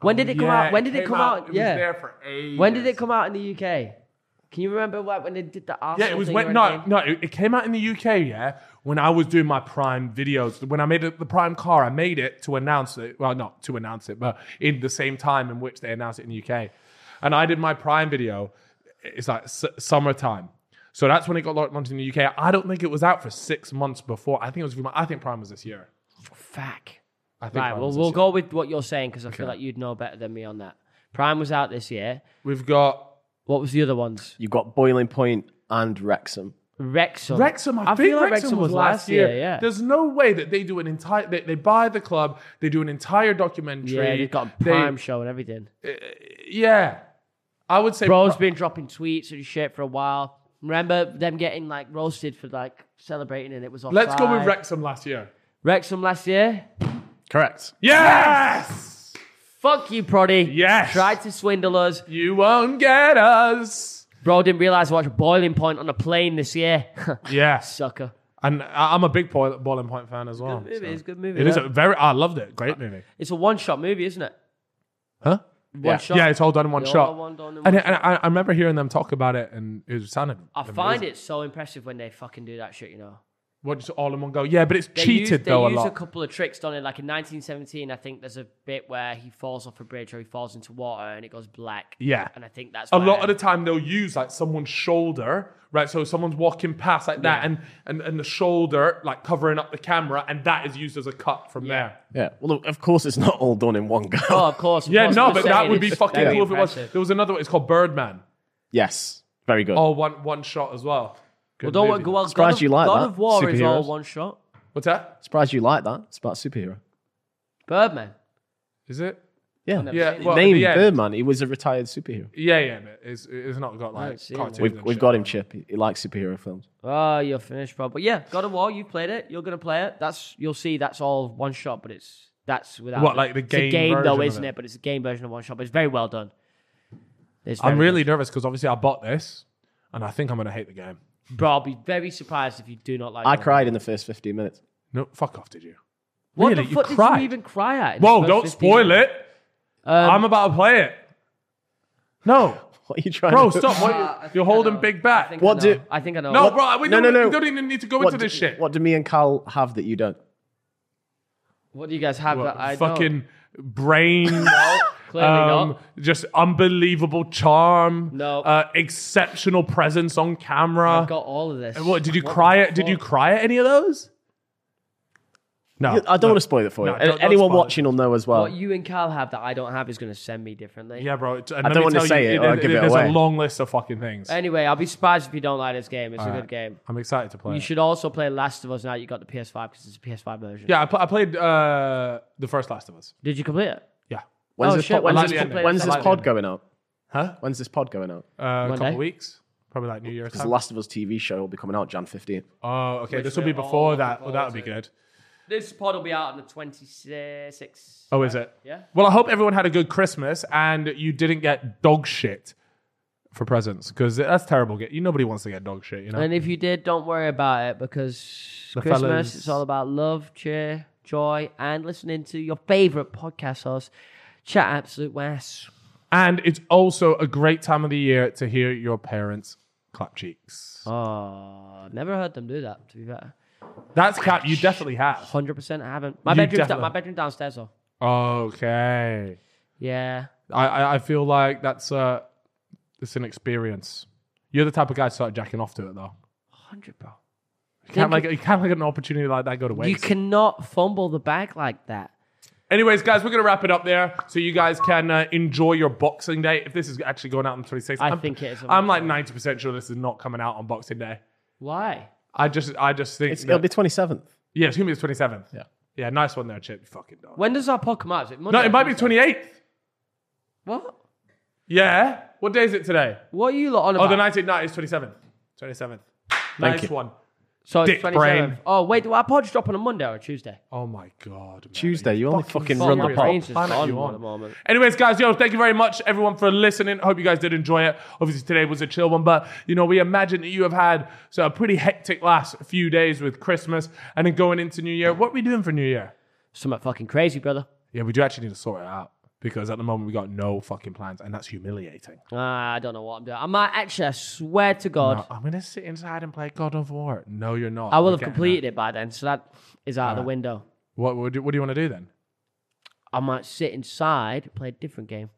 S2: When
S1: Oh,
S2: did it come out? When did it, come out? yeah.
S1: for ages.
S2: when did it come out in the UK? Can you remember what, when they did the Arsenal?
S1: Yeah, it was
S2: thing
S1: when
S2: or
S1: no,
S2: anything?
S1: no, it, it came out in the UK. Yeah, when I was doing my Prime videos, when I made it, the Prime car, I made it to announce it. Well, not to announce it, but in the same time in which they announced it in the UK, and I did my Prime video. It's like s- summertime, So that's when it got launched onto the UK. I don't think it was out for six months before. I think it was. a few mon- I think Prime was this year.
S2: Fuck.
S1: I think
S2: Right,
S1: Prime
S2: well,
S1: was
S2: we'll
S1: this year.
S2: go with what you're saying because I feel like you'd know better than me on that. Prime was out this year.
S1: We've got
S2: What was the other ones?
S3: You've got Boiling Point and Wrexham.
S2: Wrexham.
S1: Wrexham. I, think
S2: feel like
S1: Wrexham, was last year.
S2: Yeah.
S1: There's no way that they do an entire. They, they buy the club. They do an entire documentary.
S2: yeah, they got a
S1: They-
S2: prime show and everything.
S1: yeah, I would say.
S2: Bro's been dropping tweets and shit for a while. Remember them getting like roasted for like celebrating and it was off.
S1: let's go with Wrexham last year.
S2: Wrexham last year.
S3: Correct.
S1: Yes,
S2: Fuck you, Proddy.
S1: Yes.
S2: Tried to swindle us.
S1: you won't get us.
S2: Bro didn't realise I watched Boiling Point on a plane this year.
S1: Yes,
S2: Sucker.
S1: and I- I'm a big Boil- Boiling Point fan as well.
S2: Good movie.
S1: so.
S2: It's a good movie.
S1: It is
S2: yeah.
S1: a very. I loved it. Great movie.
S2: It's a one shot movie, isn't it?
S1: Huh?
S2: One
S3: Yeah.
S2: shot.
S1: Yeah, it's all done in one
S2: They're all
S1: shot.
S2: one done in
S1: and
S2: one
S1: it- and I, I remember hearing them talk about it, and it sounded.
S2: I find it so impressive when they fucking do that shit, you know.
S1: What just all in one go? Yeah, but it's
S2: They
S1: cheated
S2: use, they
S1: though a
S2: use
S1: lot.
S2: a couple of tricks on it. Like in 1917, I think there's a bit where he falls off a bridge or he falls into water and it goes black.
S1: Yeah.
S2: And I think that's
S1: a
S2: where-
S1: lot of the time they'll use like someone's shoulder right so someone's walking past like that and, and and the shoulder like covering up the camera and that is used as a cut from there
S3: Yeah. Well, look, of course, it's not all done in one go.
S2: Oh, of course. of
S1: yeah
S2: course,
S1: no
S2: I'm
S1: but
S2: just
S1: that
S2: saying
S1: would be
S2: it's
S1: fucking
S2: very
S1: cool if it was
S2: impressive.
S1: there was another one it's called birdman
S3: Yes. Very good.
S2: Oh.
S1: all one one shot as well Good
S2: Don't
S1: movie.
S2: worry, well, God,
S3: Surprised
S2: of,
S3: you like
S2: God
S3: that.
S2: of War is all
S3: Superheroes.
S2: one shot.
S1: what's that
S3: Surprised you like that. It's about superhero.
S2: Birdman.
S1: is it
S3: Yeah.
S2: never
S1: yeah
S2: seen
S1: well,
S3: Name
S1: yeah,
S3: Birdman. He was a retired superhero.
S1: yeah yeah but it's, it's not got like
S2: haven't seen it.
S1: cartoons
S3: We've,
S1: and
S3: we've
S1: shit.
S3: got him, Chip. He, he likes superhero films.
S2: Oh, you're finished, bro. But yeah, God of War, you played it. You're gonna play it. That's you'll see. That's all one shot, but it's that's without
S1: What, like the
S2: it's a
S1: game
S2: game
S1: version
S2: though,
S1: of
S2: isn't
S1: it?
S2: it? But it's a game version of one shot. But it's very well done. It's
S1: i'm
S2: very
S1: really nervous because obviously i bought this and i think i'm gonna hate the game
S2: good. bro. I'll be very surprised if you do not like.
S3: I
S1: Oh.
S2: God of
S3: cried in the first 15 minutes.
S1: no fuck off did you
S2: War. What
S1: really
S2: the fuck
S1: you
S2: did
S1: cried
S2: you even cry at? in the
S1: whoa
S2: first
S1: don't
S2: 15
S1: spoil
S2: minutes?
S1: it
S2: Um,
S1: i'm about to play it no
S3: What are you trying
S1: Bro,
S3: to
S1: stop. What,
S2: I think
S1: you're
S2: I
S1: holding
S2: know.
S1: big
S2: I
S1: back.
S2: think
S1: No,
S3: What
S2: I know.
S3: do-
S2: I think I know.
S1: bro, we
S3: No,
S1: don't,
S3: no, no.
S1: we don't even need to go
S3: What
S1: into
S3: do,
S1: this shit.
S3: What do me and Cal have that you don't?
S2: What do you guys have?
S1: What,
S2: that I don't?
S1: fucking brain.
S2: clearly
S1: um,
S2: not.
S1: Just unbelievable charm.
S2: No.
S1: Uh, exceptional presence on camera.
S2: I've got all of this.
S1: What did you cry at? Did
S2: fuck?
S1: you cry at any of those? No,
S3: I don't want to spoil it for you.
S1: No, don't- don't
S3: Anyone
S1: spoil it.
S3: watching will know as well.
S2: What you and Cal have that I don't have is gonna send me differently.
S1: Yeah, bro. it's- and
S3: I
S1: let
S3: don't
S1: me
S3: want to
S1: tell
S3: say
S1: you,
S3: it or I'll give it
S1: there's
S3: away.
S1: a long list of fucking things.
S2: Anyway, I'll be surprised if you don't like this game. It's a good game.
S1: I'm excited to play.
S2: You
S1: it.
S2: should also play Last of Us now. that You got the PS5 because it's a PS5 version.
S1: Yeah, I, pl- I played uh, the first Last of Us.
S2: Did you complete it?
S1: Yeah,
S3: When's
S2: Oh,
S3: this,
S2: shit,
S3: pod,
S2: well,
S3: when's
S1: that's
S3: this,
S1: the end.
S3: when's this
S1: That's the
S3: pod
S1: end.
S3: going out?
S1: Huh?
S3: When's this pod going out?
S1: uh, a couple
S2: Monday?
S1: weeks, probably like New Year's.
S3: Because the Last of Us TV show will be coming out Jan 15th.
S1: Uh-huh. Oh, okay.
S2: Which
S1: This will be
S2: we're all
S1: before
S2: looking
S1: that. Well, that
S2: forward
S1: would be
S2: to.
S1: good.
S2: This pod will be out on the 26th.
S1: Oh, is it?
S2: Yeah.
S1: Well, I hope everyone had a good Christmas and you didn't get dog shit for presents because that's terrible. Get you nobody wants to get dog shit, you know.
S2: And if you did, don't worry about it because
S1: The
S2: Christmas
S1: fellas-
S2: it's all about love, cheer, joy, and listening to your favorite podcast host, Chat Absolute West.
S1: And it's also a great time of the year to hear your parents clap cheeks.
S2: Oh, never heard them do that. To be fair,
S1: That's cap. You definitely have.
S2: 100% I haven't. My
S1: You
S2: bedroom,
S1: definitely-
S2: my bedroom downstairs though.
S1: Okay.
S2: Yeah.
S1: I I, I feel like that's uh it's an experience. You're the type of guy to start jacking off to it though.
S2: 100 bro.
S1: You can't like you can't like an opportunity like that go to waste.
S2: You cannot fumble the bag like that.
S1: Anyways, guys, we're gonna wrap it up there, so you guys can uh, enjoy your Boxing Day. If this is actually going out on the 26th,
S2: I think it is on
S1: I'm like 90 percent sure this is not coming out on Boxing Day.
S2: Why?
S1: I just, I just think.
S3: It's,
S1: that-
S3: it'll be 27th.
S1: yeah, it's gonna be the 27th.
S3: Yeah.
S1: yeah, nice one there, Chip. You fucking dog.
S2: When does our pod come out? Is it Monday?
S1: No, it might be
S2: Tuesday?
S1: 28th.
S2: What?
S1: Yeah. What day is it today?
S2: What are you lot on
S1: Oh,
S2: about?
S1: the 19th. No, it's 27th. 27th. Nice
S3: you.
S1: one.
S2: so it's
S1: dick
S2: 27th.
S1: brain.
S2: Oh, wait, do our pods drop on a Monday or a Tuesday?
S1: Oh my god. man.
S3: Tuesday, you only fucking
S2: Fuck,
S3: run
S2: my
S3: the
S2: brain's
S3: pod.
S2: just
S1: Planet
S2: gone
S1: you
S2: at
S1: on.
S2: the moment.
S1: Anyways, guys, yo, thank you very much, everyone, for listening. Hope you guys did enjoy it. Obviously, today was a chill one, but you know, we imagine that you have had so a pretty hectic last few days with Christmas and then going into New Year. What are we doing for New Year?
S2: Something fucking crazy, brother.
S1: Yeah, we do actually need to sort it out because at the moment we got no fucking plans, and that's humiliating.
S2: Ah, I don't know what I'm doing. I might actually, I swear to God,
S1: Now, I'm gonna sit inside and play God of War. No, you're not.
S2: I will
S1: We're
S2: have
S1: getting
S2: completed it by then. So that is out of the
S1: Alright.
S2: window.
S1: that. What, what, do, what do you want to do then?
S2: I might sit inside, play a different game.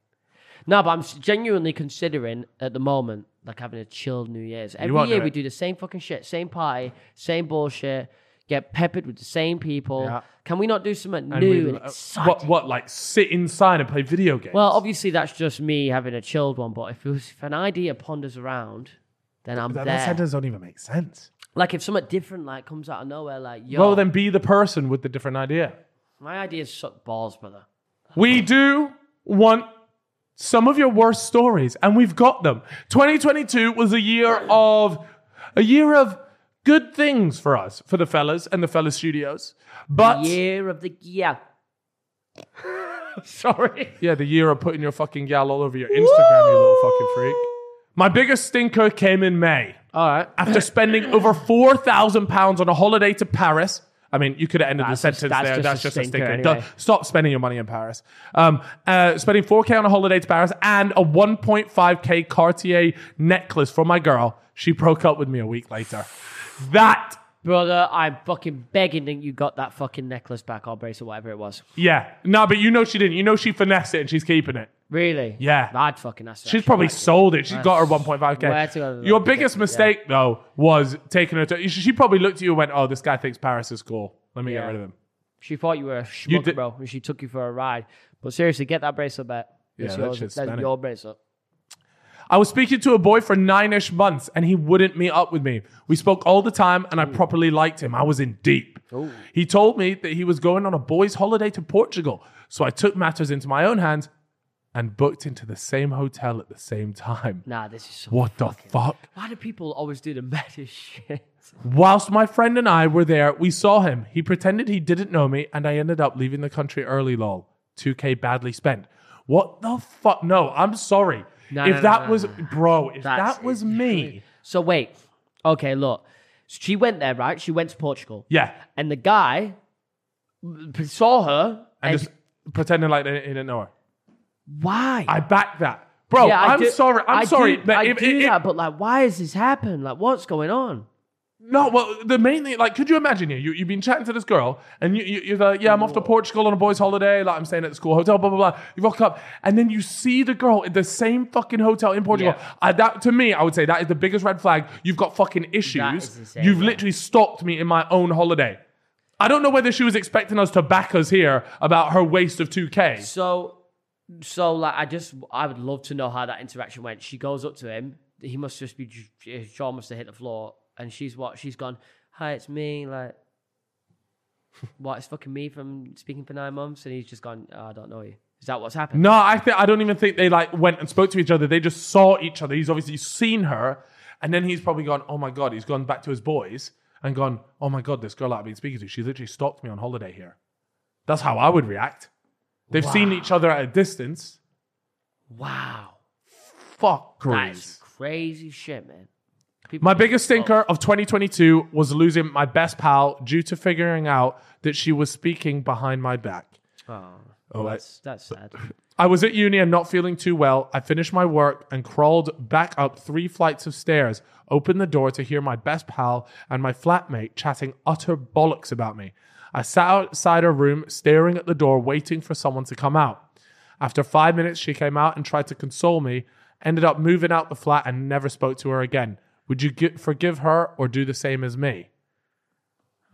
S2: No, but I'm s- genuinely considering at the moment like having a chilled New Year's. Every
S1: won't
S2: year
S1: do
S2: we
S1: it.
S2: do the same fucking shit, same party, same bullshit. Get peppered with the same people.
S1: Yeah.
S2: Can we not do something
S1: And
S2: new
S1: we-
S2: and
S1: uh,
S2: exciting?
S1: what, what, like sit inside and play video games?
S2: Well, obviously that's just me having a chilled one. But if, it was, if an idea ponders around, then I'm
S1: that, that
S2: there.
S1: sentence don't even make sense.
S2: like if something different like comes out of nowhere, like yo,
S1: Well, then be the person with the different idea.
S2: my ideas suck balls, brother.
S1: We do want some of your worst stories, and we've got them. 2022 was a year of a year of good things for us, for the fellas and the fella studios. But
S2: Year of the yeah. Sorry.
S1: yeah, the year of putting your fucking gal all over your Instagram, you little fucking freak. My biggest stinker came in May.
S2: All right.
S1: after spending over four thousand pounds on a holiday to Paris. I mean, you could have ended the
S2: just-
S1: sentence
S2: that's
S1: there.
S2: just
S1: that's
S2: a
S1: just a
S2: stinker
S1: stinker.
S2: anyway.
S1: Don't- Stop spending your money in Paris. Um, uh, spending four k on a holiday to Paris and a one point five k Cartier necklace for my girl. She broke up with me a week later. That
S2: Brother, I'm fucking begging that you got that fucking necklace back or bracelet, whatever it was.
S1: yeah, no, but you know she didn't. You know she finessed it and she's keeping it.
S2: Really?
S1: Yeah.
S2: I'd fucking ask
S1: She's probably sold it. She's got her
S2: That's
S1: 1.5k.
S2: way too over-
S1: Your biggest mistake though was taking her to. She probably looked at you and went, "Oh, this guy thinks Paris is cool. Let me
S2: Yeah.
S1: get rid of him."
S2: She thought you were a schmuck,
S1: did-
S2: bro, and she took you for a ride. But seriously, get that bracelet back. It's
S1: Yeah, that
S2: yours.
S1: shit's
S2: That's
S1: stunning.
S2: your bracelet.
S1: I was speaking to a boy for nine ish months and he wouldn't meet up with me. We spoke all the time and I properly liked him. I was in deep. He told me that he was going on a boys' holiday to Portugal. So I took matters into my own hands and booked into the same hotel at the same time.
S2: Nah, this is so.
S1: What the fuck?
S2: Why do people always do the maddest shit?
S1: Whilst my friend and I were there, we saw him. He pretended he didn't know me and I ended up leaving the country early, lol. 2K badly spent. What the fuck? No, I'm sorry.
S2: No,
S1: if
S2: no, no,
S1: that
S2: no,
S1: was, bro, if
S2: That's-
S1: that was me,
S2: So wait. Okay, look. She went there, right? She went to Portugal.
S1: yeah.
S2: And the guy p- saw her.
S1: and
S2: And,
S1: just pretending like they they didn't know her.
S2: why?
S1: I back that, bro.
S2: Yeah, I
S1: I'm
S2: do-
S1: sorry. I'm
S2: I
S1: sorry.
S2: Do,
S1: that
S2: I
S1: if-
S2: do
S1: if- if-
S2: that, but like, why has this happened? Like, what's going on?
S1: no, well, the main thing, like, could you imagine you, you you've been chatting to this girl and you, you you're like, yeah, I'm off to Portugal on a boys' holiday. Like, I'm staying at the school hotel. Blah blah blah. You rock up and then you see the girl in the same fucking hotel in Portugal.
S2: Yeah.
S1: I, that to me, I would say that is the biggest red flag. You've got fucking issues.
S2: is insane,
S1: you've
S2: yeah.
S1: literally stopped me in my own holiday. I don't know whether she was expecting us to back us here about her waste of 2K.
S2: So, so like, I just, I would love to know how that interaction went. She goes up to him. He must just be, Sean must have hit the floor, and she's what? She's gone. Hi, it's me. Like, what? It's fucking me from speaking for nine months, and he's just gone. "Oh, I don't know you. Is that what's happened?
S1: No, I think I don't even think they like went and spoke to each other. They just saw each other. He's obviously seen her, and then he's probably gone, "Oh my god!" He's gone back to his boys and gone, "Oh my god, this girl I've been speaking to, she literally stalked me on holiday here." That's how I would react. They've seen each other at a distance.
S2: Wow,
S1: Fuck,
S2: that's
S1: Grease.
S2: crazy shit, man. People
S1: My
S2: just-
S1: biggest stinker of 2022 was losing my best pal due to figuring out that she was speaking behind my back.
S2: Oh,
S1: Oh, I-
S2: that's that's sad.
S1: I was at uni and not feeling too well. I finished my work and crawled back up three flights of stairs, opened the door to hear my best pal and my flatmate chatting utter bollocks about me. I sat outside her room, staring at the door, waiting for someone to come out. After five minutes, she came out and tried to console me, ended up moving out the flat and never spoke to her again. Would you gi- forgive her or do the same as me?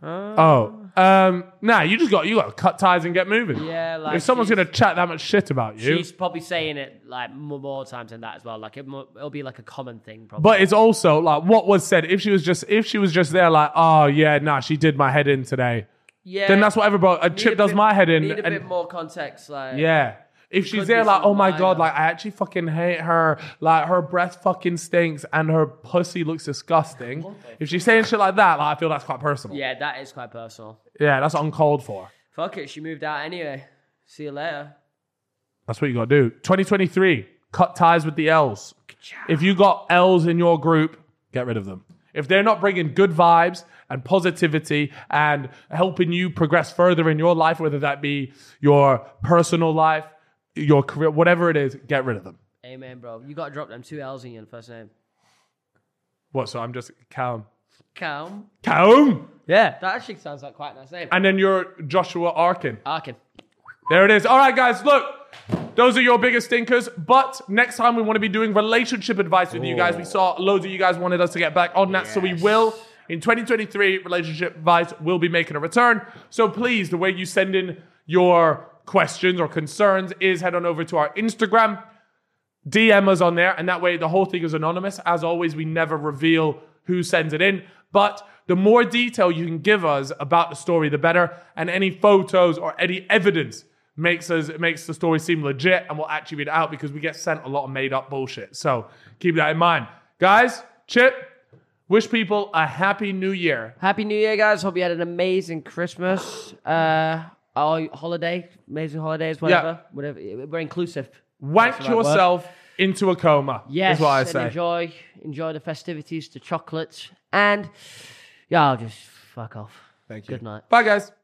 S2: Uh.
S1: oh, um, nah, you just got you got to cut ties and get moving.
S2: Yeah, like
S1: if someone's
S2: she's-
S1: gonna chat that much shit about you,
S2: She's probably saying it like m- more times than that as well. Like it, mu- it'll be like a common thing, probably.
S1: But it's also like what was said. If she was just if she was just there, like, oh yeah, nah, she did my head in today.
S2: yeah,
S1: Then that's whatever, bro. A chip does my head in,
S2: Need a
S1: and
S2: bit more context, like
S1: yeah. If she's
S2: could
S1: there,
S2: be
S1: like, oh my
S2: something
S1: god,
S2: minor.
S1: like I actually fucking hate her. Like her breath fucking stinks, and her pussy looks disgusting. if she's saying shit like that, like I feel that's quite personal. Yeah,
S2: yeah, that is quite personal.
S1: that's uncalled for.
S2: Fuck it, she moved out anyway. See you later.
S1: That's what you gotta do. 2023, cut ties with the L's. If you got L's in your group, get rid of them. If they're not bringing good vibes and positivity and helping you progress further in your life, whether that be your personal life, your career, whatever it is, get rid of them.
S2: Amen, bro. You gotta drop them two L's in your first name.
S1: What? So I'm just calm.
S2: Calm.
S1: Calm!
S2: Yeah, that actually sounds like quite a nice name.
S1: And then you're Joshua Arkin.
S2: Arkin.
S1: There it is. All right, guys, look. Those are your biggest stinkers. But next time we want to be doing relationship advice with you guys. We saw loads of you guys wanted us to get back on that, so we
S2: Yes.
S1: will. In 2023, relationship advice will be making a return. So please, the way you send in your questions or concerns is head on over to our Instagram, DM us on there, and that way the whole thing is anonymous. As always, we never reveal who sends it in, but the more detail you can give us about the story, the better. And any photos or any evidence makes us makes the story seem legit, and we'll actually read it out because we get sent a lot of made up bullshit. So keep that in mind, guys. Chip, wish people a happy new year.
S2: Happy New Year, guys. Hope you had an amazing Christmas. Uh, our holiday, amazing holidays, whatever. Whatever. We're inclusive.
S1: Wank
S2: right word.
S1: yourself into a coma.
S2: Yes.
S1: is what I
S2: and
S1: say.
S2: enjoy enjoy the festivities, the chocolates, and yeah, I'll just fuck off.
S1: Thank you.
S2: Good night.
S1: Bye, guys.